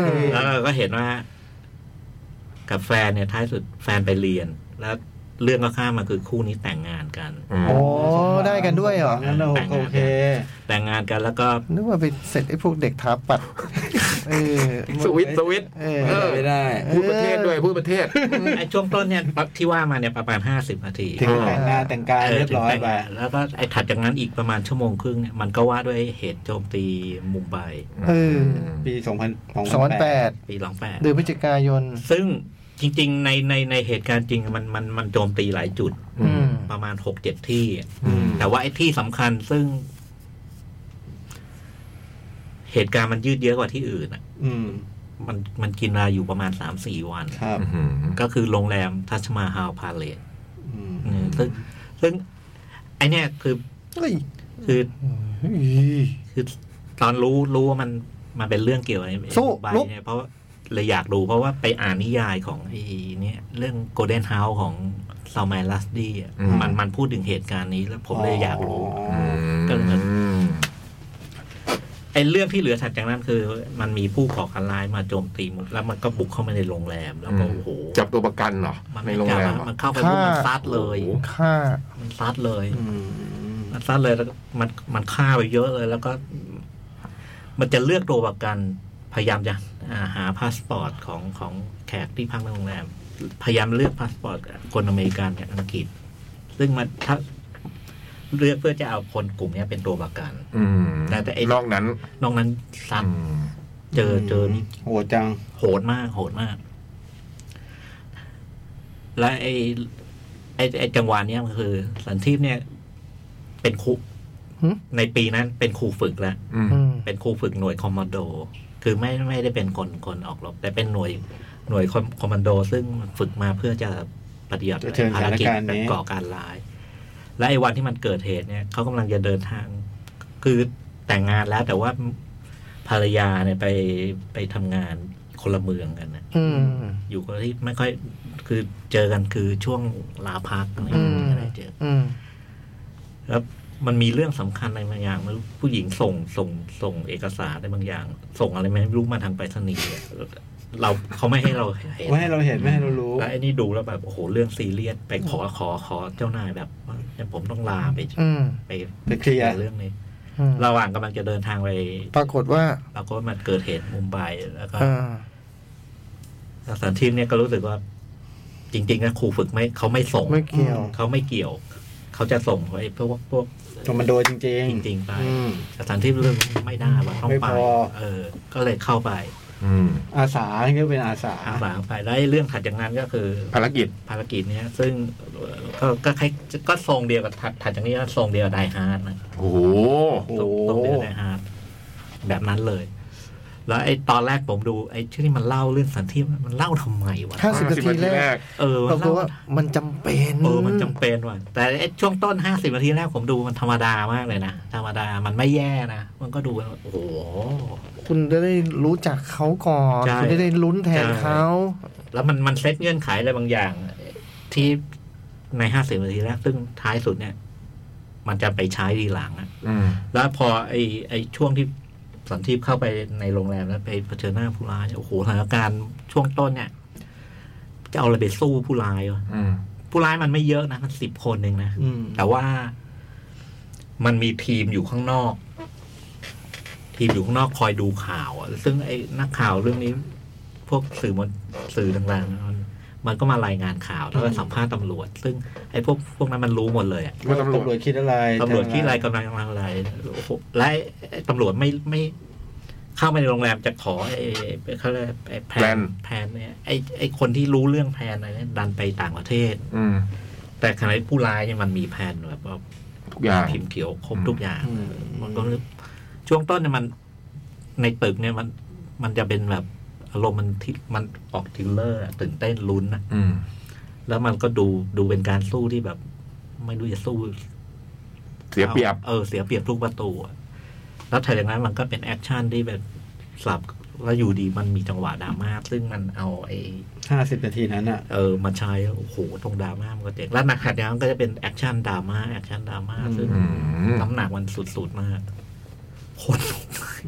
อ
แล้วเราก็เห็นว่า กับแฟนเนี่ยท้ายสุดแฟนไปเรียน แล้วเรื่องก็ข้ามมาคือคู่นี้แต่งงานกัน
อืม
โอ้ได้กันด้วยเหรอ
งั้นเราโอเค
แต่งงานกันแล้วก็
นึกว่าไปเสร็จไอ้พวกเด็กถาปั ดเออ
สวิตช์สวิตช์
เออ
เออ
ไม่ได้
พูดประเทศด้วยพูดประเทศ
ไอ้ช่วงต้นเนี่ยที่ว่ามาเนี่ยประมาณห้าสิบนาที
ถึงแต่งงานแต่งกายเรียบร้อย
ถึงแต่ง
ไป
งานแล้วก็ไอ้ถัดจากนั้นอีกประมาณชั่วโมงครึ่งเนี่ยมันก็ว่าด้วยเหตุโจมตีมุมไบ
เออ
ปี
สองพันแป
2008
ด
ปีหลังแปด
เดือนพฤศจิกายน
ซึ่งจริง ๆ ในในในเหตุการณ์จริงอะมันมันมันโจมตีหลายจุด
อืม
ประมาณหกเจ็ดที่อะ
อืม
แต่ว่าไอ้ที่สำคัญซึ่ง เหตุการณ์มันยืดเยื้อกว่าที่อื่นอะ
อืม
มันมันกินเวลาอยู่ประมาณสามสี่วัน
ครับ
อืม
ก็คือโรงแรมทัชมาฮา p พาเลต
อืม
ซึ่งซึ่ง ไอเนี่ยคือ
เฮ้ย
คือ
เฮ้ย
คือตอนรู้รู้ว่ามันมันเป็นเรื่องเกี่ยวกับไอ้
สู้
ไอ้
ลุก
เนี่ยเพราะเลยอยากดูเพราะว่าไปอ่านนิยายของไอ้เนี่ย เรื่องโกลเด้นเฮาส์ของซา m มลัสดี้มันมันพูดถึงเหตุการณ์นี้แล้วผมเลยอยากรู้
อ๋อ
ก็เหมือน ไอ้เรื่องที่เหลือถัดจากนั้นคือ มันมีผู้ก่อการร้ายมาโจมตีหมดแล้วมันก็บุกเข้ามาในโรงแรม แล้วก็โอ้โห
จับตัวประกันเหรอ
มัน
ใน
ไม่
โรง
จับ
แรม
อะ
เหรอ
มันเข้าไปปุ๊บมันซัดเลย
ฆ่า
มันซัดเลย
อืม
มันซัดเลยแล้วก็มันมันฆ่าไปเยอะเลย แล้วก็ มันจะเลือกตัวประกันพยายามจะอ่าหาพาสปอร์ตของของแขกที่พักในโรงแรม พยายามเลือกพาสปอร์ตคนอเมริกันกับอังกฤษ ซึ่งมันถ้าเลือกเพื่อจะเอาคนกลุ่มเนี้ยเป็นตัวประกัน
อืม
แต่แต่ไอ้
นอกนั้น
นอกนั้นซัด
อืม
เจอเจอนี่
โหดจัง
โหดมาก โหดมาก และไอไอไอจังหวะเนี้ยมันคือ สันทีพเนี่ย เป็นครู
หึ
ในปีนั้นเป็นครูฝึกแล้ว
อืม
อืม
เป็นครูฝึกหน่วยคอมมานโด คือไม่ไม่ได้เป็นคนคนออกรบ แต่เป็นหน่วยหน่วยคอมคอมมานโด ซึ่งฝึกมาเพื่อจะปฏิบัติ
จะเชิญ
ภารกิจ
สถานการณ์
แบ
นี้
บก่อการร้าย และไอ้วันที่มันเกิดเหตุเนี่ยเขากำลังจะเดินทาง คือแต่งงานแล้วแต่ว่าภรรยาเนี่ยไปไปทำงานคนละเมืองกันนะ
อืม
อยู่ก็ที่ไม่ค่อยคือเจอกันคือช่วงลาพักอะไรอย่าง
อืม
เงี้ยไม่ได้เจอ
อืม
แล้วมันมีเรื่องสำคัญอะไรบางอย่างไม่รู้ผู้หญิงส่งส่งส่งเอกสารอะไรบางอย่าง ส่งอะไรไม่รู้มาทางไปรษณีย์อะเราเขาไม่ให้เราเห็น
ไม่ให้เราเห็นไม่ให้เรารู้
แล้วไอ้นี่ดูแล้วแบบโอ้โหเรื่องซีเรียสไปขอขอขอเจ้านายแบบว่าผมต้องลาไป
อืม
ไป
ไปเคลียร์
เรื่องนี้
อื อืม
ระหว่างกำลังจะเดินทางไป
ปรากฏว่า
ปรากฏว่ามันเกิดเหตุมุมไบแล้วก็
อ่า
ทางสันทีมเนี่ยก็รู้สึกว่า จริงๆนะครูฝึกไม่เขาไม่ส่ง
ไม่เกี่ยว
เขาไม่เกี่ยว เขาจะส่งไว้พวกพวก
คอมมานโดจริง
จริงๆไป
ๆอืม
สถานที่เรื่องไม่ได้ว่าต้อง
ไม่
ไป
พอ
เออ ก็เลยเข้าไป
อืม
อาสาเรียกเป็นอาสา
อาสาไปแล้วไอ้เรื่องถัดจากนั้นก็คือ
ภารกิจ
ภารกิจเนี้ยซึ่งเอ่อก็ก็คล้ายก็ทรงเดียวกับถัดถัดจากนี้ก็ทรงเดียวกับไดฮาร์ดนะ
โอ้โห
โอ้
ทรงเดียวกับไดฮาร์ดแบบนั้นเลย แล้วไอ้ตอนแรกผมดูไอ้ที่นี่มันเล่าเรื่องสันที่มันเล่าทำไมวะ
ห้าสิบนาทีแรก
เออ
ป
มั
ราน กฏ
เล่า
ว่ามันจำเป็น
เออมันจำเป็นว่ะแต่ไอ้ช่วงต้นห้าสิบนาทีแรกผมดูมันธรรมดามากเลยนะธรรมดามันไม่แย่นะมันก็ดูแล้วโอ้โห
คุณจะได้รู้จักเขาก่อน
ใช่
คุณจะได้ลุ้นแทน
ใช่
เขา
แล้วมันมันเซตเงื่อนไขอะไรบางอย่าง ที่ในห้าสิบนาทีแรกซึ่งท้ายสุดเนี่ย มันจะไปใช้ดีหลังอะ
อืม
แล้วพอไอ้ไอ้ช่วงที่สันทีพเข้าไปในโรงแรมแล้วไปเผชิญหน้าผู้ร้ายเนี่ยโอ้โหสถานการณ์ช่วงต้นเนี่ย จะเอาอะไรไปสู้ผู้ร้ายวะ
อืม
ผู้ร้ายมันไม่เยอะนะมันสิบคนเองนะ
อืม
แต่ว่ามันมีทีมอยู่ข้างนอก ทีมอยู่ข้างนอกคอยดูข่าวอะซึ่งไอ้นักข่าวเรื่องนี้ พวกสื่อมวลสื่อต่างๆมันมันก็มารายงานข่าวแล้วก็สัมภาษณ์ตำรวจ ซึ่งไอ้พวกพวกนั้นมันรู้หมดเลยอะ
ว่าตำรวจ
ตำรวจคิดอะไร
ตำรวจที่ไรกำลังกำลังอะไรโอ้โหและไอ้ตำรวจไม่ไม่เข้าไปในโรงแรมจะขอไอ้ไอ้เขาเรียกไอ้แพลน
Plan
แพลนเนี่ยไอ้ไอ้คนที่รู้เรื่องแพลนอะไรเนี่ยดันไปต่างประเทศ
อืม
แต่ขณะที่ผู้ร้ายเนี่ยมันมีแพลนแบบว่า
ทุกอย่าง
พิมพ์เขียวครบ
อืม
ทุกอย่าง
อืม
มันก็เลยช่วงต้นเนี่ยมันในตึกเนี่ยมันมันจะเป็นแบบอารมณ์มันที่มันออกทริลเลอร์อะตื่นเต้นลุ้นนะ
อืม
แล้วมันก็ดูดูเป็นการสู้ที่แบบ ไม่รู้จะสู้
เสียเปรียบ
เออเสียเปรียบทุกประตูอะแล้วถัดจากนั้นมันก็เป็นแอคชั่นที่แบบสลับแล้วอยู่ดีมันมีจังหวะดราม่าซึ่งมันเอาไอ
ห้าสิบนาทีนั้นอ่ะ
เออมาใช้โอ้โหตรงดราม่ามันก็เจ๋งแล้วหนักขัดยางก็จะเป็นแอคชั่นดราม่าแอคชั่นดราม่า
อืม
ซึ่ง
อืม
น้ำหนักมันสุดๆมากโคน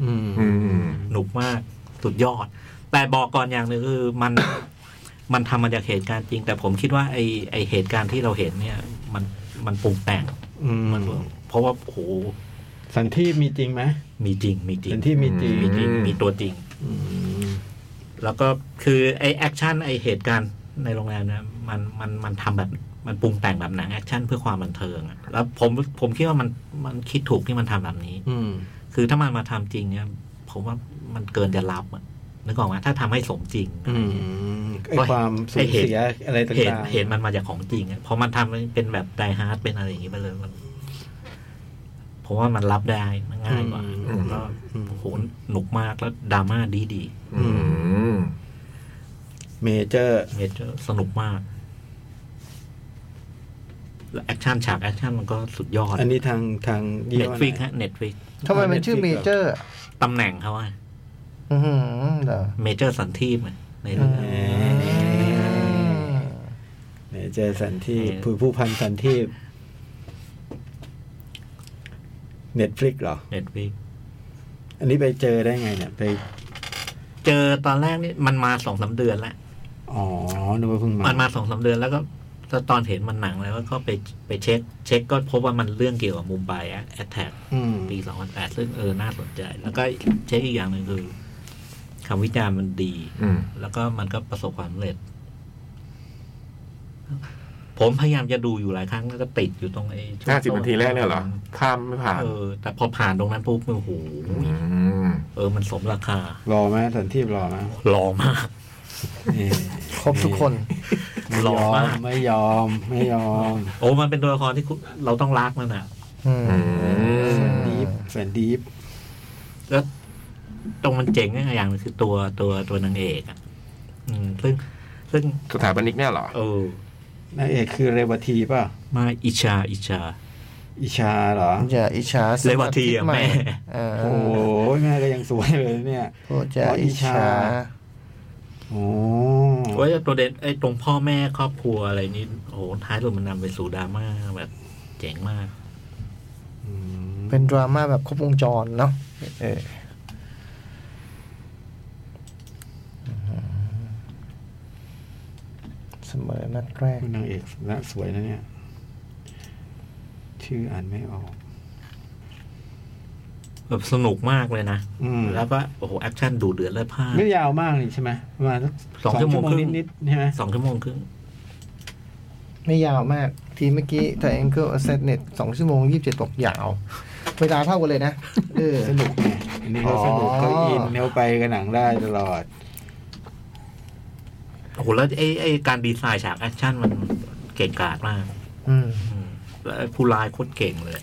อืม
อืม
หนุกมากสุดยอด แต่บอกก่อนอย่างหนึงคือมัน มันทำมาจากเหตุการณ์จริง แต่ผมคิดว่าไอไอเหตุการณ์ที่เราเห็นเนี่ย มันมันปรุงแต่ง
อืม
มันเพราะว่าโอ้โห
สันที่มีจริงไหม
มีจริงมีจริ
สั
ง
นที่มีจริง
อื
มีจริงมีตัวจริง
อืม
แล้วก็คือไอแอคชั่นไอเหตุการณ์ในโรงแรมนะมันมันมันทำแบบมันปรุงแต่งแบบหนังแอคชั่นเพื่อความบันเทิงอะแล้วผมผมคิดว่ามันมันคิดถูกที่มันทำแบบนี้
อืม
คือถ้ามันมาทำจริงเนี่ยผมว่ามันเกินจะรับอะนึกออกไหมถ้าทำให้สมจริงอะไร
อืม
เงี้ย
ไอความสู
ไอ้
ญ
เหตุ
เสียอะไรต่างๆ
เหตุเหตุมันมาจากของจริงอะพอมันทำเป็นแบบไดฮาร์ดเป็นอะไรอย่างนี้ไปเลยมันผมว่ามันรับได้มันง่ายกว่าแล้วก็
อืม
โหหนุกมากแล้วดราม่าดีดี
อืม
เมเจอร์
ๆเมเจอร์สนุกมาก และแอคชั่นฉากแอคชั่นมันก็สุดยอด
อันนี้ทางทางยี่
เน็ต
ห้อ
ฟลิก
ไหน
ฮะเน็ตฟลิก
ทำไมมันชื่อ
Netflix
เมเจอร์
ตำแหน่งเขาอะ
อือหือเหรอ
เมเจอร์สันทีมอะใน
อื
เรื่อง
มเมเจอร์สันที่ผู้ผู้พันสันที่เน็ตฟลิกเหรอ
เน็ตฟลิก
อันนี้ไปเจอได้ไงเนี่ยไป
เจอตอนแรกนี่มันมาสองสามเดือนแล้ว
อ๋อนึกว่าเพิ่งมา
มันมาสองสามเดือนแล้วก็ตอนเห็นมันหนังแล้วก็ไปไปเช็ค เช็คก็พบว่ามันเรื่องเกี่ยวกับมุมไบแอตแทก
อืม
ปีสองพันแปดซึ่งเออ น่าสนใจ แล้วก็เช็คอีกอย่างหนึ่งคือคำวิจารณ์มันดี
อืม
แล้วก็มันก็ประสบความสำเร็จ ผมพยายามจะดูอยู่หลายครั้งแล้วก็ติดอยู่ตรงไอ้ช่วง
ห้าสิบนาทีแรกเนี่ยเหรอ ข้ามไม่ผ่าน
เออ แต่พอผ่านตรงนั้นปุ๊บโอ้โห
อืม
เออ มันสมราคาร
อไหมสันที่รอไหม
รอมาก
นี่
ครบทุกคน
ไม่
ร
ย
อ
อ
มาม ก
ไม่ยอม ไม่ยอม
โอ้มันเป็นตัวละครที่คุณเราต้องรักมันอ่ะ
อืม
อืม
ดีฟแฟนดีฟ
แล้วตรงมันเจ๋งอย่างหนึงคือตัวตัวตัวนางเอกอ่ะ อืม ซึ่งซึ่ง
สถาปนิกเนี่ยเหรอ
เออน
างเอกคือเรวทีป่ะ
มาอิชาอิชา
อิชาเหรอ
อย่าอิจฉา
เลวาทีอะแม่
เออ
โอ้ยแม่ก็ยังสวยเลยเนี่ย
โอ้อย่าอิจฉา
โอ้
โอ้ยตัวเด่นไอ้ตรงพ่อแม่ครอบครัวอะไรนี่โอ้โหท้ายสุดมันนำไปสู่ดราม่าแบบเจ๋งมาก
อืม
เป็นดราม่าแบบครบวงจรเนาะเออเสมอนัดแรก
นางเอกนะสวยนะเนี่ย ชื่ออ่านไม่ออก
แบบสนุกมากเลยนะ
อืม
แล้วก็โอ้โหแอคชั่นดูเดือดเลือดพล่าน
ไม่ยาวมากนี่ใช่ไหมประมาณสัก
สองชั่วโมงครึ่ง
นิดๆใช่ไหม
สองชั่วโมงครึ่ง
ไม่ยาวมากทีเมื่อกี้แต่ Angle Asset Net สองชั่วโมงยี่สิบเจ็ดบอกยาว เวลาเท่ากันเลยนะเออ
สนุกไงอันนี้ก็สนุก
อ๋อ
ก็อินเนวไปกับหนังได้ตลอด
โอ้โหแล้วไอ้ไอ้การดีไซน์ฉากแอคชั่นมันเก่งกาจมาก
อืม
อืมแล้วไอ้ผู้ร้ายโคตรเก่งเลย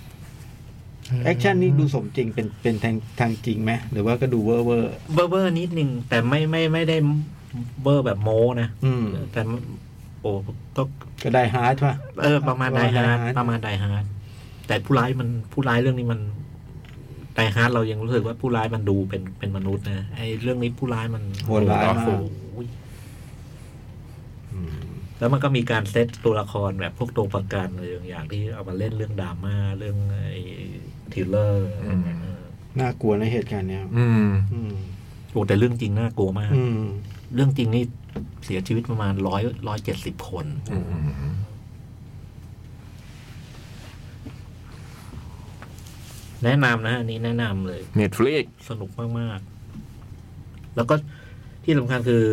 แอคชั่นนี่ดูสมจริงเป็นเป็นทางทางจริงไหมหรือว่าก็ดูเวอร์เวอร์
เบอร์เบอร์นิดนึง แต่ไม่ไม่ไม่ได้เบอร์แบบโม้นะ
อืม
แต่โอ้ก็
ก็ได้ฮาร์ดป่ะ
เออประมาณ
ประ
ได
มาณ
ฮาร์
Die Hard
ประมาณไดฮาร์แต่ผู้ร้ายมันผู้ร้ายเรื่องนี้มันไดฮาร์เรายังรู้สึกว่าผู้ร้ายมันดูเป็นเป็นมนุษย์นะไอ้เรื่องนี้ผู้ร้ายมัน
โหดร้ายมาก
โอ้โห
อืม
แล้วมันก็มีการเซตตัวละครแบบพวกตัวประกันอะไรอย่างที่เอามาเล่นเรื่องดราม่าเรื่องไอ้ทริลเลอร์อะไรอย่างเงี้ยเออ
น่ากลัวในะเหตุการณ์เนี้ย
อืม
อืม
โอ้แต่เรื่องจริงน่ากลัวมาก
อืม
เรื่องจริงนี่เสียชีวิตประมาณร้อยร้อยเจ็ดสิบคน
อืมอืมอืม
แนะนำนะอันนี้แนะนำเลย
เน็ตฟลิก
สนุกมาก ๆ แล้วก็ที่สำคัญคือ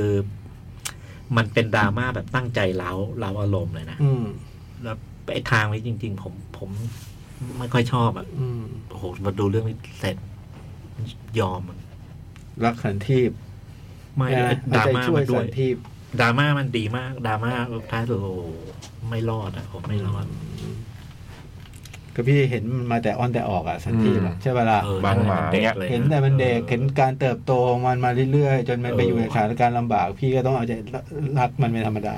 มันเป็นดราม่าแบบตั้งใจเล้าเล้าอารมณ์เลยนะ
อืม
แล้วไอ้ทางนี้จริง ๆ ผมผมไม่ค่อยชอบอะ
อืม
โอ้โหมาดูเรื่องนี้เสร็จ ยอมมัน
รักสันทีพ
ไม่
นะ
ดราม่า
เอใจช่ว
มั
ย
นด้ว
สั
ย
นทีพ
ดราม่ามันดีมากดราม่าท้ายสุดโอ้โหไม่รอดอะผมไม่รอด
ก็พี่เห็นมันมาแต่ออนแต่ออกอ่ะสันทีพอะใช่ปะล่ะ
เออ
บางหมาเนี่ย
เลยนะ
เห็นแต่มันเด็ก
เออ
เห็นการเติบโตของมันมาเรื่อยๆ จนมันไป
เออ
อ
อ
ยู่ในสถานการณ์ลำบาก พี่ก็ต้องเอาใจรักมันเป็นธรรมดา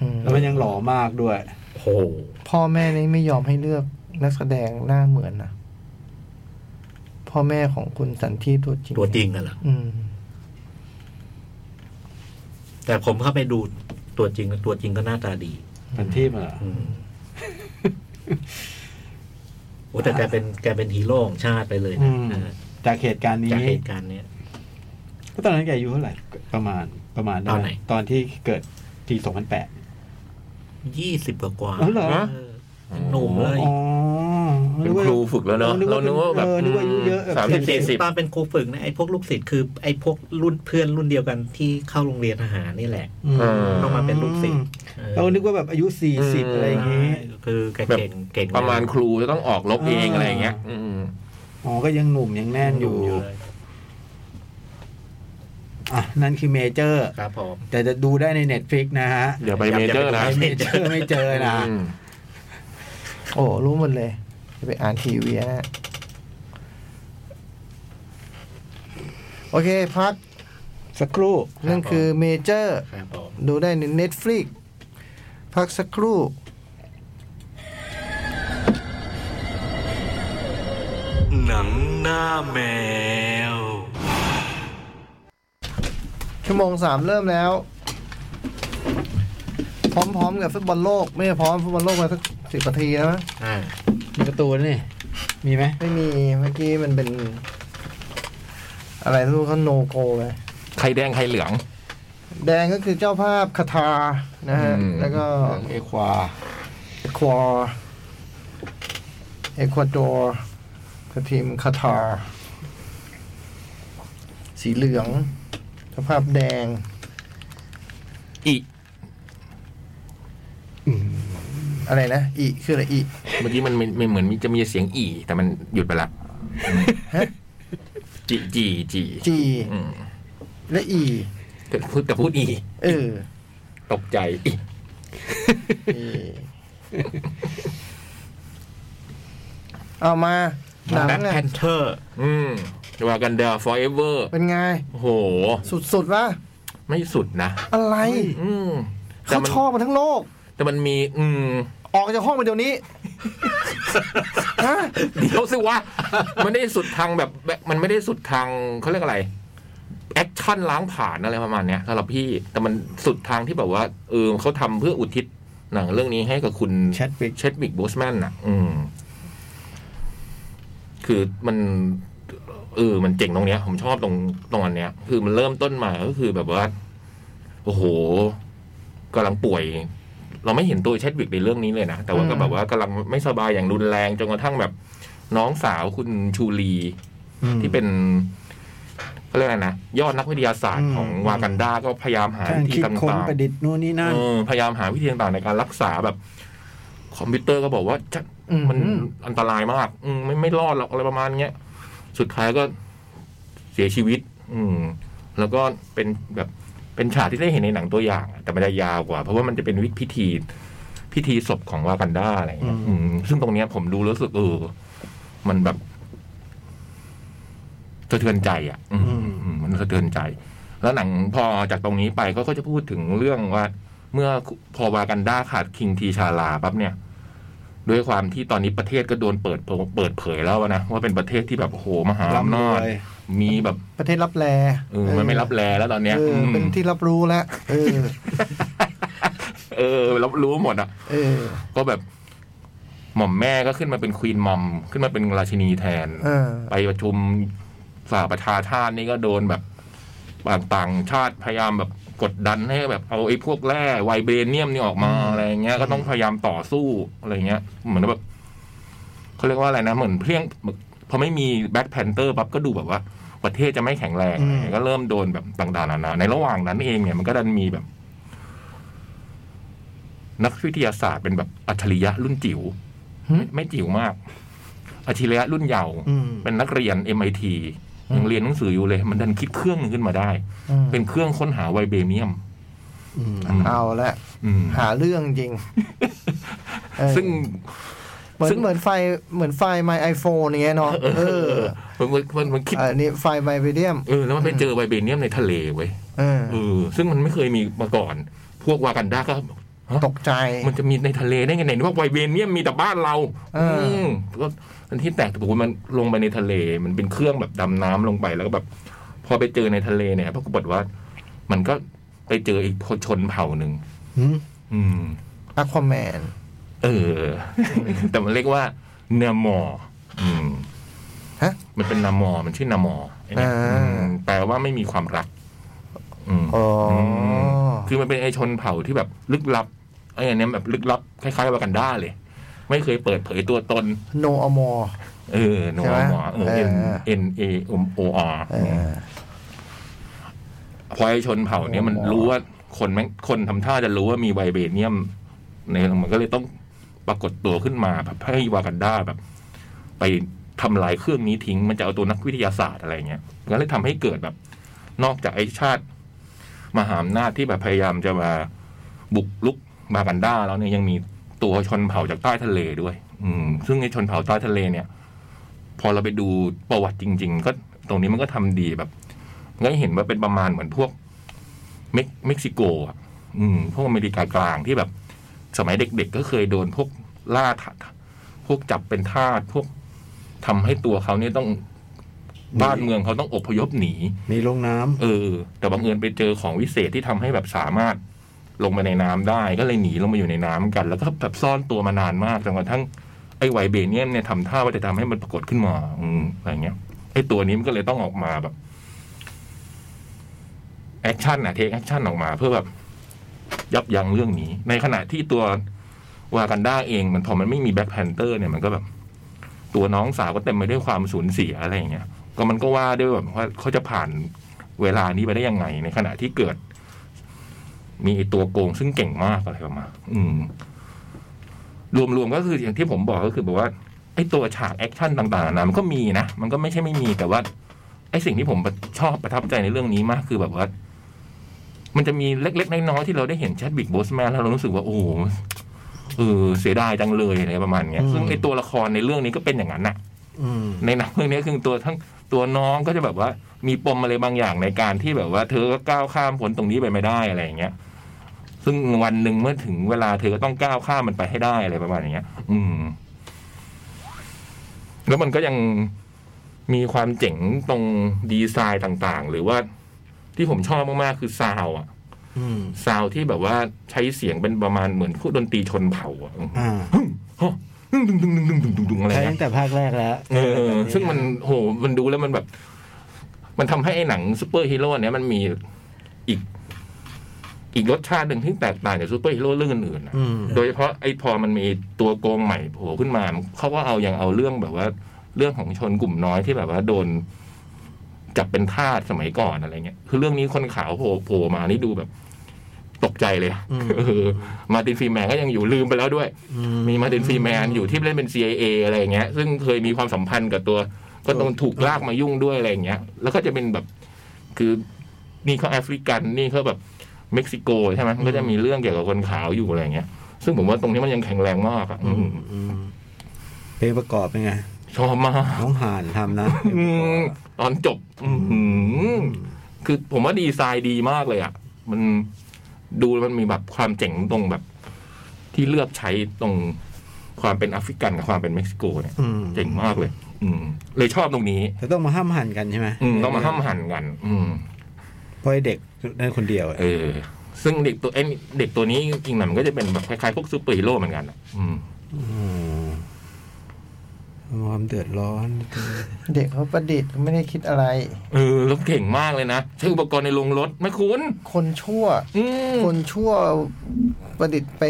อืม
แล้วมันยังหล่อมากด้วย
โอ้โห
พ่อแม่นี่ไม่ยอมให้เลือกนักแสดงหน้าเหมือนนะพ่อแม่ของคุณสันที่ตัวจริง
ตัวจริงกันเหรอ
อืม
แต่ผมเข้าไปดูตัวจริงตัวจริงก็หน้าตาดี
สันทีพเหรอ
อืม โอ้แต่แกเป็นแกเป็นฮีโร่ของชาติไปเลยนะเออ
จากเหตุการณ์
จาก
นี้
เหตุการณ์เนี้ย
ก็ตอนนั้นแกอายุเท่าไหร่ประมาณประมาณด้
ตอนไหน
ตอนที่เกิดปีสองพันแปด
ยี่สิบกว่ากว่า
อ๋อเหรอ
เออหนุ่มเลย
อ๋อ
เป็นครูฝึกแล้วเนอะเรานึกว่าแบบ
เออนึกว่าอายุเยอะ
สามสิบสี่สิบ
ตอนเป็นครูฝึกนะไอ้พวกลูกศิษย์คือไอ้พวกรุ่นเพื่อนรุ่นเดียวกันที่เข้าโรงเรียนทหารนี่แหละ
อืม
ต้องมาเป็นลูกศิษย์ออ
เรานึกว่าแบบอายุสี่สิบอะไรอย่างงี้
คือแกเก่งเก่ง
ประมาณครูจะต้องออกลบเองอะไรอย่างเงี้ย อืม
อ๋อ ก็ยังหนุ่มยังแน่น
อ
อยู่ ยู่อ่ะนั่นคือเมเจอร์
ครับผม
แต่จะดูได้ใน Netflix นะฮะ
เดี๋ยวไปเมเจอร์นะ
ไม่เมเจอร์ไม่เจอนะ
อืม
โอ้รู้หมดเลยจะไปอ่านทีวีนะโอเค พัก
สักครู่
นั่นคือเมเจอร์
ครับผม
ดูได้ใน Netflix พักสักครู่
หนังหน้าแมว
ชั่วโมงสามเริ่มแล้ว พร้อม ๆ กับฟุตบอลโลก ไม่ใช่พร้อมฟุตบอลโลกมาสักสิบนาทีแล้วมั้ง
อ่า
มีการะตูนนี่ มีไหม
ไม่มีเมื่อกี้มันเป็น อะไรไม่รู้เขาโนโกไป
ใครแดงใครเหลือง
แดงก็คือเจ้าภาพคาทานะฮะ
อืม
แล้วก็
เอควา
เอควาเอควาดอร์กับทีมคาทาร์สีเหลืองสภาพแดง
อี
อะไรนะ อีคืออะไรอี
เมื่อกี้มันมันมันเหมือนมีจะมีเสียงอีแต่มันหยุดไปละจีจีจี
จี
อืม
และอี
แต่พูดแต่พูดอี
เออ
ตกใจอี
อีเอามาหนัง
แบ็ค
อะ
แพนเทอร์
อืมวากันดา forever
เป็นไง
โอ้โห
สุดๆวะ
ไม่สุดนะ
อะไร
อืมแต่
เขา
มัน
ชอบมาทั้งโลก
แต่มันมี อืม
ออกจากห้องไปเดี๋ยว นี้ ฮะ
เดี๋ยวสิวะ มันไม่ได้สุดทางแบบแบบมันไม่ได้สุดทางเขาเรียกอะไร แอคชั่นล้างผ่านอะไรประมาณเนี้ยสำหรับพี่ แต่มันสุดทางที่แบบว่า เออเขาทำเพื่ออุทิศหนังเรื่องนี้ให้กับคุณ
Chadwick
เชดวิกบอสแมนน่ะ อืม คือมันเออมันเจ๋งตรงเนี้ย ผมชอบตรงตรงอันเนี้ย คือมันเริ่มต้นมาก็คือแบบว่า โอ้โหกำลังป่วย เราไม่เห็นตัวเชดวิกในเรื่องนี้เลยนะ แต่ว่าก็
อืม
แบบว่ากำลังไม่สบายอย่างรุนแรงจนกระทั่งแบบ น้องสาวคุณชูรี
อืม
ที่เป็นเขาเรียกอะไรนะยอดนักวิทยาศาสต
อื
ร์
ม
ของวากันดาก็พยายามหา
การ
วิธี
คิด
ต่
ค้น
าง
ประดิษฐ์นู่นนี่
ๆ
นั่น
เออพยายามหาวิธีต่างๆในการรักษาแบบ คอมพิวเตอร์ก็บอกว่าจะ
อืม
มันอันตรายมาก อืมไม่ไม่รอดหรอกอะไรประมาณเนี้ยสุดท้ายก็เสียชีวิต อืม แล้วก็เป็นแบบเป็นฉากที่ได้เห็นในหนังตัวอย่างอะแต่มันจะยาวกว่า เพราะว่ามันจะเป็นวิธีพิธี พิธีศพของวากันดาอะไรอย่างเงี้ย
อืม
อืมซึ่งตรงเนี้ยผมดูแล้วรู้สึกเออมันแบบสะเทือนใจอ่ะ อืมอืมมันสะเทือนใจ แล้วหนังพอจากตรงนี้ไปเขาก็จะพูดถึงเรื่องว่า เมื่อพอวากันดาขาดคิงทีชาลาปั๊บเนี่ย ด้วยความที่ตอนนี้ประเทศก็โดนเปิดเผยเปิดเผยแล้วนะว่าเป็นประเทศที่แบบโอ้โหมหาอำ
ร่ำร
นาจ
วย
มีแบบ
ประเทศรับแล
เออมันไม่รับแลแล้วตอนเนี้ย
เออ
ม
เป็นที่รับรู้แล้วเออ
เออรับรู้หมดอ่ะ
เออ
ก็แบบหม่อมแม่ก็ขึ้นมาเป็นควีนมอมขึ้นมาเป็นราชินีแทน
เออ
ไปประชุมสหประชาชาตินี่ก็โดนแบบต่างๆชาติพยายามแบบกดดันให้แบบเอาไอ้พวกแร่ไวเบรเนียมนี่ออกมาอะไรอย่างเงี้ยก็ต้องพยายามต่อสู้อะไรอย่างเงี้ย เหมือนแบบเขาเรียกว่าอะไรนะเหมือนเพลียงพอไม่มีแบ็คแพนเตอร์ปั๊บก็ดูแบบว่า ประเทศจะไม่แข็งแรง
อืม
ก็เริ่มโดนแบบต่างๆนานาในระหว่างนั้นเองเนี่ยมันก็ดันมีแบบ นักวิทยาศาสตร์เป็นแบบอัจฉริยะรุ่นจิ๋ว
หึ
ไม่ไม่จิ๋วมาก อัจฉริยะรุ่นเยาว์
อืม
เป็นนักเรียน MIT ยังเรียนหนังสืออยู่เลย มันดันคิดเครื่องหนึงขึ้นมาได้
อืม
เป็นเครื่องค้นหาไวเบรเนียม
อืม
ม
เอาละ
อืม
หาเรื่อง จริงเออ
ซึ่ง
เหมือ
ซึ่
น
ง
เหมือนไฟเหมือนไฟ my iPhone อย่างเงี้ยเนาะเออ
มันมันมันมันคิด
อันนี้ไฟ my v i d i u m
เออแล้วมันไปเจอไวเบรเนียมในทะเลเว้ย
เออ
เออซึ่งมันไม่เคยมีมาก่อน พวกวากันดาก็ฮะ
ตกใจ
มันจะมีในทะเลได้ไงไหนว่าไวเบรเนียมมีแต่บ้านเรา
เอออื
มก็อันที่แตกตัวมันลงไปในทะเล มันเป็นเครื่องแบบดำน้ำลงไปแล้วก็แบบ พอไปเจอในทะเลเนี่ยปรากฏว่า มันก็ไปเจออีกชนเผ่าหนึ่ง
อืม
อืม
อควาแมน
เออ แต่มันเรียกว่าเนามอร์อืม
ฮะ
มันเป็นนามอร์มันชื่อนามอร์ไอ้เนี่ย
อ่า
อืมแปลว่าไม่มีความรัก อืม
อ๋อ
มคือมันเป็นไอชนเผ่าที่แบบลึกลับไออันเนี้ยแบบลึกลับคล้ายๆวากันด้าเลย ไม่เคยเปิดเผยตัวตน
โนอมอ
เออโน
ใช่ไหม
มอร์เออ N
เออ
N A M O R
เออ
พอไอชนเผ่าเนี้ยมันรู้ว่าคนแม่งคนทำท่าจะรู้ว่ามีไวเบรเนียมในมันก็เลยต้องปรากฏตัวขึ้นมาแบบให้วากันดาแบบ ไปทำลายเครื่องนี้ทิ้ง มันจะเอาตัวนักวิทยาศาสตร์อะไรเงี้ยก็เลยทำให้เกิดแบบ นอกจากไอชาติ มหาอำนาจที่แบบพยายามจะมาบุกลุกวากันดาแล้วเนี่ยยังมีตัวชนเผ่าจากใต้ทะเลด้วย อืม ซึ่งไอชนเผ่าใต้ทะเลเนี่ย พอเราไปดูประวัติจริง ๆ ก็ตรงนี้มันก็ทำดีแบบก็เห็นว่าเป็นประมาณเหมือนพวก เม็กเม็กซิโกอ่ะ อืม พวกอเมริกากลางที่แบบ สมัยเด็กๆ ก็เคยโดนพวกล่าทาพวกจับเป็นทาส พวกทำให้ตัวเขาเนี่ยต้อง บ้านเมืองเขาต้องอพยพหนี
มีลงน้ำ
เออ แต่บังเอิญไปเจอของวิเศษที่ทำให้แบบสามารถลงไปในน้ำได้ ก็เลยหนีลงมาอยู่ในน้ำกัน แล้วก็แบบซ่อนตัวมานานมากจนกระทั่งไอ้ไวเบเนียมเนี่ยทำท่าว่าจะทำให้มันปรากฏขึ้นมา อืมอะไรเงี้ยไอ้ตัวนี้มันก็เลยต้องออกมาแบบแอคชั่นอะเทคแอคชั่นออกมาเพื่อแบบยับยั้งเรื่องนี้ ในขณะที่ตัววากันด้าเอง มันพอมันไม่มีแบ็คแพนเตอร์เนี่ยมันก็แบบ ตัวน้องสาวก็เต็มไปด้วยความสูญเสียอะไรอย่างเงี้ย ก็มันก็ว่าด้วยแบบว่าเขาจะผ่านเวลานี้ไปได้ยังไง ในขณะที่เกิด มีไอ้ตัวโกงซึ่งเก่งมากอะไรประมาณอืม รวมๆก็คืออย่างที่ผมบอกก็คือแบบว่าไอ้ตัวฉากแอคชั่นต่างๆนานะมันก็มีนะ มันก็ไม่ใช่ไม่มีแต่ว่า ไอ้สิ่งที่ผมชอบประทับใจในเรื่องนี้มากคือแบบว่า มันจะมีเล็กๆน้อยๆที่เราได้เห็นแชทบิกโบสแมนแล้วเรารู้สึกว่าโอ้โหเออเสียดายจังเลยอะไรประมาณเนี้ยซึ่งไอ้ตัวละครในเรื่องนี้ก็เป็นอย่างนั้นน่ะ
อืม
ในหนังเรื่องนี้คือตัวทั้งตัวน้องก็จะแบบว่า มีปมอะไรบางอย่างในการที่แบบว่า เธอก็ก้าวข้ามผลตรงนี้ไปไม่ได้อะไรอย่างเงี้ย ซึ่งวันหนึ่งเมื่อถึงเวลาเธอก็ต้องก้าวข้ามมันไปให้ได้อะไรประมาณอย่างเงี้ย อืม แล้วมันก็ยังมีความเจ๋งตรงดีไซน์ต่างๆ หรือว่าที่ผมชอบมากๆคือซาวด์อะ
อืม
ซาวด์ที่แบบว่าใช้เสียงเป็นประมาณเหมือนพวกดนตรีชนเผ่าอะ
อ่า
ดึงดึงดึงดึงดึงดึงดึงดึงอะไร
ใช้
เงี้ย
ตั้งแต่ภาคแรกแล้ว
เออซึ่งมันโหมันดูแล้วมันแบบ มันทำให้ไอ้หนังซูเปอร์ฮีโร่อันเนี้ยมันมีอีก อีกรสชาติหนึ่งที่แตกต่างจากซูเปอร์ฮีโร่เรื่องอื่นๆนะ
อืม
โดยเฉพาะไอ้พอมันมีตัวโกงใหม่โผล่ขึ้นมาเขาก็เอาอย่างเอาเรื่องแบบว่า เรื่องของชนกลุ่มน้อยที่แบบว่าโดนจับเป็นทาสสมัยก่อนอะไรเงี้ยคือเรื่องนี้คนขาวโผล่โผล่มานี่ดูแบบตกใจเลย
อืม
เออมาร์ตินฟรีแมนก็ยังอยู่ลืมไปแล้วด้วย มีมาร์ตินฟรีแมนอยู่ที่เล่นเป็น CIA อะไรอย่างเงี้ย ซึ่งเคยมีความสัมพันธ์กับตัว ก็ต้องถูกลากมายุ่งด้วยอะไรอย่างเงี้ย แล้วก็จะเป็นแบบ คือนี่เขาแอฟริกันนี่เขาแบบเม็กซิโกใช่ไหมมันก็จะมีเรื่องเกี่ยวกับคนขาวอยู่อะไรอย่างเงี้ย ซึ่งผมว่าตรงนี้มันยังแข็งแรงมากอ่ะอืม
อืมเพลงประกอบเป็นไง
ชอบมาก
น้องห่านทำนะ
อืมตอนจบ อือหือคือผมว่าดีไซน์ดีมากเลยอ่ะ มันดูแล้วมันมีแบบความเจ๋งตรงแบบ ที่เลือกใช้ตรงความเป็นแอฟริกันกับความเป็นเม็กซิโกเนี่ย
อืม
เจ๋งมากเลย อืม เลยชอบตรงนี้
จะต้องมาห้ามหันกันใช่ไหม
อืมต้องมาห้ามหันกัน อืม
เพราะไอ้เด็กนั่นคนเดียวอะ
เออ ซึ่งเด็กตัวเอ้ยเด็กตัวนี้จริงๆนะมันก็จะเป็นแบบคล้ายๆพวกซูเปอร์ฮีโร่เหมือนกันอะอืม
มความเดือดร้อน
เด็กเขาประดิษฐ์ไม่ได้คิดอะไร
เออแล้วเก่งมากเลยนะใช้อุปกรณ์ในโรงรถไม่คุ้น
คนชั่ว
อืม
คนชั่วประดิษฐ์ไป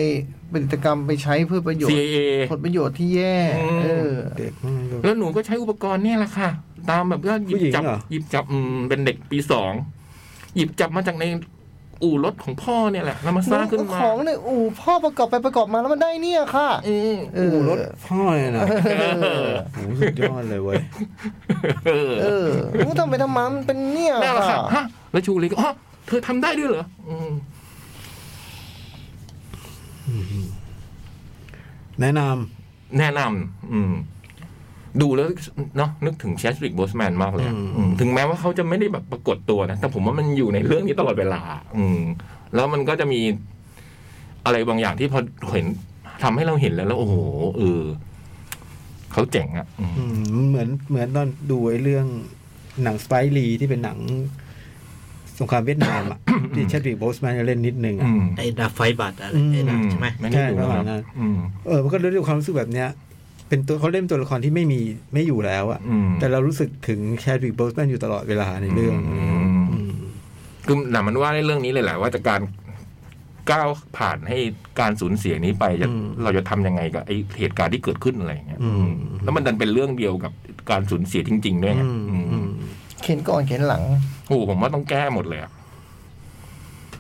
ประดิษฐกรรมไปใช้เพื่อประโยชน์
CIA
ผลประโยชน์ที่แย่
อืม
เออ
เด็กมันก็
แล้วหนูก็ใช้อุปกรณ์เนี่ยแหละค่ะ ตามแบบว่าหยิ
ผู้
บ
หญิง
จับ
เหรอ
หยิบจับอืมเป็นเด็กปีสองหยิบจับมาจากในอู่รถของพ่อเนี่ยแหละแล้วมาสร้างขึ้นมา
ของในอู่พ่อประกอบไปประกอบมาแล้วมันได้เนี่ยค่ะ
อืม
เออ
โอ้รถพ่อเลยนะโหสุดยอดเลยเว้ย
เออ
เออมึงทำไปทำมามันเป็นเนี่ย
นั่นแหละค่ะ
ค่ะ
ฮะแล้วชูเลยก็อ๋อเธอทำได้ด้วยเหรออืม
แนะน
แนะนำอืม ดูแล้วเนาะนึกถึงแชสริกโบสแมนมากเลยอะอืมถึงแม้ว่าเขาจะไม่ได้แบบปรากฏตัวนะ แต่ผมว่ามันอยู่ในเรื่องนี้ตลอดเวลา อืม แล้วมันก็จะมีอะไรบางอย่างที่พอเห็นทำให้เราเห็นแล้วแล้ว โอ้โหเออเขาเจ๋งอะ่ะ อืม
ำอืมเหมือนเหมือนตอนดูไอ้เรื่องหนังสไปรีที่เป็นหนัง สงครามเวียดนาม อ่ะ ที่แชดวิกโบสแมนเล่นนิดนึง
อื
อ่ะ
ม
ไอ้ดับไฟบัตรอะไร
อืม
ไอ้
อื
นั่นใช่ไหม
ไม่ได้ดู
ใช่ประมา
นะ
ณนั้น
อืม
เออมันก็ด้วยความรู้สึกแบบเนี้ย เป็นตัวเขาเล่นตัวละครที่ไม่มีไม่อยู่แล้วอ่ะ
อืม
แต่เรารู้สึกถึงแชดวิกโบสแมนอยู่ตลอดเวลาในเรื่อง
อืม
อืม
คือหนังมันว่าในเรื่องนี้เลยแหละว่าจากการก้าวผ่านให้การสูญเสียนี้ไปจะ
อืม
เราจะทำยังไงกับไอเหตุการณ์ที่เกิดขึ้นอะไรอย่างเงี้ย
อืม
อืมแล้วมันดันเป็นเรื่องเดียวกับการสูญเสียจริง ๆ ด้วยไง
อืม
อื
อื
ม
ม
เข็นก่อนเข็นหลัง
โอ้โหผมว่าต้องแก้หมดเลยอะ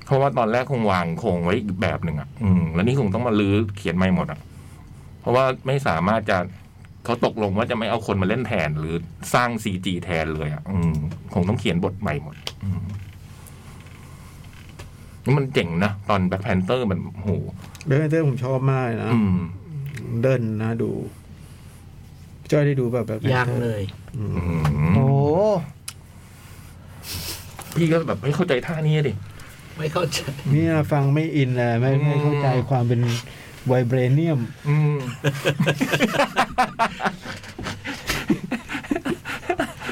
เพราะว่าตอนแรกคงวางโครงไว้อีกแบบหนึ่งอ่ะอืมแล้วนี่คงต้องมาลื้อเขียนใหม่หมดอ่ะเพราะว่าไม่สามารถจะเขาตกลงว่าจะไม่เอาคนมาเล่นแทน หรือสร้างซีจีแทนเลยอ่ะอืมคงต้องเขียนบทใหม่หมด อืมนี่มันเจ๋งนะ ตอนแบ็คแพนเตอร์มันโห
เดอร์เตอร์ผมชอบมากเลยนะ
อืม
เดินนะดู จ้อยได้ดูแบบแบบ
ยังเลย
อืม
โอ้
พี่ก็แบบไม่เข้าใจท่านี้ดิ
ไม่เข้าใจ
เนี่ยฟังไม่อินเลยไม่ไม่เข้าใจความเป็นไวเบรเนียม
อืม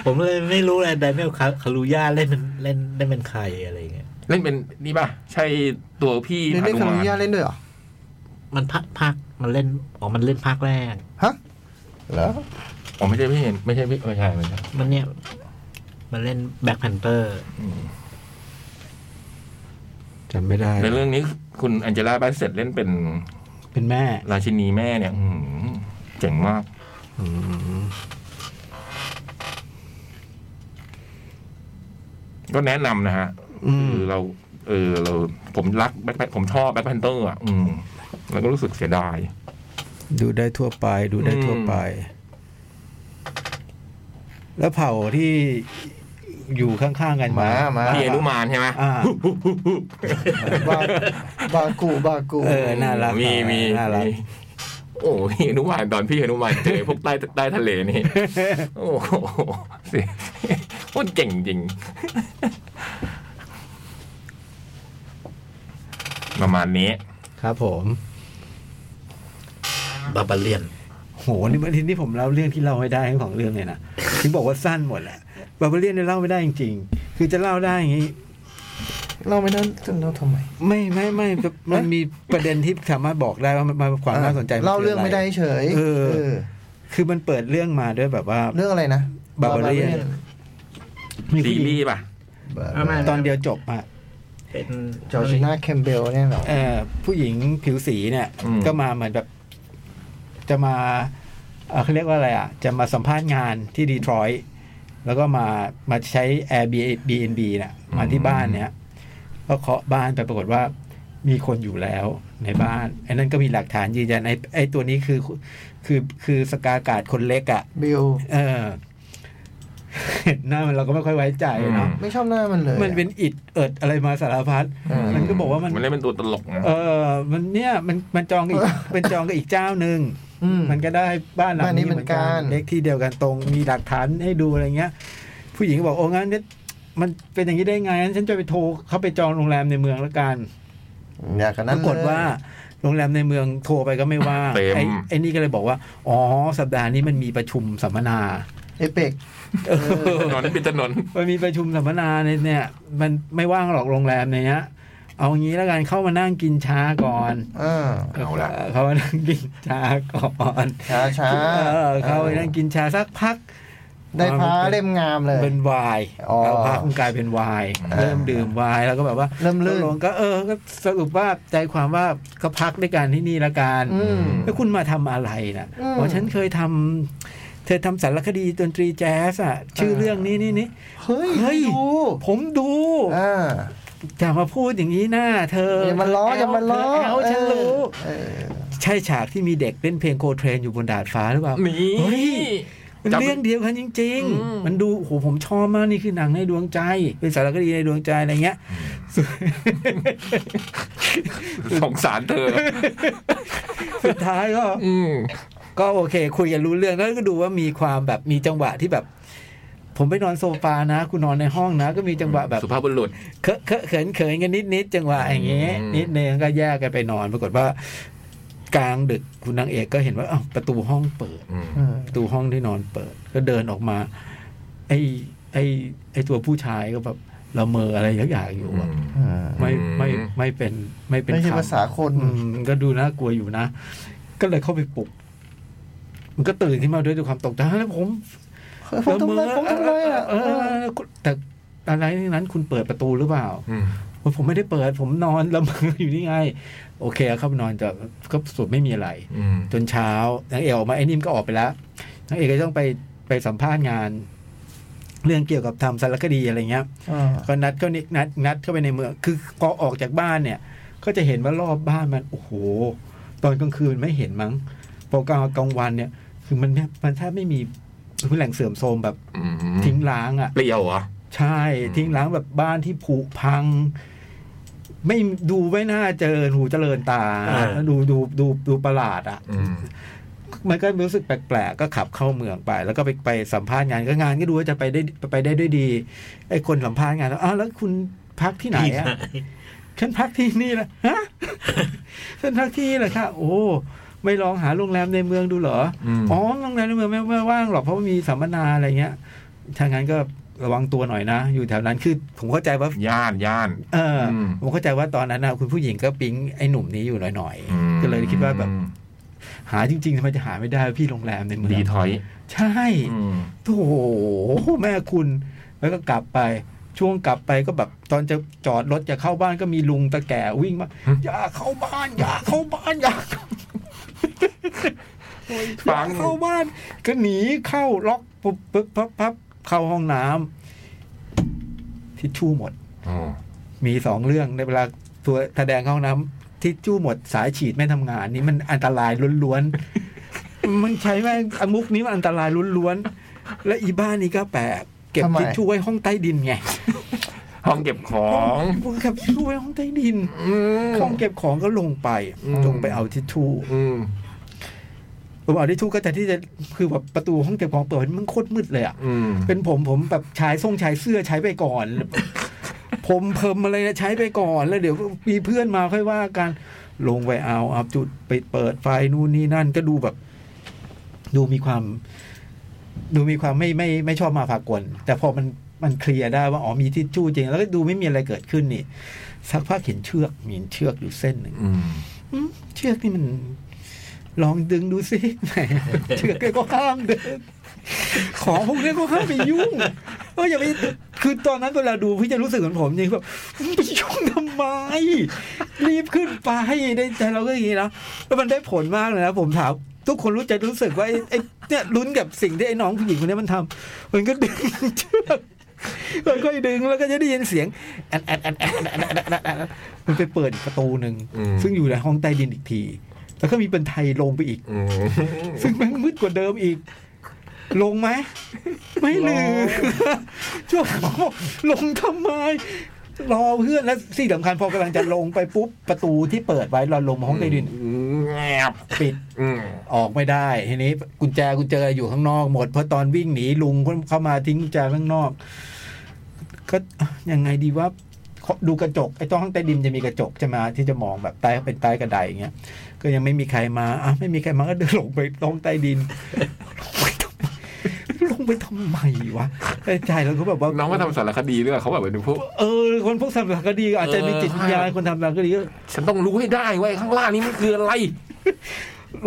ผมเลยไม่รู้เลยแดเนียลคารูย่าเล่นเป็นเล่นเล่นเป็นใครอะไรเงี้ย
เล่นเป็นนี่ป่ะ ใช่ตัวพี่
เล่น
ห
เล่น
นุ
คา
มาย
รุาน เล่นด้วยเหรอ
มันภาคภาคมันเล่นอ๋อมันเล่นภาคแรก
ฮะเหรอ
อ๋อไม่ใช่พี่เห็นไม่ใช่พี่ไม่ใช่ไม่ใช่
มันเนี่ย มันเล่นแบ็คแพนเตอร์
จำไม่ได้
ในเรื่องนี้คุณแองเจล่าบาสเซตเล่นเป็น
เป็นแม่
ราชินีแม่เนี่ย อื้อหือเจ๋งมาก ก็แนะนำนะฮะคือเรา เออ เราผมรักแบ็คผมชอบแบ็คแพนเตอร์อ่ะ อืมแล้วก็รู้สึกเสียดาย
ดูได้ทั่วไป ดูได้ทั่วไป แล้วเผ่าที่อยู่ข้างๆกัน
มามา
พี่อนุมานใช่ไหม
อ่า
บาบากูบากู
เออ น่ารัก
มีมี
น่ารัก
มีโอ้พี่อนุมานตอนพี่อนุมานเจอพวกใต้ใต้ทะเลนี่ โอ้โหเสิมันเจ๋งจริง ประมาณนี้
ครับผม
บาบาเลียน
โห นี่ทีนี้ผมเล่าเรื่องที่เล่าไม่ได้ทั้งสองเรื่องเลยนะ ถึงบอกว่าสั้นหมดแหละบาบาเลียนเนี่ยเล่าไม่ได้จริงๆ คือจะเล่าได้อย่างนี้
เราไม่นั้นเราทำไม
ไม่ไม่ไม่มันมีประเด็นที่สามารถบอกได้ว่ามันมันความน่าสนใจน
เล่า
คืะ
เรื่องไม่ได้เฉย
เออ
เออ
คือมันเปิดเรื่องมาด้วยแบบว่า
เรื่องอะไรนะ
Barbarian มี
ซี
ผู้หญิง
รีส์ป่ะ
ประมาณ
ตอนเดียวจบอ่ะ
เป็น
จอร์จิน่าแคมเบลเนี่ยเหรอ
เอ่อผู้หญิงผิวสีเนี่ย
อืม
ก็มาเหมือนแบบ จะมา เอ่อเขาเรียกว่าอะไรอ่ะ จะมาสัมภาษณ์งานที่ดีทรอยต์แล้วก็มามาใช้ Airbnb น่ะมาที่บ้านเนี้ยก็เคาะบ้านไปปรากฏว่ามีคนอยู่แล้วในบ้านไอ้นั่นก็มีหลักฐานยืนยันไอ้ไอ้ตัวนี้คือคือคือสกากาดคนเล็กอ่ะ
บิล
เออ เห็นหน้ามันเราก็ไม่ค่อยไว้ใจเนาะ
ไม่ชอบหน้ามันเลย
มันเป็นอิดเอิดอะไรมาสารพัด
เออ
มันก็บอกว่ามัน
มันเล่นเป็นตัวตลกนะ
เออ มันเนี่ยมันมันจองกับอีก เป็นจองกับอีกเจ้าหนึ่ง
อืม
มันก็ได้บ้านหลัง
บ้านนี้
นี้
เหมือนกัน
เล็กที่เดียวกันตรงมีหลักฐานให้ดูอะไรเงี้ย ผู้หญิงก็บอกโอ้งั้นเนี่ยมันเป็นอย่างนี้ได้ไงงั้นฉันจะไปโทรเขาไปจองโรงแรมในเมืองละกัน
อยากกัน
ป
นั้น
รากฏ
เลย
ว่าโรงแรมในเมืองโทรไปก็ไม่ว่าง
เต็ม
ไอ้ไอ้นี่ก็เลยบอกว่าอ๋อสัปดาห์นี้มันมีประชุมสัมมนา
เอเปก
ถนนปิดถนน
มันมีประชุมสัมมนาในเนี่ย มันไม่ว่างหรอกโรงแรมในเนี้ย เอางี้แล้วกันเข้ามานั่งกินช้าก่อน
อ่า
เอาละ
เข้ามานั่งกินช้าก่อน
ช้าช้า
เออเข้าไปนั่งกินช้าสักพัก
ได้พระเล่มงามเลย
เป็นวาย
อ๋อ
แล้วพระคงกลายเป็นวาย
อ่า
เริ่มดื่มวายแล้วก็แบบว่า
เริ่มลื่น
ตกงก็เออก็สรุปว่าใจความว่าก็พักด้วยกันที่นี่ละกัน
อืม
แล้วคุณมาทำอะไรนะ
อืม
บอกฉันเคยทำเธอทำสารคดีดนตรีแจ๊สอ่ะ ชื่อเรื่องนี้นี่นี่
เฮ้ย
เฮ้ย
ดู
ผมดู
อ่า
จะมาพูดอย่างนี้หน้าเธออย่
อามาล้อ
เธ
อย่ามาล้อ
เธอแอลฉัน
เออ
รู้
เออ
ใช่ฉากที่มีเด็กเล่นเพลงโคเทรนอยู่บนดาดฟ้าหรือเปล่า
นี่
เฮ้ย มัน
จำ
เรื่องเดียวกันจริง
อืม
ๆ มันดูโอ้โหผมชอบมากนี่คือหนังในดวงใจ เป็นสารคดีในดวงใจอะไรเงี้ยสุด
สงสารเธอ
สุดท้ายก็
อืม
ก็โอเค คุยกันรู้เรื่องแล้วก็ดูว่ามีความแบบมีจังหวะที่แบบ ผมไปนอนโซฟานะ คุณนอนในห้องนะ ก็มีจังหวะแบบ
สุภาพบุรุษ
เคอะเคอะเขินเขินกันนิดนิดๆจังหวะอย่างเงี้ย
อืม
นิดนึงก็แยกกันไปนอน ปรากฏว่ากลางดึกคุณนางเอกก็เห็นว่าอ้าวประตูห้องเปิด
อืม
เออ
ประตูห้องที่นอนเปิด ก็เดินออกมา ไอ้ไอ้ไอ้ตัวผู้ชายก็แบบละเมออะไรสักอย่างอยู่
อื
อะ
ม
อ่า
ไม่
อืม
ไม่ไม่เป็นไม่เป็น
ไม่ใช่
คำ
ภาษาคน
อืมก็ดูน่ากลัวอยู่นะ ก็เลยเข้าไปปลุก มันก็ตื่นขึ้นมาด้วยด้วยความตกใจแล้วผม
เฮ้ยผมทำอะไรผมทำอะไรอ่ะ
เออเออเออคุณแต่อะไรนั้นคุณเปิดประตูหรือเปล่า
อืม
ผมไม่ได้เปิด ผมน อนละเมออยู่นี่ไง โอเคเข้าไปนอนจะก็สุดไม่มีอะไร
อืม
จนเช้านางเอกออกมาไอ้นิ่มก็ออกไปแล้วนางเอกก็ต้องไปไปสัมภาษณ์งาน เรื่องเกี่ยวกับทำสารคดีอะไรเงี้ย
อ่า
ก็นัดเขานินัดนัดเข้าไปในเมืองคือพอออกจากบ้านเนี่ย ก็จะเห็นว่ารอบบ้านมันโอ้โห ตอนกลางคืนไม่เห็นมั้งพอกลางกลางวันเนี่ย คือมันเนี่ยมันแทบไม่มีแหล่งเสื่อมโทรมแบบ
อืม
ทิ้งร้างอ่ะ
เปรี้ยวเหรอ
ใช่ทิ้งร้างแบบบ้านที่ผุพัง ไม่ดูไม่น่าเจริญหูเจริญตา
อ่า
ดูดูดูดูประหลาดอ่ะ
อืม
มันก็รู้สึกแปลกๆ ก็ขับเข้าเมืองไป แล้วก็ไปไปสัมภาษณ์งานก็งานก็ดูว่าจะไปได้ไปได้ด้วยดีไอ้คนสัมภาษณ์งานแล้วอ้าวแล้วคุณพักที่ไหนอะฉันพักที่นี่แหละ ฮะ ฉันพักที่นี่แหละค่ะ โอ้ไม่ลองหาโรงแรมในเมืองดูเหรอ
อืม
อ๋อโรงแรมในเมืองไม่ไม่ว่างหรอกเพราะว่ามีสัมมนาอะไรเงี้ยถ้างั้นก็ระวังตัวหน่อยนะ อยู่แถวนั้นคือผมเข้าใจว่า
ย่านย่าน
เอออ
ม
ผมเข้าใจว่าตอนนั้นนะคุณผู้หญิงก็ปิ๊งไอ้หนุ่มนี้อยู่หน่อย
อืม
ๆก็เลยคิดว่าแบบหาจริงๆทำไมจะหาไม่ได้พี่โรงแรมในเมือง
ดีถอย
ใช่
อืม
โอ้โหแม่คุณ แล้วก็กลับไป ช่วงกลับไปก็แบบตอนจะจอดรถจะเข้าบ้านก็มีลุงตะแก่วิ่งมา อย่าเข้าบ้าน อย่าเข้าบ้าน อย่าอย่าเข้าบ้าน ก็หนีเข้าล็อกปุ๊บปุ๊บพับพับเข้าห้องน้ำทิชชู่หมด
อ๋อ
มีสองเรื่องในเวลาตัวแสดงเข้าห้องน้ำทิชชู่หมดสายฉีดไม่ทำงาน นี่มันอันตรายล้วนๆ มันใช้แม่งอ่ะมุกนี้มันอันตรายล้วนๆ และอีบ้านนี้ก็แปลกเก็บทิชชู่ไว้ห้องใต้ดินไง
ห้องเก็บของ
เก็บทิชชู่ไว้ห้องใต้ดิน
อืม
ห้องเก็บของก็ลงไป
อืม
ลงไปเอาทิชชู่
อืม
ผมเอาทิชชู่ก็แต่ที่จะคือแบบประตูห้องเก็บของเปิดมันโคตรมืดเลยอ่ะ
อืม
เป็นผมผมแบบชายส่งชายเสื้อใช้ไปก่อน ผมเพิ่มอะไรนะใช้ไปก่อนแล้วเดี๋ยวมีเพื่อนมาค่อยว่ากันลงไปเอาเอาจุดไปเปิดไฟนู่นนี่นั่นก็ดูแบบ ดูมีความ ดูมีความไม่ไม่ไม่ชอบมาพากลแต่พอมันมันเคลียร์ได้ว่าอ๋อมีทิชชู่จริง แล้วก็ดูไม่มีอะไรเกิดขึ้นนี่ สักพักเห็นเชือกมีเชือกอยู่เส้นหนึ่ง
อืม
อืมเชือกนี่มัน ลองดึงดูสิแหมเชือกเนี่ยก็ห้ามดึงของพวกเนี้ยก็ห้ามไปยุ่งก็อย่าไปคือตอนนั้นเวลาดูพี่จะรู้สึกเหมือนผมจริงแบบไปยุ่งทำไม รีบขึ้นไปได้แต่เราก็อย่างนี้นะแล้วมันได้ผลมากเลยนะผมถาม ทุกคนรู้ใจรู้สึกว่าไอ้ไอ้เนี่ยลุ้นกับสิ่งที่ไอ้น้องผู้หญิงคนนี้มันทำมันก็ดึงเชือกมันก็ดึงแล้วก็จะได้ยินเสียงแอนแอนแอนแอนแอนแอนแอนแอนแอนมันไปเปิดอีกประตูหนึ่ง
อืม
ซึ่งอยู่ในห้องใต้ดินอีกที แล้วก็มีเป็นไทยลงไปอีก
อืม
ซึ่งแมันมืดกว่าเดิมอีก ลงไหม ไม่ลืมช่วงบอกลงทำไม รอเพื่อนแล้วสิ่งสำคัญพอกำลังจะลงไปปุ๊บ ประตูที่เปิดไว้เราลงมาห้องใต้ดิน
แงบ
ปิด
อืม
ออกไม่ได้ ทีนี้ กุญแจกุญแจอยู่ข้างนอกหมดเพราะตอนวิ่งหนีลุงเข้ามาทิ้งกุญแจข้างนอก ก็ยังไงดีว่าดูกระจกไอ้ต้องห้องใต้ดินจะมีกระจกใช่ไหมที่จะมองแบบใต้เป็นใต้กระไดอย่างเงี้ย ก็ยังไม่มีใครมาอ่ะไม่มีใครมาก็เดินลงไปลงใต้ดิน ลงไปทำไมวะไอ้ใจเราก็แบบว่า
น้องก็ทำสารคดีด้วยเขาแบบเป็นพวก
เออ คนพวกทำสารคดีอาจจะมีจิตวิญญาณ
เออ
คนทำสารคดีก็
ฉันต้องรู้ให้ได้ว่าไอ้ข้างล่างนี้มันคืออะไร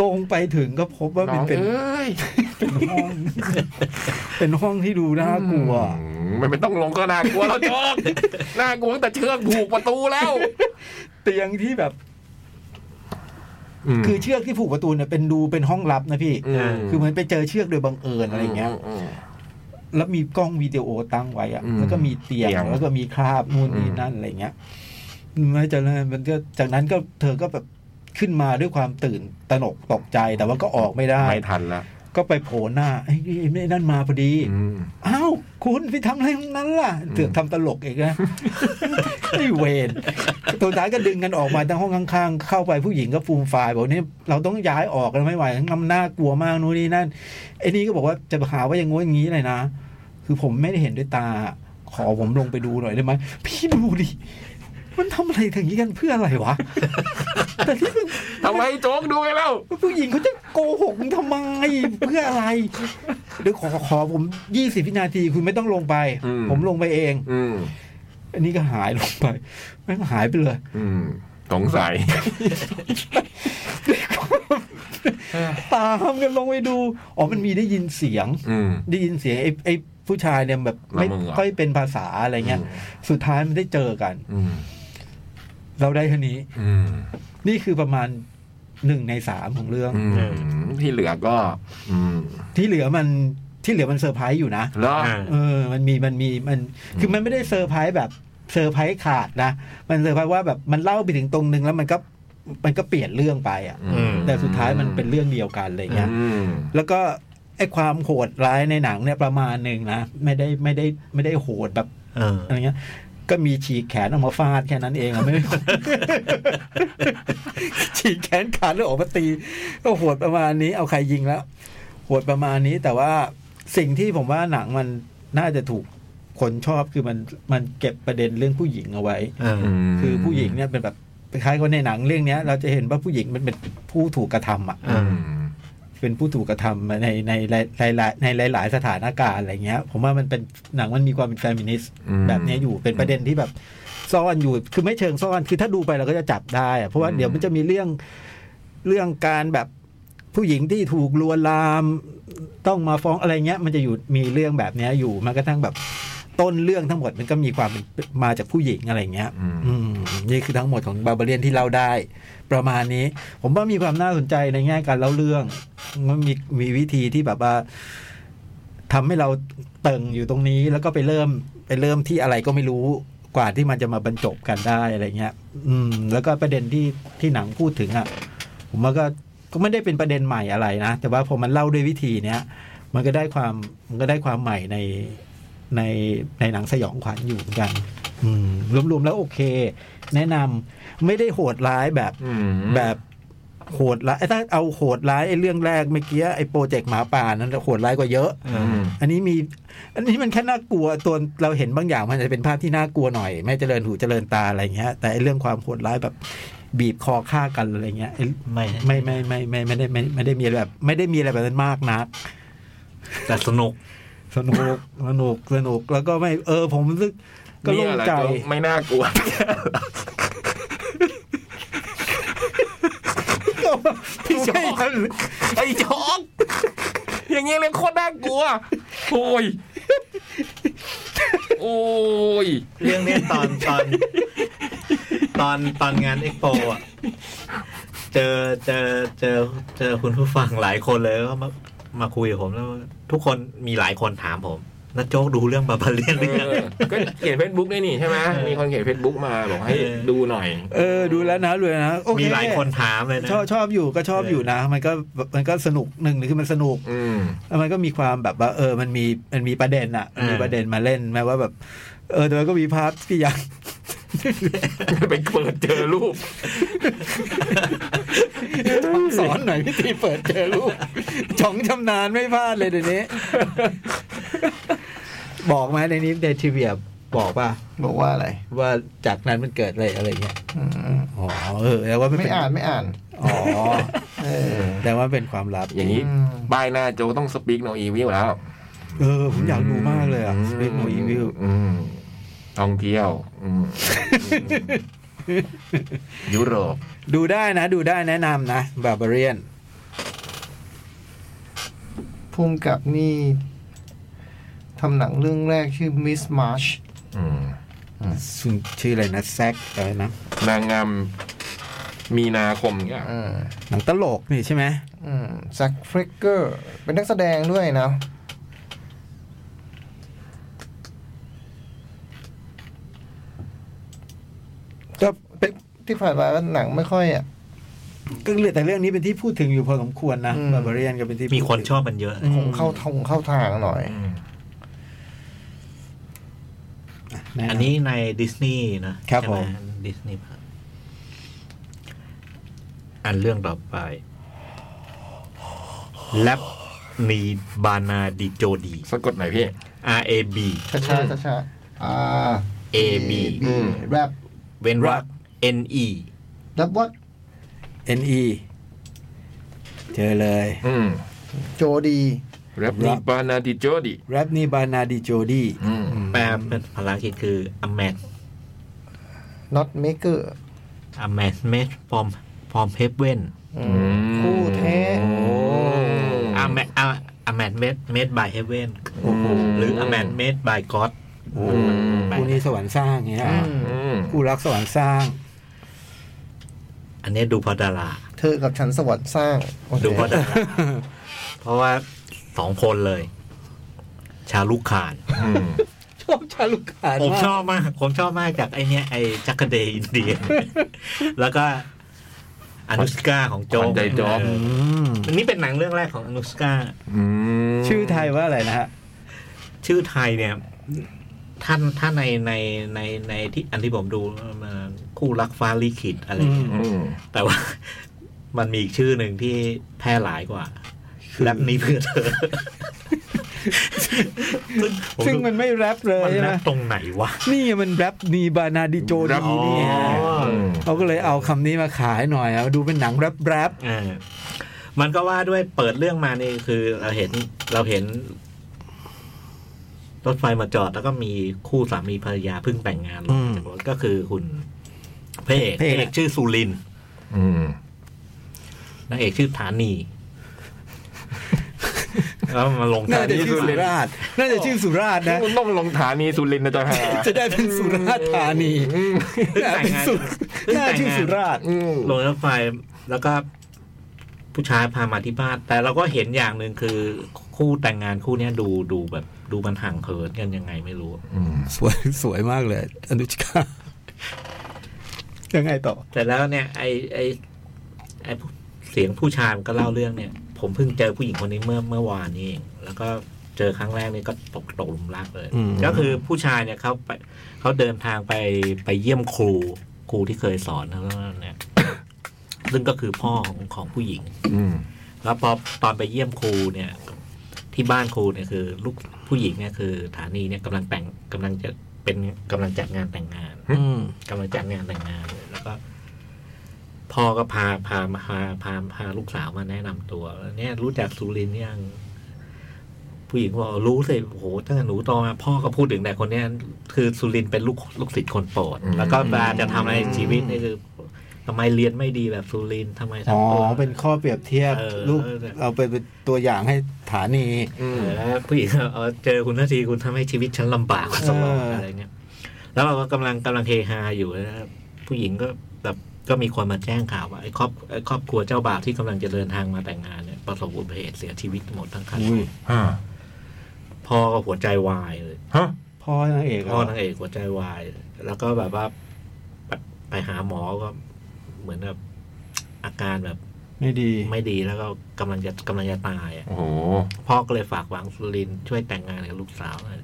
ลงไปถึงก็พบว่า
น้
มั
อน ง
เป็น
เอ้ย
เป็นห้อง เป็นห้องที่ดูน่ากลัว
อืมมันไม่ต้องลงก็น่ากลัวแล้วจอกน่ากลัวตั้งแต่เชือกผูกประตูแล้ว
เตียงที่แบบ
ม
คือเชือกที่ผูกประตูเนี่ยเป็นดูเป็นห้องลับนะพี่
ม
คือเหมันไปเจอเชือกโดยบังเอิญอะไรอย่างเงี้ย
อืม
แล้วมีกล้องวิดีโอตั้งไว้อะ
อืม
แล้วก็มีเตียง
เตียง
แล้วก็มีคราบนู่นนี่
อืม
นั่นอะไรเงี้ยไม่เจอแล้วมันก็จากนั้นก็เธอก็แบบขึ้นมาด้วยความตื่นตระหนกตกใจแต่ว่าก็ออกไม่ได้
ไม่ทันละ
ก็ไปโผล่หน้าไอ้ไอ้นั่นมาพอดี
อืม
อ้าว คุณไปทำอะไรตรงนั้นล่ะเถือกทำตลกอีก นะ ไอ้เวรตัวท้ายก็ดึงกันออกมาทางห้องข้างๆ เข้าไปผู้หญิงก็ฟูมฟายบอกนี่เราต้องย้ายออกกันไม่ไหวน้ำหน้ากลัวมากนู่นนี่นั่นไอ้นี่ก็บอกว่าจะหาว่าอย่างงู้นอย่างนี้เลยนะ คือผมไม่ได้เห็นด้วยตา ขอผมลงไปดูหน่อยได้ไหมพี่ดูดิ มันทำอะไรถึงนี้กันเพื่ออะไรวะ แต่ที่มัน
ทำไมโจ๊กดูไงเล่า
ผู้หญิงเขาจะโกหกมึงทำไมเพื่ออะไรเดี๋ยวขอขอผมยี่สิบวินาทีคุณไม่ต้องลงไป ผมลงไปเอง
อืม
อันนี้ก็หายลงไปแม่งหายไปเลย
อืมสงสัย
ตามกันลงไปดูอ๋อมันมีได้ยินเสียง
อืม
ได้ยินเสียงไอ้ไอ้ผู้ชายเนี่ยแบบไม่
ละเมอ
ค่อยเป็นภาษาอะไรเงี้ยสุดท้ายมันได้เจอกัน
อืม
เราได้เท่านี้
อืม
นี่คือประมาณหนึ่งในสามของเรื่อง
อืมที่เหลือก็ อืม
ที่เหลือมันที่เหลือมันเซอร์ไพรส์อยู่นะ
แล้ว
อ่า
เออ มันมี มันมี มัน คือมันไม่ได้เซอร์ไพรส์แบบเซอร์ไพรส์ขาดนะ มันเซอร์ไพรส์ว่าแบบมันเล่าไปถึงตรงนึงแล้วมันก็ มันก็เปลี่ยนเรื่องไปอ่ะ
อืม
แต่สุดท้ายมันเป็นเรื่องเดียวกันอะไรเงี้ย
อืม
แล้วก็ไอความโหดร้ายในหนังเนี่ยประมาณหนึ่งนะ ไม่ได้ ไม่ได้ ไม่ได้โหดแบบ
เออ
อะไรเงี้ย ก็มีฉีกแขนออกมาฟาดแค่นั้น เองอะไม่ ฉีกแขนขาดแล้วออกมาตี ก็โหดประมาณนี้ เอาใครยิงแล้ว โหดประมาณนี้แต่ว่าสิ่งที่ผมว่าหนังมันน่าจะถูกคนชอบคือมันมันเก็บประเด็นเรื่องผู้หญิงเอาไว้
เออ
คือผู้หญิงเนี่ยเป็นแบบคล้ายๆกับในหนังเรื่องเนี้ย เราจะเห็นว่าผู้หญิงมันเป็นผู้ถูกกระทำอ่ะ
อืม
เป็นผู้ถูกกระทำในในในหลายๆในหลาย ๆ สถานการณ์อะไรเงี้ย ผมว่ามันเป็นหนังมันมีความเป็นแฟมินิสต์
อืม
แบบเนี้ยอยู่เป็นประเด็นที่แบบซ่อนอยู่คือไม่เชิงซ่อนคือถ้าดูไปเราก็จะจับได้อะเพราะว่าเดี๋ยวมันจะมีเรื่องเรื่องการแบบผู้หญิงที่ถูกลวนลาม ต้องมาฟ้องอะไรเงี้ย มันจะอยู่มีเรื่องแบบเนี้ยอยู่แม้กระทั่งแบบต้นเรื่องทั้งหมดมันก็มีความเป็นมาจากผู้หญิงอะไรเงี้ย
อืม
อืมนี่คือทั้งหมดของบาบาเลียนที่เล่าได้ ประมาณนี้ ผมว่ามีความน่าสนใจในแง่การเล่าเรื่องมันมีมีวิธีที่แบบว่าทำให้เราเติ่งอยู่ตรงนี้ แล้วก็ไปเริ่มไปเริ่มที่อะไรก็ไม่รู้กว่าที่มันจะมาบรรจบกันได้อะไรเงี้ย อืม แล้วก็ประเด็นที่ที่หนังพูดถึงอะ่ะ ผมว่าก็ก็ไม่ได้เป็นประเด็นใหม่อะไรนะแต่ว่าพอมันเล่าด้วยวิธีเนี้ยมันก็ได้ความมันก็ได้ความใหม่ในในในหนังสยองขวัญอยู่เหมือนกัน อืมรวมๆแล้วโอเค แนะนำไม่ได้โหดร้ายแบบ
อืม
แบบโหดร้ายถ้าเอาโหดร้ายไอ้เรื่องแรกเมื่อกี้ไอ้โปรเจกต์หมาป่านั้นโหดร้ายกว่าเยอะ
อืม
อันนี้มี อันนี้มันแค่น่ากลัวตัวเราเห็นบางอย่างมันอาจจะเป็นภาพที่น่ากลัวหน่อย ไม่เจริญหูเจริญตาอะไรเงี้ย แต่ไอ้เรื่องความโหดร้ายแบบบีบคอฆ่ากันอะไรเงี้ยไอ้
ไม่
ไม่ไม่ไม่ไม่ไม่ได้ไม่ไม่ได้มีอะไรแบบ ไม่ได้มีอะไรแบบนั้นมากนัก
แต่สนุก
สนุก สนุกสนุกแล้วก็ไม่เออ ผมรู้สึกก็โล่
เนี่ย
ง
แหละ
ใจ
ก็ไม่ น่ากลัว
พี่ใช่ครับ
ไอ้จอกอย่างเงี้ยเลยโคตรน่ากลัว โอ้ย โอ้ย
เรื่องเนี้ยตอนตอน ตอนตอนงานเอ็กโปอ่ะ เจ เจอเจอเจอเจอคุณผู้ฟังหลายคนเลยก็มามาคุยกับผมแล้ว ทุกคนมีหลายคนถามผมนัทโจ๊กดูเรื่องบาบาเลียนหรือยัง
เออก็เขียนเฟซบุ๊กได้นี่ใช่ไหมมีคนเขียนเฟซบุ๊กมาบอกให้
เออ
ดูหน่อย
เออดูแล้วนะดูแล้วนะโอเค
มีหลายคนถามเลยนะ
ชอบชอบอยู่ก็ชอบ
เออ
อ
อ
ยู่นะ มันก็มันก็สนุกหนึ่งคือมันสนุก
อืม
แล้วมันก็มีความแบบว่าเออมันมีมันมีประเด็นอะมันมีประเด็นมาเล่นแม้ว่าแบบ เออแต่มันก็มีภาพที่ยัง
ไปเปิดเจอรูป
จ้องสอนหน่อยพี่ตีเปิดเจอลูกจ้องชำนาญไม่พลาดเลยเดี๋ยวนี้ บอกไหมในนี้เดทิเวียบอกป่ะ
บอกว่าอะไร
ว่าจากนั้นมันเกิดอะไรอะไรเงี้ย
อืม
อ๋อเออแล้วว่าไม่
ไม่
เป็น
อ่านไม่อ่าน
อ๋อ
เออ
แต่ว่าเป็นความลับ
อย่างนี้ป้ายหน้าโจต้องสปีกโนอีวิวแล้ว
เออผมอยากดูมากเลยอ่ะสเปนโนอีวิว
อืมท่องเที่ยวอืมยุโรป
ดูได้นะ ดูได้แนะนำนะบาบาเรียน
พุ่มกับนี่ทำหนังเรื่องแรกชื่อ Miss March
อืม
ชื่ออะไรนะแซกอะไรนะ
นางงามมีนาคมเนี่ย
อืม
หนังตลกนี่ใช่ไหม
อืมแซ็กเฟรกเกอร์เป็นนักแสดงด้วยนะ
ก็
เป็นที่ผ่านมาก็หนังไม่ค่อยอ่ะ
ก็เหลือแต่เรื่องนี้เป็นที่พูดถึงอยู่พอสมควรนะ
อืม
บาบาเรียนก็เป็นที่
มีคน
พูดถึง
ชอบมันเยอะ
อืม
คงเข้าทงเข้าทางหน่อย
อืม
แะำ
อันนี้ในดิสนีย์นะครับ ใช่ไห
ผม
ดิสนีย์อันเรื่องต่อไปแลบนีบานาดิโจดี
สะกดหน่อยพี่
R A B
ช้าๆช้าๆอ่า
A B
อืม
แรป
เว้นวรรค N E
แรปว่า
NE เจอเลย
อืม
โจดี
แรปนี้บานาดิโจดิ
แรปนี่บานาดิโจดี
อืม
แปลเป็นภาษาอังกฤษคือ a man
น็อตเมเกอร์
a man made from from heaven
คู่แท้
อืม
a man a a man made made by heaven หรือ a man made by God
ม
คู่นี้สวรรค์สร้างเงี้ยเหรออ
อืม
คู่รักสวรรค์สร้าง
อันนี้ดูเพอดารา
เธอกับฉันสวรรค์สร้างโอเค
ดูเพราะดาราเพราะว่าสองคนเลย ชาลูกขาน
อืม
ชอบชาลูกขาน
ผม
มาก
ชอบมาก ผมชอบมากจากไอเนี้ยไอจักรเดย์อินเดีย แล้วก็อนุสกาของโจ
ขวัญใจโจ๊ก
เออ
อืม
อันนี้เป็นหนังเรื่องแรกของอนุสกา
อืม
ชื่อไทยว่าอะไรนะฮะ
ชื่อไทยเนี่ย ท่านถ้าในในในในที่อันที่ผมดูมาคู่รักฟ้าลิขิตอะไรเงี้ย
อืม
แต่ว่า มันมีอีกชื่อหนึ่งที่แพร่หลายกว่า
คือ
แรปนี้เพื่อเธอผ
ซึ่ง
ดู
มันไม่แรปเลย
มัน
ใช่ไห
นั
ม
บตรงไหนวะ
นี่ไงมันแรปนีบานาดิโจ
แร
ดี
ป
นี่ไง
อ๋อ
ม
เขาก็เลยเอาคำนี้มาขายหน่อยอะดูเป็นหนังแรปแรป
เออมันก็ว่าด้วยเปิดเรื่องมานี่คือเราเห็นเราเห็น รถไฟมาจอดแล้วก็มีคู่สามีภรรยาเพิ่งแต่งงานลงจากรถก็คือคุณพระเอกพระเอกชื่อสุรินทร์
อืม
นางเอกชื่อฐา นี แล้วมาลง
น่าจะ
นี่
ชื่อ
สุ
สุ
รินทร์
ราษฎร์น่าจะชื่อสุราษฎร์นะ
มันต้องลงฐานีสุรินทร์นะจ๊ะฮะ
จะได้เป็นสุราษฎร์ธานี
เพิ่ง
น่า
แต่ง
เป็น
งาน
สุ
เพิ่ง
น่า
แต่ง
ชื่อง
น
สุราษฎร์
อืม
ลงรถไฟแล้วก็ผู้ชายพามาที่บ้าน แต่เราก็เห็นอย่างหนึ่งคือคู่แต่งงานคู่เนี้ยดูดูแบบดูมันห่างเหินกันยังไงไม่รู้
อืม
สวยสวยมากเลย อนุชิกายังไงต่อ
แต่แล้วเนี่ยไอไอไอผู้เสียงผู้ชายมันก็เล่าเรื่องเนี่ย ผมเพิ่งเจอผู้หญิงคนนี้เมื่อเมื่อวานนี้เองแล้วก็เจอครั้งแรกนี่ก็ตกตกหลุมรักเลย
อืม
ก็คือผู้ชายเนี่ยเขาไปเขาเดินทางไปไปเยี่ยมครูครูที่เคยสอนนะแล้วเนี่ย ซึ่งก็คือพ่อของของผู้หญิง
อืม
แล้วพอตอนไปเยี่ยมครูเนี่ย ที่บ้านครูเนี่ยคือ ลูกผู้หญิงเนี่ยคือฐานีเนี่ยกำลังแต่งกำลังจะเป็นกำลังจัดงานแต่งงาน
อืม
กำลังจัดงานแต่งงานเลยแล้วก็พ่อก็พาพาพาพาพาลูกสาวมาแนะนำตัวแล้วเนี่ยรู้จักสุรินทร์ยังผู้หญิงบอกรู้สิโอ้โหตั้งแต่หนูโตมาพ่อก็พูดถึงแต่คนเนี้ยคือสุรินทร์เป็นลูกลูกศิษย์คนโปรด
อืม
แล้วก็เวลาจะทำอะไรในชีวิตนี่คือทำไมเรียนไม่ดีแบบสุรินทร์ทำไม
อ๋อ
ทำตัว
เป็นข้อเปรียบเทียบ
เออ
ลูก
เออ
เอาไปเป็นตัวอย่างให้ฐานี
อืม
แล้วผู้หญิงก็เอาเจอคุณทันทีคุณทำให้ชีวิตฉันลำบากมาตลอด
เอออ
อะไรเงี้ย แล้วเราก็กำลังกำลังเฮฮาอยู่นะผู้หญิงก็แบบ ก็มีคนมาแจ้งข่าวว่าไอ้ครอบไอ้ครอบครัวเจ้าบ่าวที่กำลังจะเดินทางมาแต่งงานเนี่ยประสบอุบัติเหตุเสียชีวิตหมดทั้งคัน
อุ้ย
อ่า
พ่อก็หัวใจวายเลย
ฮะ
พ่อนางเอกเหร
พ่อนางเอกหัวใจวาย แล้วก็แบบว่าไปไปหาหมอก็เหมือนแบบอาการแบบ
ไม่ดี
ไม่ดีแล้วก็กำลังจะกำลังจะตายอะ
โอ้โห
พ่อก็เลยฝากหวังสุรินทร์ช่วยแต่งงานกับลูกสาวหน่อย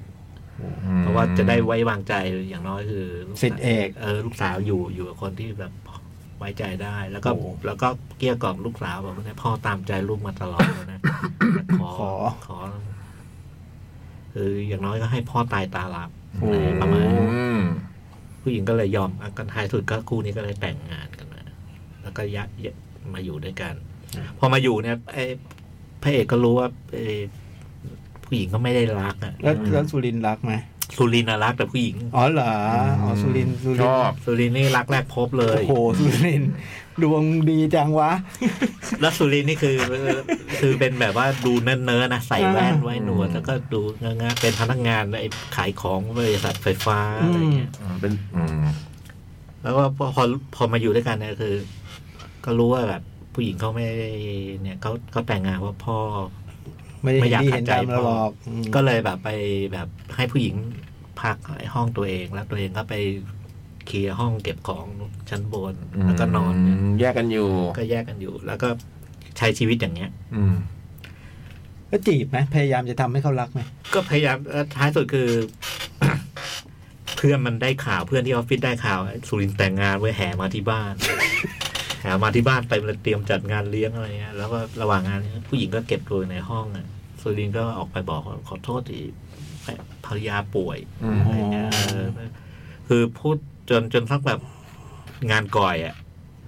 อืม
เพราะว่าจะได้ไว้วางใจอย่างน้อยคือลูสาว
สิทธิเอก
เออลูกสาวอยู่อยู่กับคนที่แบบไว้ใจได้ แล้วก็
โอ้
แล้วก็เกลี้ยกล่อมลูกสาวแบบว่าเนี่ยพ่อตามใจลูกมาตลอด แล้วนะแต่ขอ
ขอ
ขอคืออย่างน้อยก็ให้พ่อตายตาหลับ
โอ้
อะไรประมาณนี้
อืม
ผู้หญิงก็เลยยอมอ่ะกันท้ายสุดก็คู่นี้ก็เลยแต่งงานกันมาแล้วก็ยะยะมาอยู่ด้วยกัน พอมาอยู่เนี่ยไอ้พระเอกก็รู้ว่าไอ้ผู้หญิงก็ไม่ได้รักอ่ะ
แล้วแล้วสุรินทร์รักไหม
สุรินทร์น่ะรักแต่ผู้หญิง
อ๋อเหรออ๋อสุรินทร์สุริ
ช
นท
อ
ร์
บ
สุรินทร์นี่รักแรกพบเล
โอ้
ย
โหสุรินทร์ดวงดีจังวะ
แล้วสุรินทร์นี่คือ คือเป็นแบบว่าดูเนินๆนะใส่แว่น
อ่า
ไว้หนวดแล้วก็ดูงะๆเป็นพนักงานไอ้ขายของบริษัทไฟฟ้าอะไรเงี้ย
อืมเป็นอืม
แล้วก็พอพอพอมาอยู่ด้วยกันเนี่ยคือ ก็รู้ว่าแบบผู้หญิงเขาไม่ได้เนี่ยเขาเขาแต่งงานว่าะพ่อ
ไม่ได้
ไม่อยาก
เห็นดี
ขั
เห็
ด
น
ใจ
ดำ
พ่อ
เราหรอกอืม
ก็เลยแบบไปแบบให้ผู้หญิงพักไอ้ห้องตัวเอง แล้วตัวเองก็ไปเคลียร์ห้องเก็บของชั้นบนแล้วก็นอนเนี่ย
แยกกันอยู่
ก็แยกกันอยู่ แล้วก็ใช้ชีวิตอย่างเงี้ย
อืม
ก็จีบไหมพยายามจะทำให้เขารักไหม
ก็พยายามเอ่อท้ายสุดคือ เพื่อนมันได้ข่าวเพื่อนที่ออฟฟิศได้ข่าวสุรินทร์แต่งงานไว้ยแห่มาที่ บ้าน แห่มาที่บ้านเต็มเลยเตรียมจัดงานเลี้ยงอะไรเงี้ยแล้วก็ระหว่างงานเนี่ยผู้หญิงก็เก็บตัวอยู่ในห้องอ่ะสุรินทร์ก็ออกไปบอกว่าขอโทษที่ภรรยาป่วย
อืม
อะไรเงี้ยเออคือพูดจนจนสักแบบงานก่อยอ่ะ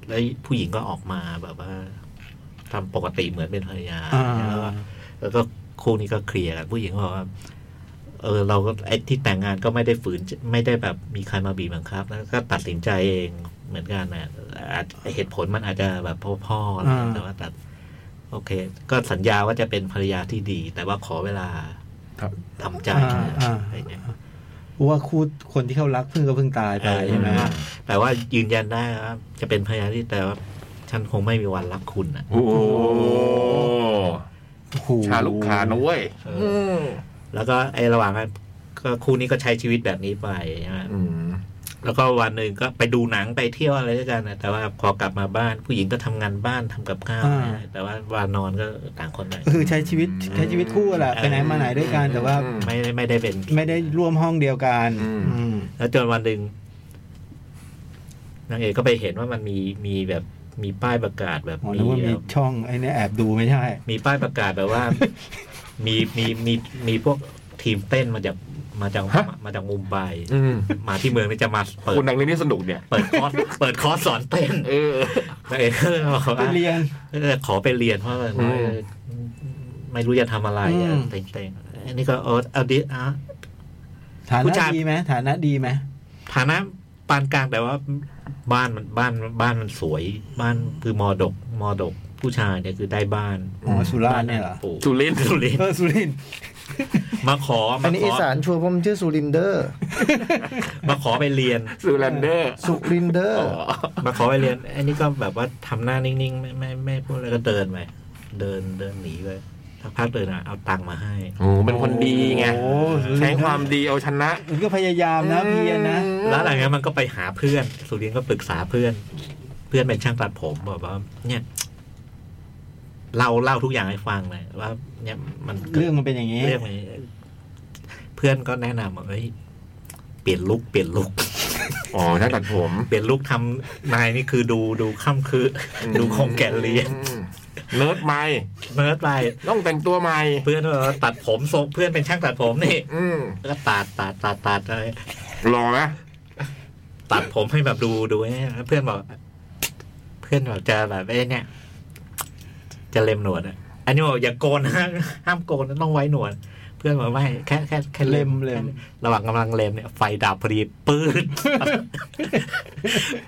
แล้วผู้หญิงก็ออกมาแบบว่าทำปกติเหมือนเป็นภรรยา
อ่า
แล้วก็ แล้วก็คู่นี้ก็เคลียร์กันผู้หญิงก็บอกว่า เออ เราก็ไอ้ที่แต่งงานก็ไม่ได้ฝืนไม่ได้แบบมีใครมาบีบบังคับ แล้วก็ตัดสินใจเองเหมือนกันนะอาจเหตุผลมันอาจจะแบบพ่อพ่อๆอะไรแต่ว่าตัด โอเค ก็สัญญาว่าจะเป็นภรรยาที่ดี แต่ว่าขอเวลา
ครับ
ทำใจ
อ่าอ่า
อะไรเงี้ย
เพราะว่าคู่คนที่เขารักเพิ่งก็เพิ่งตายไปใช่ไหม
แต่ว่ายืนยันได้ว่าจะเป็นภรรยาที่แต่ว่าฉันคงไม่มีวันรักคุณอ่ะ
โอ้โห
โอ้โห
ชาลูกค้านะเว้ย
แล้วก็ไอ้ระหว่างนั้นก็คู่นี้ก็ใช้ชีวิตแบบนี้ไปนะฮะ
อืม
แล้วก็วันหนึ่งก็ไปดูหนังไปเที่ยวอะไรด้วยกันนะแต่ว่าพอกลับมาบ้าน ผู้หญิงก็ทำงานบ้านทำกับข้าว
อ่า
นะแต่ว่าวันนอนก็ต่างคนต่าง
ก็คือใช้ชีวิตใช้ชีวิตคู่แหละไปไหนมาไหนด้วยกันแต่ว่า
อืม
ไม่ได้ไม่ได้เป็น
ไม่ได้ร่วมห้องเดียวกัน
อืม
อืม
แล้วจนวันหนึ่งนางเอกก็ไปเห็นว่ามันมีมีแบบมีป้ายประกาศแบบ
อ๋อนึกว่ามี
แบบ
ช่องไอ้เนี่ยแอบดูไม่ใช่
มีป้ายประกาศแบบว่า มีมีมีมีพวกทีมเต้นมาจากมาจาก
ฮะ
มาจากมุมไบ
อืม
มาที่เมืองนี่จะมาเปิ
คุ
ด
ณหนังเรื่องนี้สนุกเนี่ย
เปิดคอร์สเปิดคอร์สสอนเต้น
เออ
นางเอกก็เลยบอก
ไป
ว่า
เรียน
เออขอไปเรียนเพราะว่า
อืม
ไม่รู้จะทำอะไรอะ
อืม
เต็งๆอันนี้ก็เออเอาดิอ่ะ
ฐา
ผู้
นะ
ชาย
ดีไหมฐานะดีไหม
ฐานะปานกลางแต่ว่าบ้านมันบ้านบ้านมันสวย บ้านคือมอดกมอดก ผู้ชายเนี่ยคือได้บ้าน
อ๋อสุราษฎร์เนี่ยเหรอ
ปู่
สุรินทร์
สุรินท
เอ
ร์
อสุรินทร์
มาขอ
อั
มาน
นี้
ข
อี
อ
สานชัวร์ผมชื่อสุรินเดอร์
มาขอไปเรียน
สุรันเดอร์
สุรินเดอร์
มาขอไปเรียน อันนี้ก็แบบว่าทำหน้านิ่งๆ ไม่ไม่ไม่พูดอะไรก็เดินไปเดินเดินหนีไปสักพักเดินอ่ะเอาตังค์มาให้
โอ้เป็นคนดีไง
โอ้สุรินทร์
ใช้ความดีเอาชนะ
มันก็พยายามนะเพียรนะ
แล้วหลังจากนั้นมันก็ไปหาเพื่อน สุรินทร์ก็ปรึกษาเพื่อน เพื่อนเป็นช่างตัดผมบอกว่า เนี่ยเล่าเล่าทุกอย่างให้ฟังเลยว่า เนี่ยมันกิด
เรื่องมันเป็นอย่างนี้
เรื่องมันเพื่อนก็แนะนำว่าเฮ้ยเปลี่ยนลุกเปลี่ยนลุก
อ๋อช่างตัดผม
เปลี่ยนลุกทำนายนี่คือดูดูค่ำคือ ดูคงแก่นเรียน
อืมเนิร์ดใหม่
เมื่อไป
ต้องแต่งตัวใหม่
เพื่อนก็ตัดผมทรงเพื่อนเป็นช่างตัดผมนี่
อืม
ก็ตัดตัดตัดตัดอะไร
หล่อไหม
ตัดผมให้แบบดูดูเนี่ยแล้วเพื่อนบอก เพื่อนบอกจะแบบเอ้ยเนี่ย จะเล็มหนวดอะอันนี้บอกอย่าโกนนะห้ามโกนนะต้องไว้หนวด เพื่อนบอกไม่แค่แค่แค่
เล็มเล็ม
ระหว่างกำลังเล็มเนี่ยไฟดับพอดี ปืน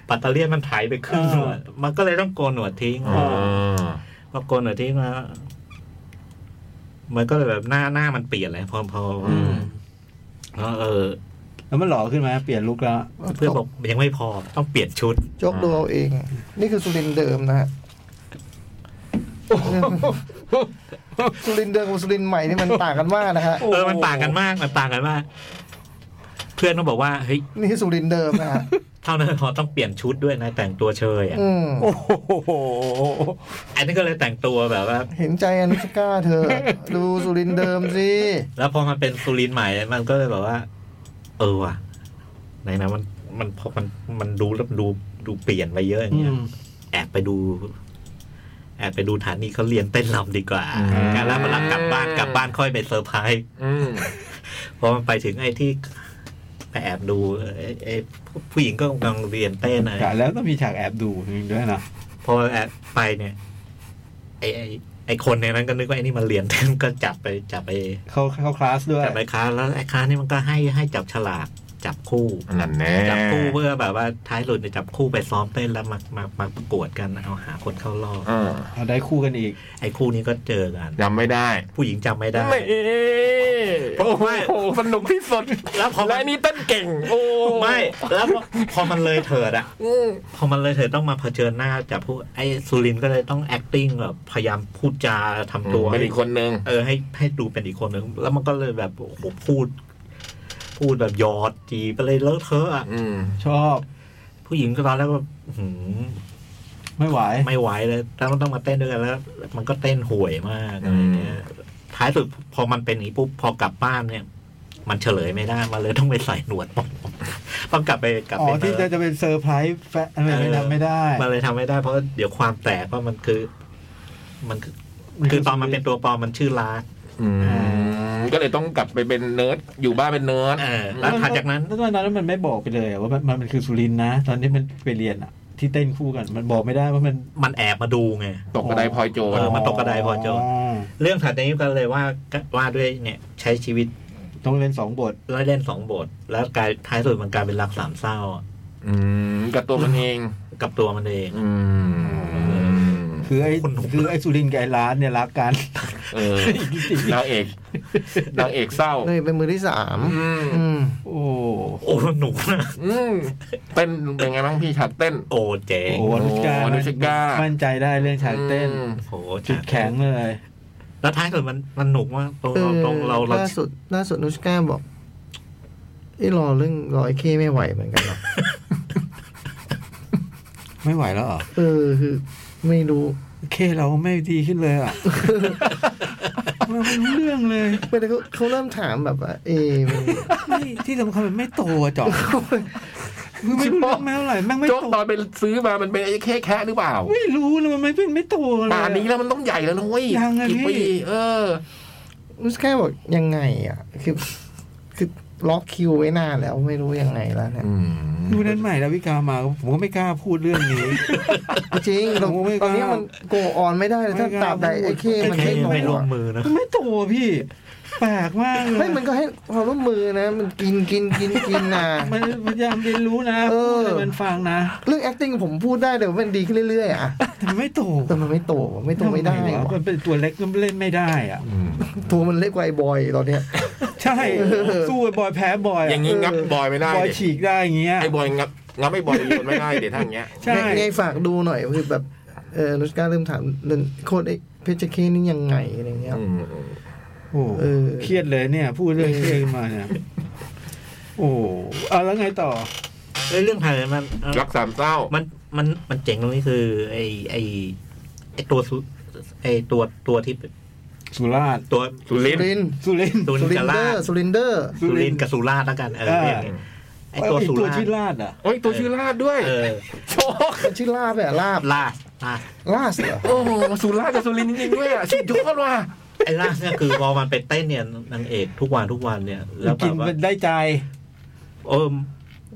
ปัตเตอรี่มันไถ่ายไปครึ่งหนวดมันก็เลยต้องโกนหนวดทิ้ง
อ๋อ
พอโกนหนวดทิ้งมามันก็เลยแบบหน้าหน้ามันเปลี่ยนเลยพอพอพอ
อืม
พอเออ
แล้วมันหล่อขึ้นไหมเปลี่ยนลุคแล้ว
เพื่อนบอกยังไม่พอต้องเปลี่ยนชุด
ยกดูเอาเอง นี่คือสุรินทร์เดิมนะฮะสุรินทร์เดิมกับสุรินทร์ใหม่นี่มันต่างกันมากนะฮะ
เออมันต่างกันมากมันต่างกันมาก เพื่อนก็บอกว่าเฮ้ย
นี่สุรินทร์เดิมนะฮะ
เท่านั้นพอต้องเปลี่ยนชุดด้วยนะแต่งตัวเชยอ่ะ
อืม
โอ้โห
อันนี้ก็เลยแต่งตัวแบบว่า
เห็นใจอนุชกาเธอะดูสุรินทร์เดิมสิ
แล้วพอมันเป็นซูรินทร์ใหม่ มันก็เลยแบบว่า เออว่ะไหนนะมันมันพอมันมันดูแล้วดูดูเปลี่ยนไปเยอะอย่างเงี้ยแอบไปดู แอบไปดูฐานนี้เขาเรียนเต้นรำดีกว่า
อืม
การแล้วมารับกลับบ้านกลับบ้านค่อยไปเซอร์ไพรส์
อืม
พอมันไปถึงไอ้ที่ไปแอบดูไอ้ไอ้ผู้หญิงก็กำลังเรียนเต้นอะไร
แต่แล้วก็มีฉากแอบดูจริงด้วยนะ
พอแอบไปเนี่ยไอไอไอคนในนั้นก็นึกว่าไอนี่มาเรียน ก็จับไปจับไป
เขาเขาคลาสด้วย
จับไปค้าแล้วไอค้านี่มันก็ให้ให้จับฉลากจับคู่
นั่นแน่
จับคู่เพื่อแบบว่าท้ายสุดเนี่ยจับคู่ไปซ้อมเต้นแล้วมามามาประกวดกันเอาหาคนเข้ารอบ
เออ
เอาได้คู่กันอีก
ไอคู่นี้ก็เจอกัน
จำไม่ได้
ผู้หญิงจำไม่ได้
ไม่
เพราะ
โอ้โห
ว่า
สนุกที่สุด
แล้วพอมั
และ
น
นี่เต้นเก่ง โอ้
ไม่แล้วพอพอมันเลยเถิดอะ
อืม
พอมันเลยเถิดต้องมาเผชิญหน้าจับผู้ไอสุรินทร์ก็เลยต้อง acting แบบพยายามพูดจาทำตัว
เป็นอีกคนนึง
เออให้ให้ดูเป็นอีกคนหนึ่งแล้วมันก็เลยแบบโอ้โหพูด พูดแบบหยอดจีไปเลยเลอะเทอะอะ
อืม
ชอบ
ผู้หญิงก็ตอนแรกก็หืม
ไม่ไหว
ไม่ไหวเลยแล้วมันต้องมาเต้นด้วยกันแล้ว มันก็เต้นห่วยมากอะไรเงี้ยท้ายสุดพอมันเป็นอย่างนี้ปุ๊บพอกลับบ้านเนี่ย มันเฉลยไม่ได้มาเลยต้องไปใส่หนวดต้องกลับไปกลับ
อ๋อ
ไป
ที่จะ
เติม
จะเป็นเซอร์ไพรส์แฟนอะไรไม่
เอ
ได้
อ
ไม่ได้
มันเลยทำไม่ได้เพราะเดี๋ยวความแตกว่ามันคือ มันคือคือตอนมันเป็นตัวปลอมมันชื่อลา
อืมก็เลยต้องกลับไปเป็นเนิร์ดอยู่บ้านเป็นเนิร์ด
เออแล้วถัดจากนั้น
แล้วตอนนั้นมันไม่บอกไปเลยอะว่ามันมันคือสุรินทร์นะ ตอนนี้มันไปเรียนอะที่เต้นคู่กัน มันบอกไม่ได้ว่ามัน
มันแอบมาดูไง
ตกกระไดพลอยโจร
เออมันตกกระไดพอโจร
อ
เรื่องถัดจากนี้ก็เลยว่าก็ว่าด้วยเนี่ยใช้ชีวิต
ต้องเล่นสองบท
แล้วเล่นสองบท แล้วกลายท้ายสุดมันกลายเป็นรักสามเศร้า
อืมกับตัวมันเอง
กับตัวมันเอง
อืม
คือไอ้
คนหนุ่ม
คือไอ้สุรินทร์กับไอ้ร้านเนี่ยรักกัน
เออ นางเอกนางเอกเศร้า
เลยเป็นมือที่สาม
อืม
อืม
โอ้
โอ้หนุกนะ
อืมเต้นเป็นไงบ้างพี่ฉากเต้น
โอ้เจ๋ง
โหอนุชกา
โอ้อนุชกา
มั่นใจได้เรื่องฉากเต้น
อืม
โอ้
จุดแข็งเลย
แล้วท้ายสุดมันมันหนุกมากตรง
เออ
ตรงเราเรา
ล่าสุดล่าสุดนุชกาบอกไอ้รอเรื่องรอยเคไม่ไหวเหมือนกันหรอก
ไม่ไหวแล้วเหรอ
เออคือไม่รู้
เคเราไม่ดีขึ้นเลยอ่ะ มันไม่รู้เรื่องเลย
ไม่ได้เขาเขาเริ่มถามแบบว่าเออมัน
ไม่ที่สำคัญมันไม่โตอะจ่อคือไม่รู้เรื่องไม่เท่าไหร่แม่งไม่
โจ๊ก
โต
ตอนไปซื้อมามันเป็นไอ้แค่แค่หรือเปล่า
ไม่รู้เลยมันไม่เป็นไม่โตเลยอะ
ป่านนี้แล้วมันต้องใหญ่แล้วนะเว้ย
ยังไง
กี่
พี่
ปีเออ
นุชกาบอกยังไงอ่ะ คือ คือล็อกคิวไว้นานแล้วไม่รู้ยังไงแล้วเนี่ย
อืม
ดูนั้นใหม่ดาวิกามาผมก็ไม่กล้าพูดเรื่องนี้
จริงตอน
ผมไม่ก
ต
ล้า
อนนี้มันโกออนไม่ได้เลยถ้า
ไม่ก
ต
ล้า
ราบใด
พูด
ไอ้เค
ไอ้
มัน
เค
ไม่
ไม่
ล
ร่ว
ง
มมือนะ
มันไม่โตพี่ แปลกมากเลย
ไม่มันก็ให้ความร่วมมือนะ มันกินกินกินกินนะ
มันพยายามเรียนรู้นะ
เอ
พู
อ
ดให้มันฟังนะ
เรื่อง acting ผมพูดได้เดี๋ยวมันดีขึ้นเรื่อยๆอ่ะ
แต่มันไม่โต
แต่มันไม่โตว่ะไม่โตไม่ได้
ทำวะ
ว่ะ
มันเป็นตัวเล็กก็เล่นไม่ได้อ่ะ
อืม
ตัวมันเล็กกว่าไอ้บอยตอนเนี้ย
ใช่
เออ
สู้ไอ้บอยแพ้บอย
อย่าง
นี้
นี้งับบอยไม่ได้
บอย
ดิ
ฉีกได้อย่างเงี้ย
ไอ้บอยงับงับไอ้บอยโยนไม่ได้เดี๋ยวถ้าอย่างเงี้ย
ใช่
ไงไงฝากดูหน่อยคือแบบเออนุชกาเริ่มถามเรื่องโคดไอ้เพชรเคนี่ยังไงอะไรเงี้ย
อืม
โอ้
เออ
เครียดเลยเนี่ย พูดเรื่องเครียดขึ้นมาเนี่ยโอ้เอาแล้วไงต่อ
เอ้ยเรื่องถ่ายมัน
รักสามเศร้า
มันมันมันเจ๋งตรงนี้คือ ไอ้ไอ้ไอ้ตัวสุไอ้ตัวตัวที่
สุราษฎร์
ตัว
สุรินทร์
ริน
สุรินทร์
ตัว
สุ
นิ
ริน
กา
เดอ
ลา
ร์สุรินเดอร์
สุรินทร์กับสุราษฎร์แล้วกันเออเรียกไง
อ่า
ไอ้ตัว
เย
สุราษ
ที่
ฎร์
ลาดอ่ะ
โอ้ยตัวชื่อลาดด้วย
เออ
โชค
มันชื่อลาบแบบลาบ
ลาดลาด
ลาสเหรอ
โอ้โหสุราษฎร์กับสุรินทร์จริงๆด้วยอ่ะสุดยอดว่ะ
ไอ้ล่างเนี่ยคือพอมันไปเต้นเนี่ยนางเอกทุกวันทุกวันเนี่ยแล้วแบ
กิน
บว่า
มันได้ใจ
เออ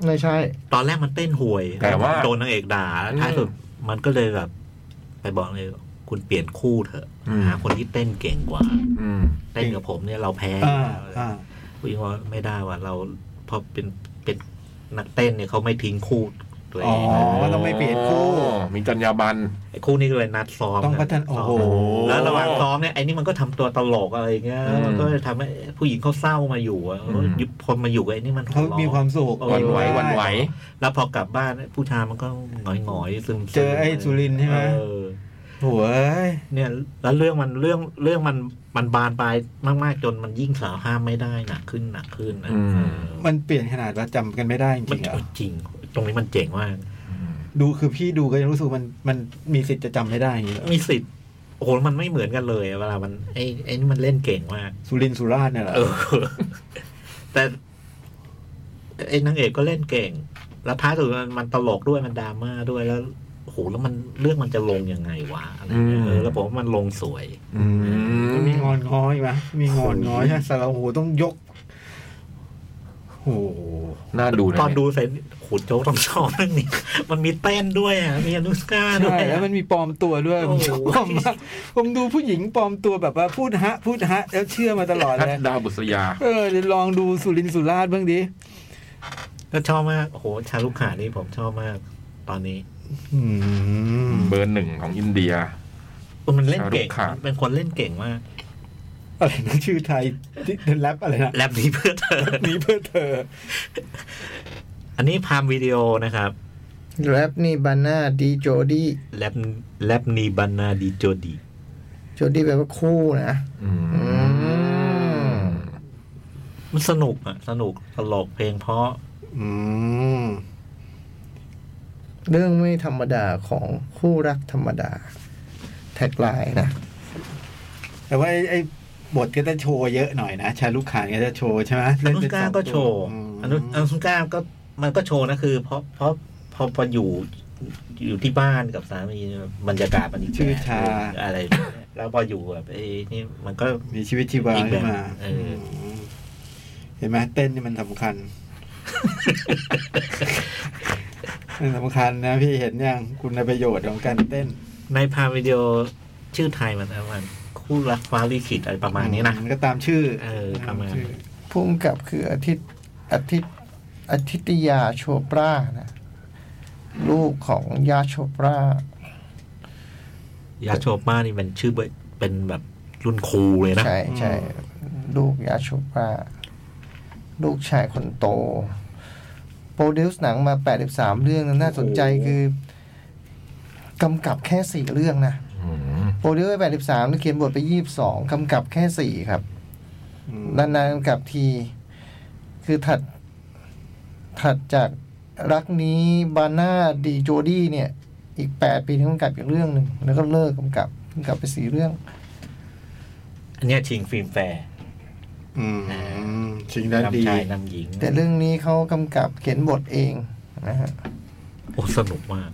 ไม่ใช่
ตอนแรกมันเต้นห่วย
แต่ว่า
โดนนางเอกด่าแล้วท้ายสุดมันก็เลยแบบ ไปบอกเลยคุณเปลี่ยนคู่เถอะ
อืม
หาคนที่เต้นเก่งกว่า
อืม
เต้นกับผมเนี่ยเราแพ้
อ่าอ่า
ผู้หญิงว่าไม่ได้ว่าเราพอเป็นเป็นนักเต้นเนี่ยเขาไม่ทิ้งคู่ ตัวเอ
อ๋อง ก็ต้องไม่เปลี่ยนคู่
มีจรรยาบรรณ
ไอ้คู่นี้ก็เลยนัดซ้อม
ต้องพัฒนา
ซ้
โอ้
ม
โห
แล้วระหว่างซ้อมเนี่ยไอ้นี่มันก็ทำตัวตลกอะไรอย่างเงี้ย
อืม
มันก็ทำให้ผู้หญิงเขาเศร้ามาอยู่อะ
อืม
ยุบพลมาอยู่กับไอ้นี่มัน
เขามีความสุข
หวันไหวหวันไหว
แล้วพอกลับบ้านผู้ชายมันก็หงอยหงอยๆซึมๆ
เจอไอ้สุรินทร์ใช่ไหม
เออ
โอ้ย
เนี่ยแล้วเรื่องมันเรื่องเรื่องมันมันบานปลายมากๆ จนมันยิ่งสาวห้ามไม่ได้หนักขึ้นหนักขึ้นนะ
อืม
เออ
มันเปลี่ยนขนาดว่าจำกันไม่ได้จ
มัน
ริงๆอะ
จริง ตรงนี้มันเจ๋งมาก
ดูคือพี่ดูก็ยังรู้สึกมันมันมีสิทธิ์จะจำไม่ได้อย่างนี้เหรอ
มีสิทธิ์โอ้โหมันไม่เหมือนกันเลยอะเวลามันไอ้ไอ้นี่มันเล่นเก่งมาก
สุรินทร์สุราษฎร์เนี่ยเหรอ
เอ อ แต่ไอ้นางเอกก็เล่นเก่ง แล้วท้ายสุดมันมันตลกด้วยมันดราม่าด้วยแล้วโอ้โหแล้วมันเรื่องมันจะลงยังไงวะอะไรเงี้ยเออแล้วผมว่ามันลงสวย
อืม
มีงอนง้อยไหมมีงอนง้อยใช่ไหมสารโหต้องยกโอ้โห
น่าดูนะ
ตอนดูเสร็จโหโจ๊กต้องชอบเรื่องนี้ มันมีเต้นด้วยอ่ะ มีอนุสกาด้ว
ใช่
ยอะ
แล้วมันมีปลอมตัวด้วย
โอ้
ผม
โห
ชอบมากผมดูผู้หญิงปลอมตัวแบบว่าพูดฮะ พูดฮะ แล้วเชื่อมาตลอด
นัด
เลย
ดาวบุษยา
เออเดี๋ยวลองดูสุรินทร์สุราษฎร์บ้างดิ
ก็ชอบมากโอ้โห ชาลูกหานี่ผมชอบมาก ตอนนี้
อืม
เบอร์หนึ่งของอินเดีย
เออมันเล่นเก่ง
ชารุขาน
เป็นคนเล่นเก่งมาก
อะไรนะชื่อไทยที่แรปอะไรนะ
แลบนี้เพื่อเธอ
นี้เพื่อเธอ
อันนี้พามวิดีโอนะครับ
แรปนี่บานาดีโจดี้
แลบแลบนีบานาดีโจดี
โจดี้แปลว่าคู่นะ
อืม
มันสนุกอ่ะ สนุกตลกเพลงเพราะ
อืม
เรื่องไม่ธรรมดาของคู่รักธรรมดา แท็กไลน์นะ
แต่ว่าไอ้ไอ้บทก็จะโชว์เยอะหน่อยนะ ชาลูกขานก็จะโชว์ใช่ไหม
อ
เล่น
นุ
เป็น
สกา
สอง
ก็
ตัว
โชว์
อืม
อนุอนุสกาก็มันก็โชว์นะคือ เพราะเพราะพอพออยู่อยู่ที่บ้านกับสามีบรรยากาศมันอีกแบบ
ชื่อชา
อะไร แล้วพออยู่แบบไอ้นี่มันก็
มีชีวิตชีวา
อีกแบบ
ขึ้นมา
เอออื
มเห็นไหมเต้นนี่มันสำ คัญ มันสำคัญนะพี่เห็นยังคุณประโยชน์ของการเต้น
ในพามวิดีโอชื่อไทยมันอะไรมันคู่รักฟ้าลิขิตอะไรประมาณนี้นะ
มันก็ตามชื่อ
เออประมาณ
ตชื่อ
พุ่มกับคืออาทิตย์อาทิตย์อาทิตยาโชปรานะลูกของยาโชปราย
าโชป้านี่เป็นชื่อเบเป็นแบบรุ่นครูเลยนะ
ใช่ใช่ลูกยาโชปราลูกชายคนโต โปรดิวส์หนังมา 83 เรื่องนะน่าสนใจคือกำกับแค่ 4 เรื่องนะ
อืม
โปรดิวส์ไป83แล้วเขียนบทไป 22กำกับแค่ 4 ครับ
อืม
นานๆกลับที คือถัด ถัดจากรักนี้บาน่าดีโจดี้เนี่ย อีกแปดปีที่กำกับอีกเรื่องหนึ่ง แล้วก็เลิกกำกับกำกับไปสี่เรื่อง
อันเนี้ยชิงฟิล์มแฟร์
อืมชิงได้ดี
นำชายนำหญิง
แต่เรื่องนี้เขากำกับเขียนบทเองนะฮะ
โอ้สนุกมาก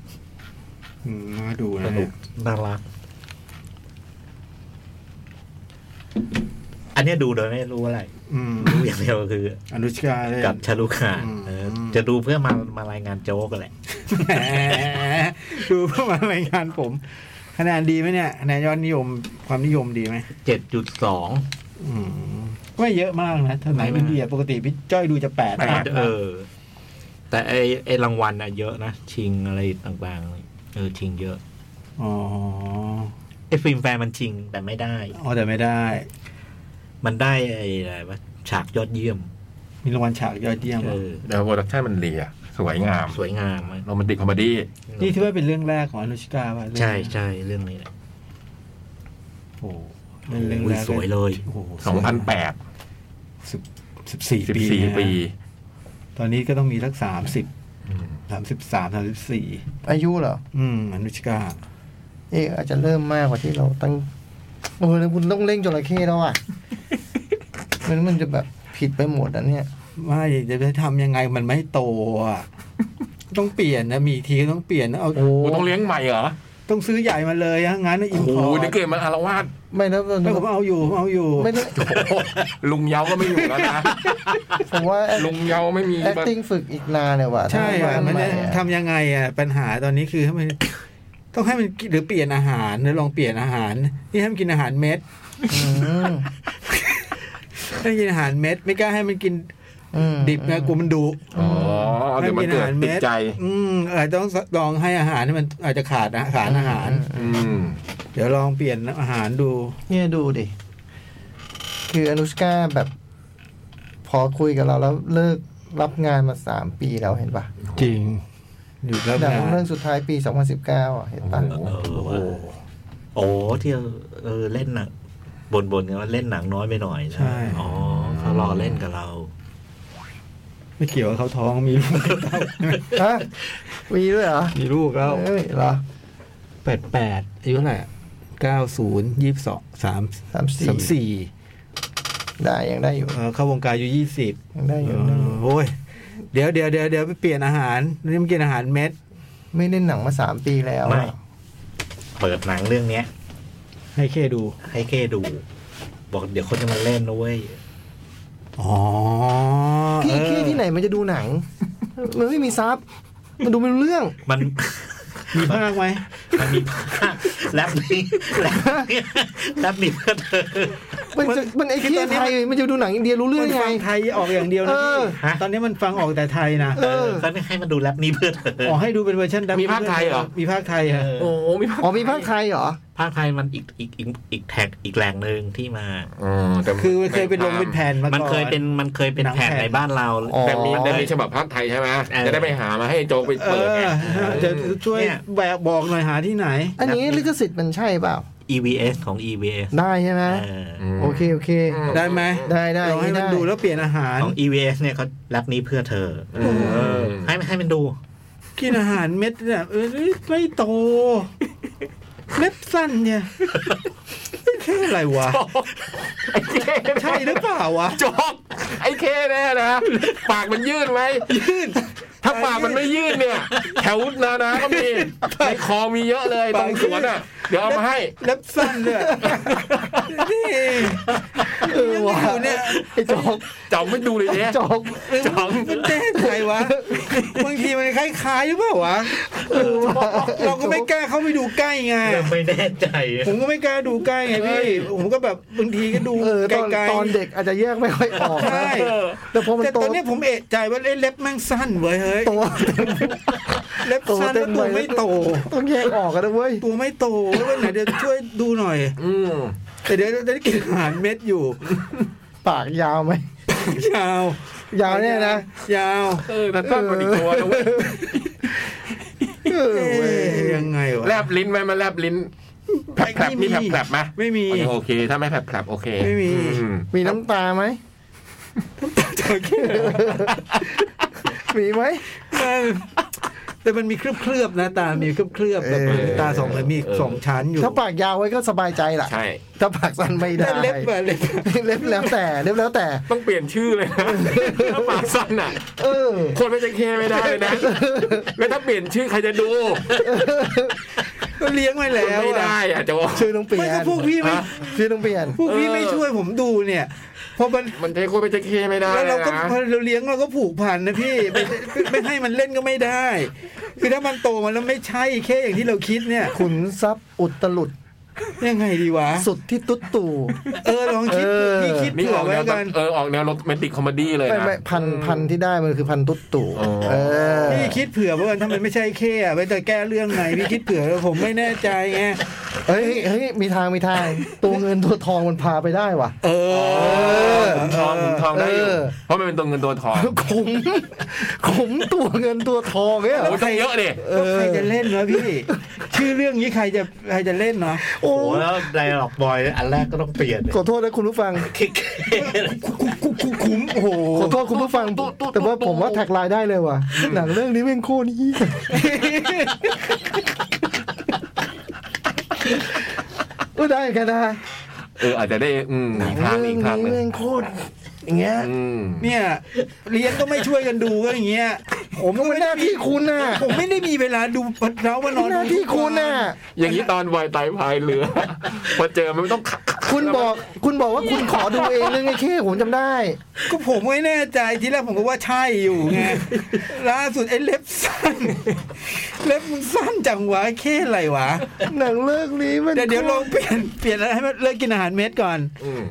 อืมน่าดู
ส
นะ
นุกน่ารัก อันเนี้ยดูโดยไม่รู้อะไร
อืม
รู้อย่างเดียวคือ
อนุชาเล่น
กับชาลุกหา
อืม
เออจะดูเพื่อมามารายงานโจ๊กกันแหละ
แหมดูเพื่อมารายงานผม คะแนนดีไหมเนี่ยคะแนนยอดนิยมความนิยมดีไหม
เจ็ดจุดสอง
อืมก็ไม่เยอะมากนะถ้าไหน
ไม่มาก
อินเดียปกติพี่จ้อยดูจะแปด
แปด
เออ แต่ไอไอรางวัลอะเยอะนะ ชิงอะไรต่างๆ เออ ชิงเยอะ
อ๋อ
ไอฟิล์มแฟร์มันชิงแต่ไม่ได้
อ๋อแต่ไม่ได้
มันได้ไออะไรวะฉากยอดเยี่ยม
มีรางวัลฉากยอดเยี่ยม
เอ
อ่ะ
อ
แล้วโปรดักชั่นมันเลียสวยงาม
สวยงามอะ
โรแมนติกคอมเมดี้
นี่ถือว่าเป็นเรื่องแรกของอนุชิกาป่ะเรื่อง
ใช่ใช่เรื่องนี้แหละ
โอ้โหเป็นเรื่องแรก
โอ้ยสวยเลย
โอ้โห
2008
สิบสิบสี่ปีนะ
14 ปี
ตอนนี้ก็ต้องมีทักสามสิบ
อืม
สามสิบสามสามสิบสี่
อายุเหรอ
อืมอนุชิกา
เอ๊ะอาจจะเริ่มมากกว่าที่เราตั้งเออแล้วคุณต้องเล่งจระเข้แล้วอ่ะ มันมันจะแบบผิดไปหมดอ่ะเนี่ย
ไม่จะไปทำยังไงมันไม่โต อ่ะ ต้องเปลี่ยนนะมีทีก็ต้องเปลี่ยนนะเอา
โอ้ต้องเลี้ยงใหม่เหรอ
ต้องซื้อใหญ่มาเลยถ้างั้นอิ
โอ้
น
โห
พอร์
เดี๋ยวเกมมันอารวาส
ไม่นะ
ไม่ผมเอาอยู่ผมเอาอยู่
ไม่ได้
โอ้โหลุงเยาก็ไม่อยู่แล้วนะ
ผมว่า
ลุงเยาไม่มี
acting ฝึกอีกนานเลยว่ะ
ใช่อ่ะ
ถ้า
มัน
ไม่
จะ
อ่ะ
ทำยังไงอ่ะปัญหาตอนนี้คือให้มันต้องให้มันกินหรือเปลี่ยนอาหารหรือลองเปลี่ยนอาหาร นี่ให้มันกินอาหารเม็ด
อืม
ให้มันกินอาหารเม็ด ไม่กล้าให้มันกิน
อืม
ดิบนะกลัวมันดุ
อ๋อ เดี๋ยวมันเกิดติดใจ
อืมอาจจะต้องลองให้อาหารนี่มันอาจจะขาดนะขาดอาหาร
อืม
เดี๋ยวลองเปลี่ยนอาหารดู
เนี่ยดูดิ คืออนุชกาแบบ พอคุยกับเราแล้วเลิกรับงานมาสามปีแล้วเห็นปะ
จริงหยุดแล้ว
หนั
นะ
งเรื่องสุดท้ายปี 2019 อ่ะ เห็นปะ
โอ้โห
เออว่าโอ้ที่เออเล่นหนังบนบนๆกันว่าเล่นหนังน้อยไปหน่อยนะ
ใช่
อ๋อเขารอเล่นกับเรา
ไม่เกี่ยวกับเขาท้องมีลูก
ฮะมีด้วยเหรอ
มีลูกแล้ว
เอ้ยเหรอ
แปดแปดอายุเท่าไหร่เก้าศูนย์ยี่สิบสองสาม
สามสี่
สี่
ได้ยังได้อยู่
เอ่อเข้าวงการอายุยี่สิบ
ยังได้อยู่
เอ
ได้อ
อยู่ โอ้ยเดี๋ยวเดี๋ยวเดี๋ยวเดี๋ยวไปเปลี่ยนอาหารนี่มันกินอาหารเม็ด
ไม่เล่นหนังมาสามปีแล้ว
ไม่
อะ
เปิดหนังเรื่องเนี้ย
ให้เคดู
ให้เคดู บอกเดี๋ยวคนจะมาเล่นนะเว้ย
อ๋อ
พี่
เออ
พี่ที่ไหนมันจะดูหนัง มันไม่มีซับมันดูไม่รู้เรื่อง
มัน
มีภาคไหม
มัน มีภาคแรปนี้แรปนี้แรปนี้เพื่อเธอ
มันจะมันไอ้ที่ไทยมันจะดูหนังอินเดียรู้เรื่อ
มั
ง
น
ไง
ฟังไทยออกอย่างเดียวนะ
เออ
พี่
ฮะ
ตอนนี้มันฟังออกแต่ไทยนะ
เออ
ก็ไม่ให้มันดูแรปนี้เพื่อเธอ
ออกให้ดูเป็นเวอร์ชันดับ
มีภาคไทยเหรอ
มีภาคไทยฮะ
โอ้โหมีภาค
อ๋อมีภาคไทยเหรอ
ภาคไทยมันอีกอีกอีกอีกแท็กอีกแรงหนึ่งที่มา
เออแต่
คือมันเคยเป็นลงเป็นแผ่นมาก่อน
มันเคยเป็นมันเคยเป็น
หนัง
แผ่น
แผ่น
ในบ้านเรา
อ๋อ
แต่มีแต่มีฉบับภาคไทยใช่ไหม
เออ
จะได้ไปหามาให้โจ๊กไป
เอ
เปิด
อ
ไง
จะช่วย
เนี่ย
แบกบอกหน่อยหาที่ไหน
อันนี้ลิขสิทธิ์มันใช่เปล่า
EVS ของ EVS
ได้ใช่ไหม
เออ
ม
โอเคโอเค
ได้ไหม
ได้ได้
ลองให้มัน
ได้
ดูแล้วเปลี่ยนอาหาร
ของ EVS เนี่ยเขาแรปนี้เพื่อเธอ
เออ
ให้ให้มันดู
กินอาหารเม็ดเนี่ยเออไม่โตเม็ดสั้นเนี่ยแค่อะไรวะ
ไอ้เค
ใช่หรือเปล่าวะ
โจ๊กไอ้เคแน่นะปากมันยืดไหมยืดถ้าปากมันไม่ยืดเนี่ย แถวนานาก็มีในคอมีเยอะเลยตรงสวนอ่ะ เดี๋ยวเอามาให้
เล็บสั้นเนี่ยนี่
เออว่ะไอ้จอก
เจ้าไม่ดูเลยเนี่ย
จอก
จังเป็นแก้ไขวะบางทีมันคล้ายๆหรือเปล่าวะเราก็ไม่กล้าเข้าไปดูใกล้ไง
ไม่แน่ใจ
ผมก็ไม่กล้าดูใกล้ไงพี่ผมก็แบบบางทีก็ดู
เออตอน
ไกล
ตอน
ๆ
เด็กอาจจะแยกไม่ค่อยออกนะ
ใช่
แต่พอมัน
แต่
โต
ตอนเนี้ยผมเอะใจว่าเอ๊ะเล็บแม่งสั้นเว้ยเฮ้ย
โต
เล็บ
โต
สั้น
เต็
แล้ว
ม
ตั
ไป
วไม่โต
ต้องแยกออกกันนะเว้ย
ตัวไม่โตแล้ววันไหนเดี๋ยวช่วยดูหน่อย
อืม
แต่เดี๋ยวจะได้กินอาหารเม็ดอยู่
ปากยาวไหม
ยาวย
าวเนี่ยนะ
ยาว
เออนั่นตั้งมาอีกตัวนะเว้ย
เออ
เอ้
เว้ย
ยยังไงวะ
แลบลิ้นไหมมาแลบลิ้นแผลบๆมีแผลบๆไหม
ไม่มี
อ๋อยังโอเค ถ้าไม่แผลบๆโอเค
ไม่มี
อื
มีน้ำตาไหมมีไหม
แต่มันมีเคลือบๆนะตา มีเคลือบๆแบบ
เออ
ตาสองเหมือนมีสองชั้นอยู่
ถ้าปากยาวไว้ก็สบายใจล่ะ
ใช่
ถ้าปากสั้นไม่ได้
แต่เล็บอะเล็บอะ
เล็บแล้วแต่เล็บแล้วแต่
ต้องเปลี่ยนชื่อเลยนะ ถ้าปากสั้นอ่ะ
เออ
คนไม่จะเคไม่ได้เลยนะ แล้วถ้าเปลี่ยนชื่อใครจะดู
ก็เลี้ยงไว้แล้
มัน
ว
ไม่
อะ
ได้อ่ะจะบอก
ชื่อต้องเปลี่ย
ไม่
น
ก็พวกพี่ไม่
ฮะ
ชื่อต้องเปลี่ยน
พวกพี่ไม่ช่วยผมดูเนี่ยพอมัน
มันเทคนไม่จะเคไม่ได้
แล้วเราก็
นะ
พอเราเลี้ยงเราก็ผูกพันนะพี่ ไม่ไม่ไม่ให้มันเล่นก็ไม่ได้ คือถ้ามันโตมันแล้วไม่ใช่แค่อย่างที่เราคิดเนี่ย
ขุนทรัพย์อุตลุด
ยังไงดีวะ
สุดที่ตุ๊ดตู่
เออลองคิด
เออ
พี่คิด
นี่
เผื่
อ
อ
อกแน
ไว้
ว
กัน
เออออกแนวโรแมนติกคอมเมดี้เลย
ไม่
นะ
ไม่พันพันที่ได้มันคือพันตุ๊ดตู่
อ๋อ
เออ
พี่คิดเผื่อไว้กันถ้ามันไม่ใช่แค่อะไปแต่แก้เรื่องไหนพี่คิดเผื่อผมไม่แน่ใจไง
เฮ้ยเฮ้ยมีทางมีทาง ตัวเงินตัวทองมันพาไปได้ว่ะ
เออ
ขุนทองขุนทองได้อยู่
เออ
เพราะมันเป็นตัวเงินตัวทอง
ขุมขุมตัวเงินตัวทองเนี่ยเหร
โอ้
อย
ต้องเยอะดิ
แล้วใครจะเล่นเนาะพี่ ชื่อเรื่องนี้ใครจะใครจะเล่นเนาะ
โอ้
โอ้แล้วไดร็อกบอยอันแรกก็ต้องเปลี่ยน
ขอโทษนะคุณผู้ฟัง
คิก
คุ้มโอ้โห
ขอโทษคุณผู้ฟัง แต่ว่าผมว่าแท็กไลน์ได้เลยว่ะ หนังเรื่องนี้แม่งโคตรนี้ยก็ได้กันนะ
เอออาจจะได้อืมอีกทางอีกทางหนึ
เรื่องงโคตรอย่างเงี้ย
อืม
เนี่ยเลี้ยงก็ไม่ช่วยกันดูก็อย่างเงี้ยผมก็
มัน
ไม่
ห
ได้
น้าที่คุณน่ะ
ผมไม่ได้มีเวลาดูเรามานอน
หน้าที่คุณน่ะ
อย่างนี้ตอนวายไตพายเรือ พอเจอมันต้องขับ
คุณบอกคุณบอกว่าคุณขอดูเองเรื่องไอ้เค้ผมจำได้
ก็ผมไม่แน่ใจทีแรกผมก็ว่าใช่อยู่ไงล่าสุดไอ้เล็บสั้นเล็บมึงสั้นจังวะแค่อะไรวะ
หนังเรื่องนี้มัน
เดี๋ยวเดี๋ยวลองเปลี่ยนเปลี่ยนอะไรให้มันเลิกกินอาหารเม็ดก่อน
อืม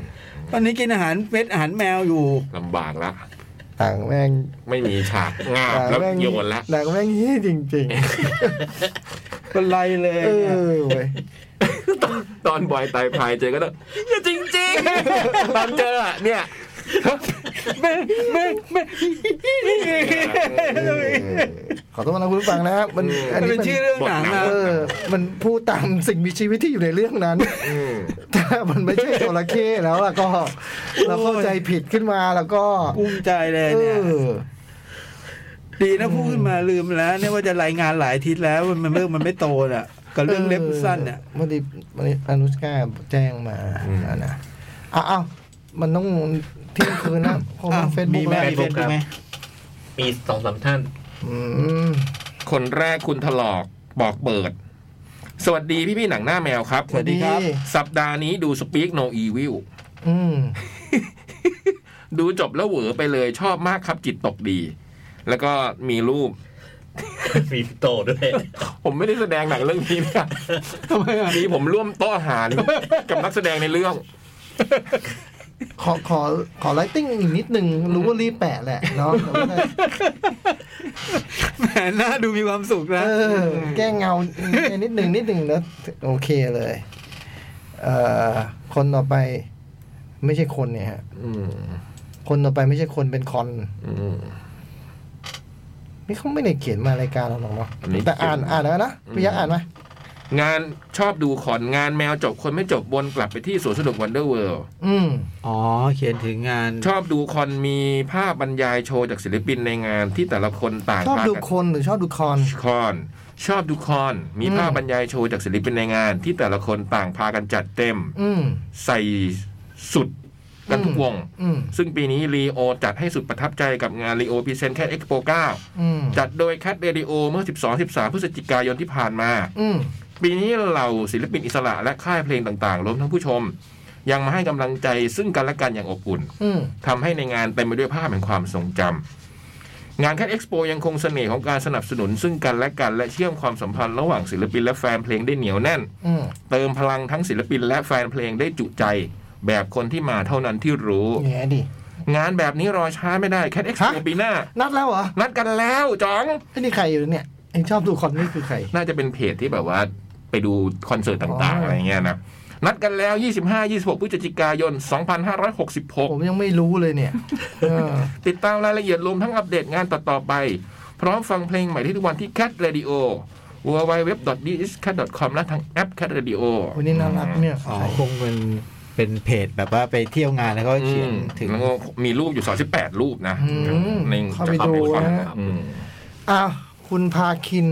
ตอนนี้กินอาหารเม็ดอาหารแมวอยู่
ลำบากละ
หนังแม่ง
ไม่มีฉากงาบแล้วโยนละ
หนังแม่งยี่จริง
เป็นไรเล
ๆ
ย
เออเว้ย
ตอนบอยตายพายเจอก็ต้อง อย่าจริงจริงๆ ตอนเจออะเนี่ย
ไม่ไม่ไม่
ขอโทษนะคุณผู้ฟังนะมันอัน
มัน
นี้
เป็นชื่อเรื่องหนังนะ
เออ มันพูดตามสิ่งมีชีวิตที่อยู่ในเรื่องนั้น
อืม
ถ้ามันไม่ใช่จระเข้แล้วล่ะก็ เราเข้าใจผิดขึ้นมาแล้วก็
กุ้มใจเลย
เอ
เนี่ย
อ
ดีนะพูดขึ้นมาลืมแล้วเนี่ยว่าจะรายงานหลายอาทิศแล้วว่ามันเรื่องมันไม่โตน่ะกับเรื่องเล็บสั้นน่ะ
วันนี้วันนี้อนุสกาแจ้งมานะนะอ้าวอ้าวมันต้องเที่ยงคืนนะผม
อ้าว
เฟซบุ๊ก
มีไหม
แล้ว
มีเฟซบุ๊กไหม
มีสองสามท่าน
อืม
คนแรกคุณถลอกบอกเปิด สวัสดีพี่พี่ๆหนังหน้าแมวครับ
สวัสดีครับ
สัปดาห์นี้ดู Speak No Evil
อืม
ดูจบแล้วเหวอไปเลยชอบมากครับจิตตกดี แล้วก็มีรูป
มีพี่โตด้วย
ผมไม่ได้แสดงหนังเรื่องนี้นะ
ทำไมอ่ะ
มีผมร่วมโต๊ะอาหาร กับนักแสดงในเรื่อง
ขอขอขอไลติ้งอีกนิดนึงรู้ว่ารีบแปะแหละเนาะแต่ว่าได้
แหมหน้าดูมีความสุขนะ
เออ แก้เงา นิดนึงนิดนึงแล้วโอเคเลย เอ่อคนต่อไป ไม่ใช่คนเนี่ยฮะ
อืม
คนต่อไปไม่ใช่คนเป็นคอน
อืม
นี่เขาไม่ได้เขียนมารายการเราหรอกเนาะ
อันนี้
แต่อ่านอ่านแล้วนะ
อืม
พี่ยักษ์อ่านไหม
งานชอบดูขอนงานแมวจบคนไม่จบวนกลับไปที่สวนสนุกวันเดอร์เวิลด์
อืม
อ๋อเขียนถึงงาน
ชอบดูคอนมีภาพบรรยายโชว์จากศิลปินในงานที่แต่ละคนต่าง
ชอบ
พา
ดู
กัน
คนหรือชอบดูคอน
คอน ชอบดูคอน มี
อืม
ภาพบรรยายโชว์จากศิลปินในงาน ที่แต่ละคนต่างพากันจัดเต็ม
อืม
ใส่สุดกันทุกวง
อืม
ซึ่งปีนี้รีโอจัดให้สุดประทับใจกับงานรีโอพิเซนแค t เอ็กซ์โป
อืม
จัดโดยแค t เรดิโอเมื่อ 12-13 พฤศจิกายนที่ผ่านมา
อืม
ปีนี้เหล่าศิลปินอิสระและค่ายเพลงต่างๆรวมทั้งผู้ชม ยังมาให้กำลังใจซึ่งกันและกันอย่างอบอุ่น
อืม
ทำให้ในงานเต็มไปด้วยภาพแห่งความทรงจำงานแคดเอ็กซ์โปยังคงเสน่ห์ของการสนับสนุนซึ่งกันและกันและเชื่อมความสัมพันธ์ระหว่างศิลปินและแฟนเพลงได้เหนียวแน่น
อืม
เติมพลังทั้งศิลปินและแฟนเพลงได้จุใจ แบบคนที่มาเท่านั้นที่รู้
แง่ดิ
งานแบบนี้รอช้าไม่ได้แคดเอ็กซ์โป
ฮะ
ปีหน้า
นัดแล้วเหรอ
นัดกันแล้วจ๋อง
ไอ้นี่ใครอยู่เนี่ยไอ้ชอบดูคอนนี่คือใคร
น่าจะเป็นเพจที่แบบว่าไปดูคอนเสิร์ตต่าง
อ๋ออ
ๆอะไรเงี้ยนะนัดกันแล้ว 25-26 พฤศจิกายน 2566
ผมยังไม่รู้เลยเนี่ยเออ
ติดตามรายละเอียดรวมทั้งอัปเดตงานต่อ ๆ ไป พร้อมฟังเพลงใหม่ที่ทุกวันที่ Cat Radio w w w d i s c a t c o m และทางแอป Cat Radio
วันนี้น่ารักเนี่ย
อ๋อ
ใคร
คงเป็นเป็นเพจแบบว่าไปเที่ยวงานแล้วก็
อืม
เขียนถึง
แล้วก็มีรูปอยู่ 38 รูปนะ
อืม
ใน
เข้า
จะ
ไปดู
ความ
นะ
อืม
อ้าวคุณพาคิน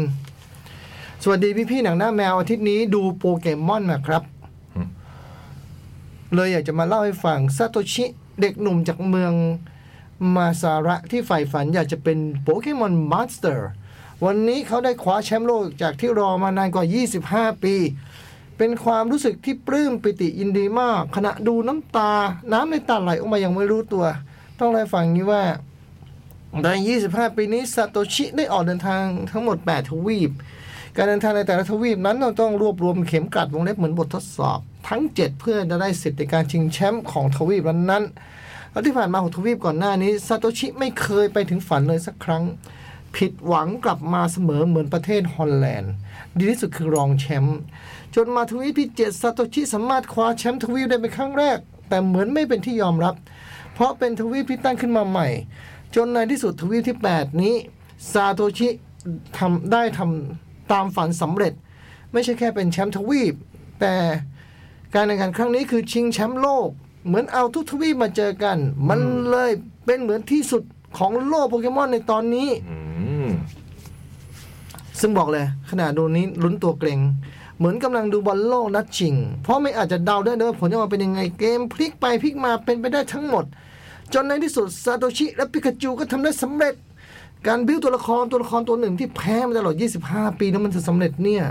สวัสดีพี่พี่ๆหนังหน้าแมวอาทิตย์นี้ดูโปเกมอนนะครับ เลยอยากจะมาเล่าให้ฟังซาโตชิเด็กหนุ่มจากเมืองมาซาระที่ใฝ่ฝันอยากจะเป็นโปเกมอนม o นสเตอร์วันนี้เขาได้คว้าแชมป์โลกจากที่รอมานานกว่า 25 ปี เป็นความรู้สึกที่ปลื้มปิติยินดีมาก ขณะดูน้ำตา น้ำในตาไหลออกมายังไม่รู้ตัว ต้องได้ฟังนี้ว่า ใน 25 ปีนี้ซาโตชิได้ออกเดินทางทั้งหมด 8 ทวีป การเดินทางในแต่ละทวีปนั้นเราต้องรวบรวมเข็มกลัดวงเล็บเหมือนบททดสอบ ทั้ง 7 เพื่อจะได้สิทธิ์ในการชิงแชมป์ของทวีปนั้นๆแล้วที่ผ่านมาของทวีปก่อนหน้านี้ซาโตชิไม่เคยไปถึงฝันเลยสักครั้ง ผิดหวังกลับมาเสมอเหมือนประเทศฮอลแลนด์ ดีที่สุดคือรองแชมป์จนมาทวีปที่7ซาโตชิสามารถคว้าแชมป์ทวีปได้เป็นครั้งแรก แต่เหมือนไม่เป็นที่ยอมรับ เพราะเป็นทวีปที่ตั้งขึ้นมาใหม่ จนในที่สุดทวีปที่ 8 นี้ซาโตชิทำได้ทำตามฝันสำเร็จ ไม่ใช่แค่เป็นแชมป์ทวีป แต่การแข่งขันครั้งนี้คือชิงแชมป์โลก เหมือนเอาทุกทวีปมาเจอกัน มันเลยเป็นเหมือนที่สุดของโลกโปเกมอนในตอนนี้
อืม
ซึ่งบอกเลยขณะดูนี้ลุ้นตัวเกรงเหมือนกำลังดูบอลโลกนัดชิง เพราะไม่อาจจะเดาได้เลยว่าผลจะออกมาเป็นยังไงเกมพลิกไปพลิกมาเป็นไปได้ทั้งหมด จนในที่สุดซาโตชิและปิกาจูก็ทำได้สำเร็จ การบิ้วตัวละครตัวละครตัวหนึ่งที่แพ้มาตลอด 25 ปีนั้นมันจะสำเร็จเนี่ย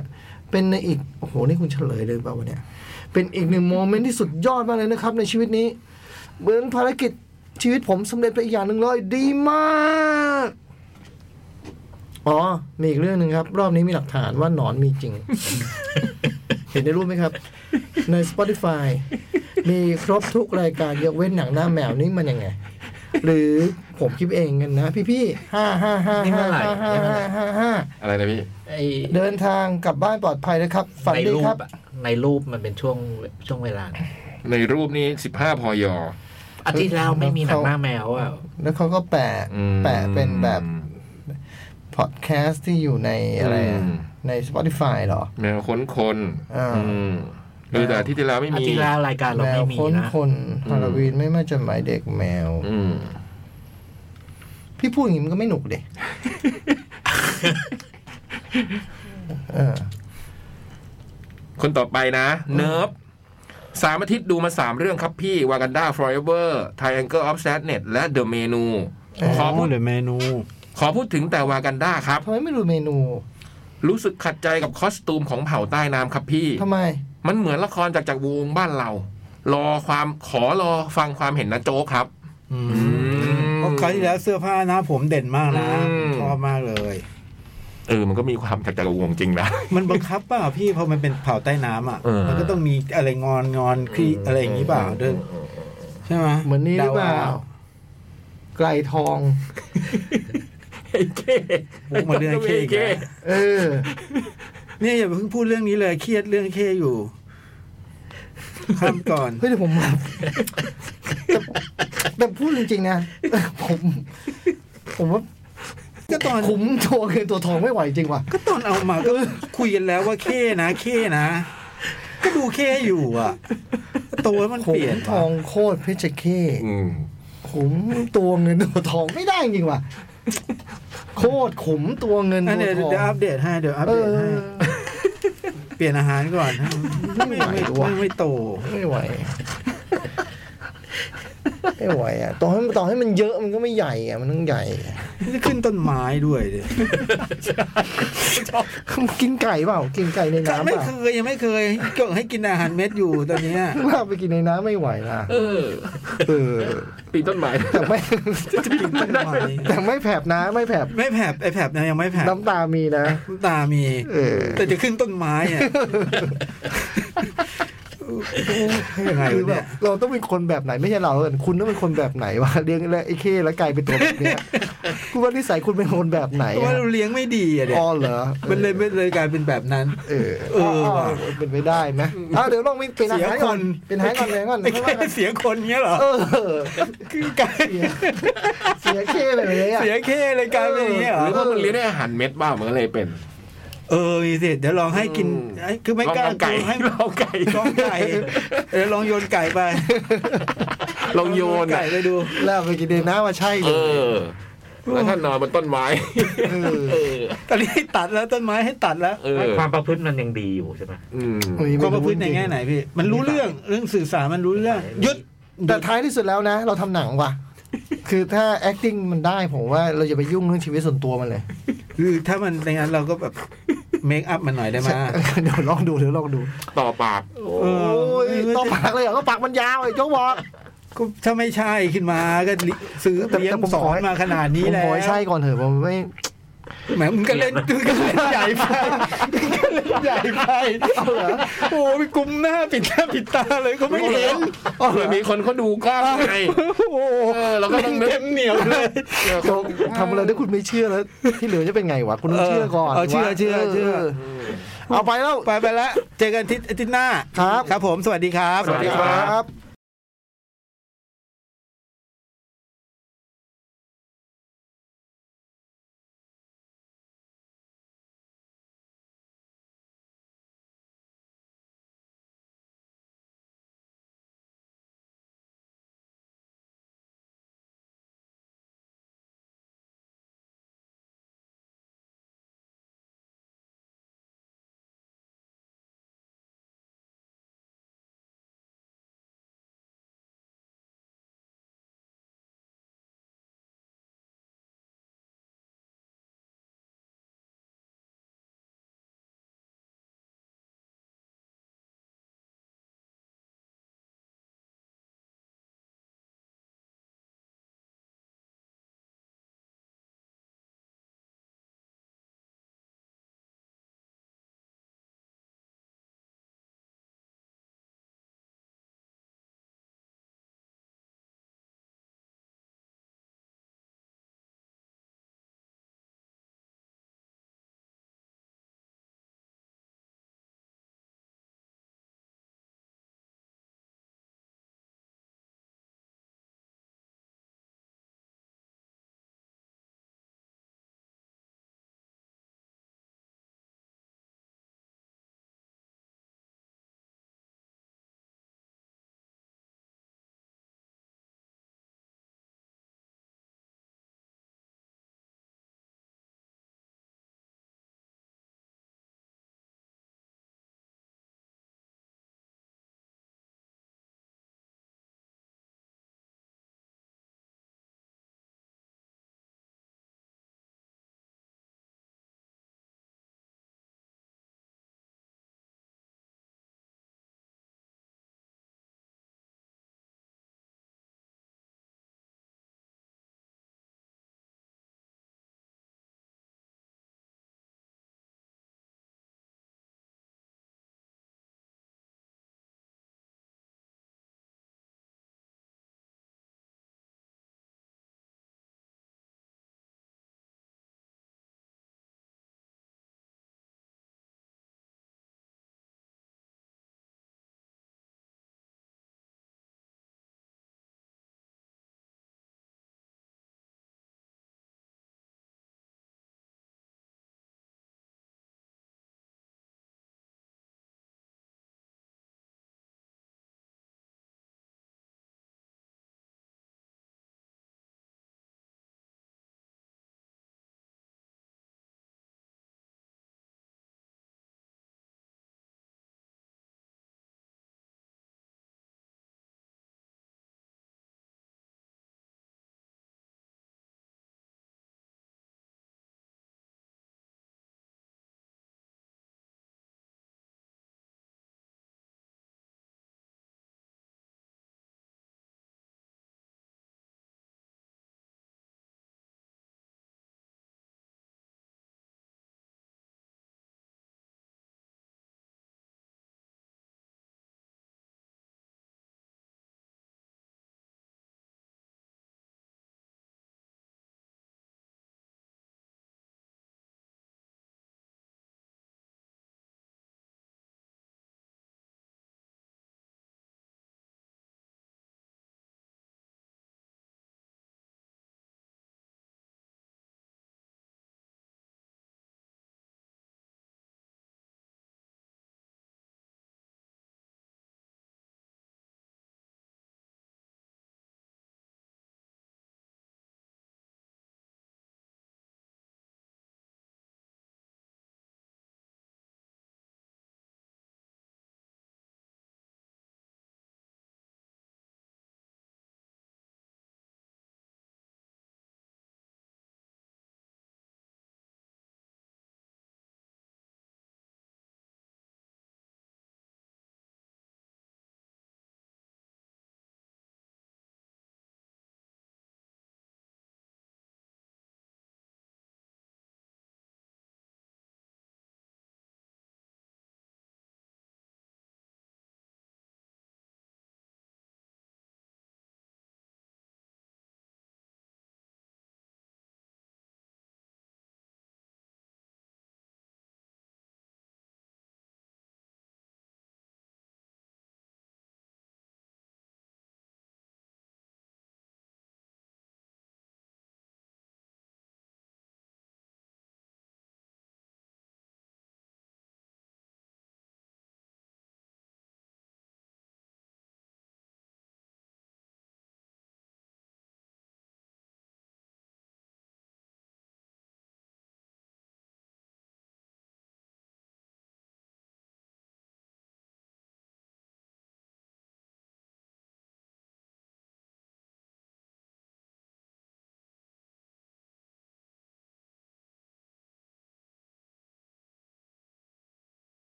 เป็นในอีก โอ้โห นี่คุณเฉลยเลยเปล่าวะเนี่ย เป็นอีกหนึ่งโมเมนต์ที่สุดยอดมากเลยนะครับ ในชีวิตนี้ เหมือนภารกิจชีวิตผมสำเร็จไปอีกอย่างหนึ่งเลยดีมาก อ๋อ มีอีกเรื่องหนึ่งครับ รอบนี้มีหลักฐานว่าหนอนมีจริง เห็นในรูปไหมครับ ใน Spotify มีครบทุกรายการยกเว้นหนังหน้าแมวนี่มันยังไง หรือผมคิดเองกันนะ พี่พี่ห้าห้าห้า
นี่เมื่อไหร่
ห้าห้าห้าห้าห้า
อะไรนะพี่
ไอ้
เดินทางกลับบ้านปลอดภัยนะครับ ฝัน
ใน
ดี
รู
ครั
ป
บ
อะ
ในรูปมันเป็นช่วงช่วงเวลา
ในรูปนี้สิบห้าพอยอ
อาทิตย์แล้วไม่มีหนังหน้าแมวอ่ะ
แล้วเขาก็แปะแปะเป็นแบบพอดแคสต์ที่อยู่ในอะไรอะ
อืม
ใน Spotify เหรอ
แมวค้นคน
อ่า
มหรือแต่อาที่ที่แล้วไม่
อา
มี
ทิตย์แล้วรายการเรา
แม
ไม่
ว
มี
ค้น
นะ
คน
อืม
ฮาโลวีนไม่มาจะหมายเด็กแมว
อืม
พี่พูดอย่างนี้มันก็ไม่หนุกเด็เออ
คนต่อไปนะ เนิร์ฟสามอาทิตย์ดูมาสามเรื่องครับพี่วากันดาฟลอเรเวอร์ไทแองเกิลออฟแซดเน็ตและเดอะเมนู
เออ
ขอพูด
เดี๋ยวเมนู
ขอพูดถึงแต่วากันดาครับ
ทำไมไม่ดูเมนู
รู้สึกขัดใจกับคอสตูมของเผ่าใต้น้ำครับพี่
ทำไม
มันเหมือนละครจากจากวงบ้านเรา รอความขอรอฟังความเห็นนะโจ๊กครับ
อืม
อืม
เพราะคราวที่แล้วเสื้อผ้าหนะผมเด่นมากนะ
อืม
ชอบมากเลย
เออมันก็มีความจากจากวงจริงนะ
มันบังคับเปล่าพี่พอมันเป็นเผ่าใต้น้ำอ่ะ
เออ
มันก็ต้องมีอะไรงอนงอนคลี่อะไรอย่างนี้เปล่าด้วยใช่ไหม
เหมือนนี้หรือเปล่า ไกลทอง
ไอ้เก้
บุกมาเรื่องเคอีกแล้ว
เออ
เนี่ยอย่าเพิ่งพูดเรื่องนี้เลยเครียดเรื่องเคอยู่ข้ามก่อน
เฮ้ยเดี๋ยวผมหลับแต่แต่พูดจริงๆนะ ผม ผมว่า
ก็ตอน
คุ้มตัวเกินตัวทองไม่ไหวจริงว่ะ
ก็ตอนเอามาก็คุยกันแล้วว่าเคนะเคนะ ก็ดูเคอยู่อ่ะ ตัวมัน
ผม
เปลี่ยน
ท
ว่ะ
องโคตรเพชรเข้
อืม
ขุมตัวเงินตัวทองไม่ได้จริงว่ะ โคตรขุมตัวเงิน
อัน
ตัท
เดี๋ยว ว
อง
เดี๋ยวอัปเดตให้เดี๋ยวอัป
เอ
เดต
อ
ให้เปลี่ยนอาหารก่อนไม่ไม่
ว่ะ
ไม่ไม่โต
ไม่ไหว ไม่ไหวอ่ะต่อให้ต่อให้มันเยอะมันก็ไม่ใหญ่อ่ะมันต้องใหญ่
จะขึ้นต้นไม้ด้วยดิ
กินไก่เปล่า กินไก่ในน้ำ
ไม่
เปล่า
เคยยังไม่เคยเก่งให้กินอาหารเม็ดอยู่ตอนเนี้ย
ลากไปกินในน้ำไม่ไหวล่ะ
เออ
เออ
ปีนต้นไม้
แต่ไม่
กินต้นไม้
แต่ไม่แผบนะไม่แผบ
ไม่แผบไอแผบเนะยังไม่แผบ
น้ำตามีนะ
น้ำตามี
เออ
แต่จะขึ้นต้นไม้อ่ะยังไง
คือ
วะ
แบ
เนี่
บ
ย
เราต้องเป็นคนแบบไหนไม่ใช่เราแล้วกันคุณต้องเป็นคนแบบไหนวะเลี้ยงแล้วไอ้เข้แล้วกลายเป็นตัวแบบเนี้ ยคุณว่านิสัยคุณเป็นคนแบบไหน
เพราะว่า
อะ
เราเลี้ยงไม่ดีอ่ะเด็ก
อ๋อเหรอ
มันเลยมันเลยกลายเป็นแบบนั้น
เออ
เออว่ะ
เป็นไปได้ไหมอ้าวเดี๋ยวลองไม่เป็นอา
เสีย
หาร
ค
ก่อน
น
เป็นอาหารก่อนเป็นอาหารก่อน
ไอ้
ไม่ว่า
แค่
กัน
เสียคนเงี้ยเหรอ
เออ
คือกลาย
เสียเข้ไปเลยอ่ะ
เสียแค่เลยกลายเป็นอย่างเงี้ยเหร
ห
อ
รือว่ามันเลี้ยงด้วยอาหารเม็ดบ้างมันก็เลยเป็น
เออมีสิเดี๋ยวลองให้กิน
อืม
ไอ้คือไม่กล้า
ลองไก่
ให้
ลองไก่
ลองไก่เดี๋ยวลองโยนไก่ไป
ลองโยน
ไก่
อะ
ไปดู
แล้วไปกินเดน่ามาใช่เล
เอย อ แล้วถ้านอนบนต้นไม้
เออ
เออ
ตอนนี้ให้ตัดแล้วต้นไม้ให้ตัดแล้ว
เออ
ความประพฤติมันยังดีอยู่ใช่ไหม
อืม
ความประพฤติในแง่ไหนพี่ มันรู้เรื่องเรื่องสื่อสารมันรู้เรื่องหยุด
แต่ท้ายที่สุดแล้วนะ เราทำหนังว่ะ คือถ้า acting มันได้ผมว่าเราจะไปยุ่งเรื่องชีวิตส่วนตัวมันเลย
คือถ้ามันในงั้นเราก็แบบเมคอัพมันหน่อยได้ไหมย
เดี๋ยวลองดูเดี๋ยวลองดู
ต่อปาก
เอ
โอ้ย
อ
ต้องปากเลยเหรอก็ปากมันยาวไอ้โจ๊กบอก
ก็ถ้าไม่ใช่ขึ้นมาก็ซื้อเลี้ยงสอนมาขนาดนี้
ผม
แล้
ข
ว
อให้ใช่ก่อนเถอะผมไม่
แหมมึงก็เล่น มึงก็เล่นใหญ่ไป มึงก็เล่นใหญ่ไปโอ้ยกุมหน้าปิดหน้าปิดตาเลยก็ไม่เห็น
เลยมีคนเขาดูกล้องไง
โอ้โห
เออเราก็ต้องนึก
เต็มเหนียวเลย
เออ
โจ๊กทำอะไรถ้าคุณไม่เชื่อแล้ว ที่เหลือจะเป็นไงวะคุณต้องเชื่อก่อน
เออเชื่อเชื่อเชื่อ
เอาไปแล้ว
ไปไปแล้ว เจอกันอาทิตย์อาทิตย์หน้า
ครับ
ครับผมสวัสดีครับ
สวัสดีครับ
ครับ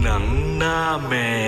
หน้าแมว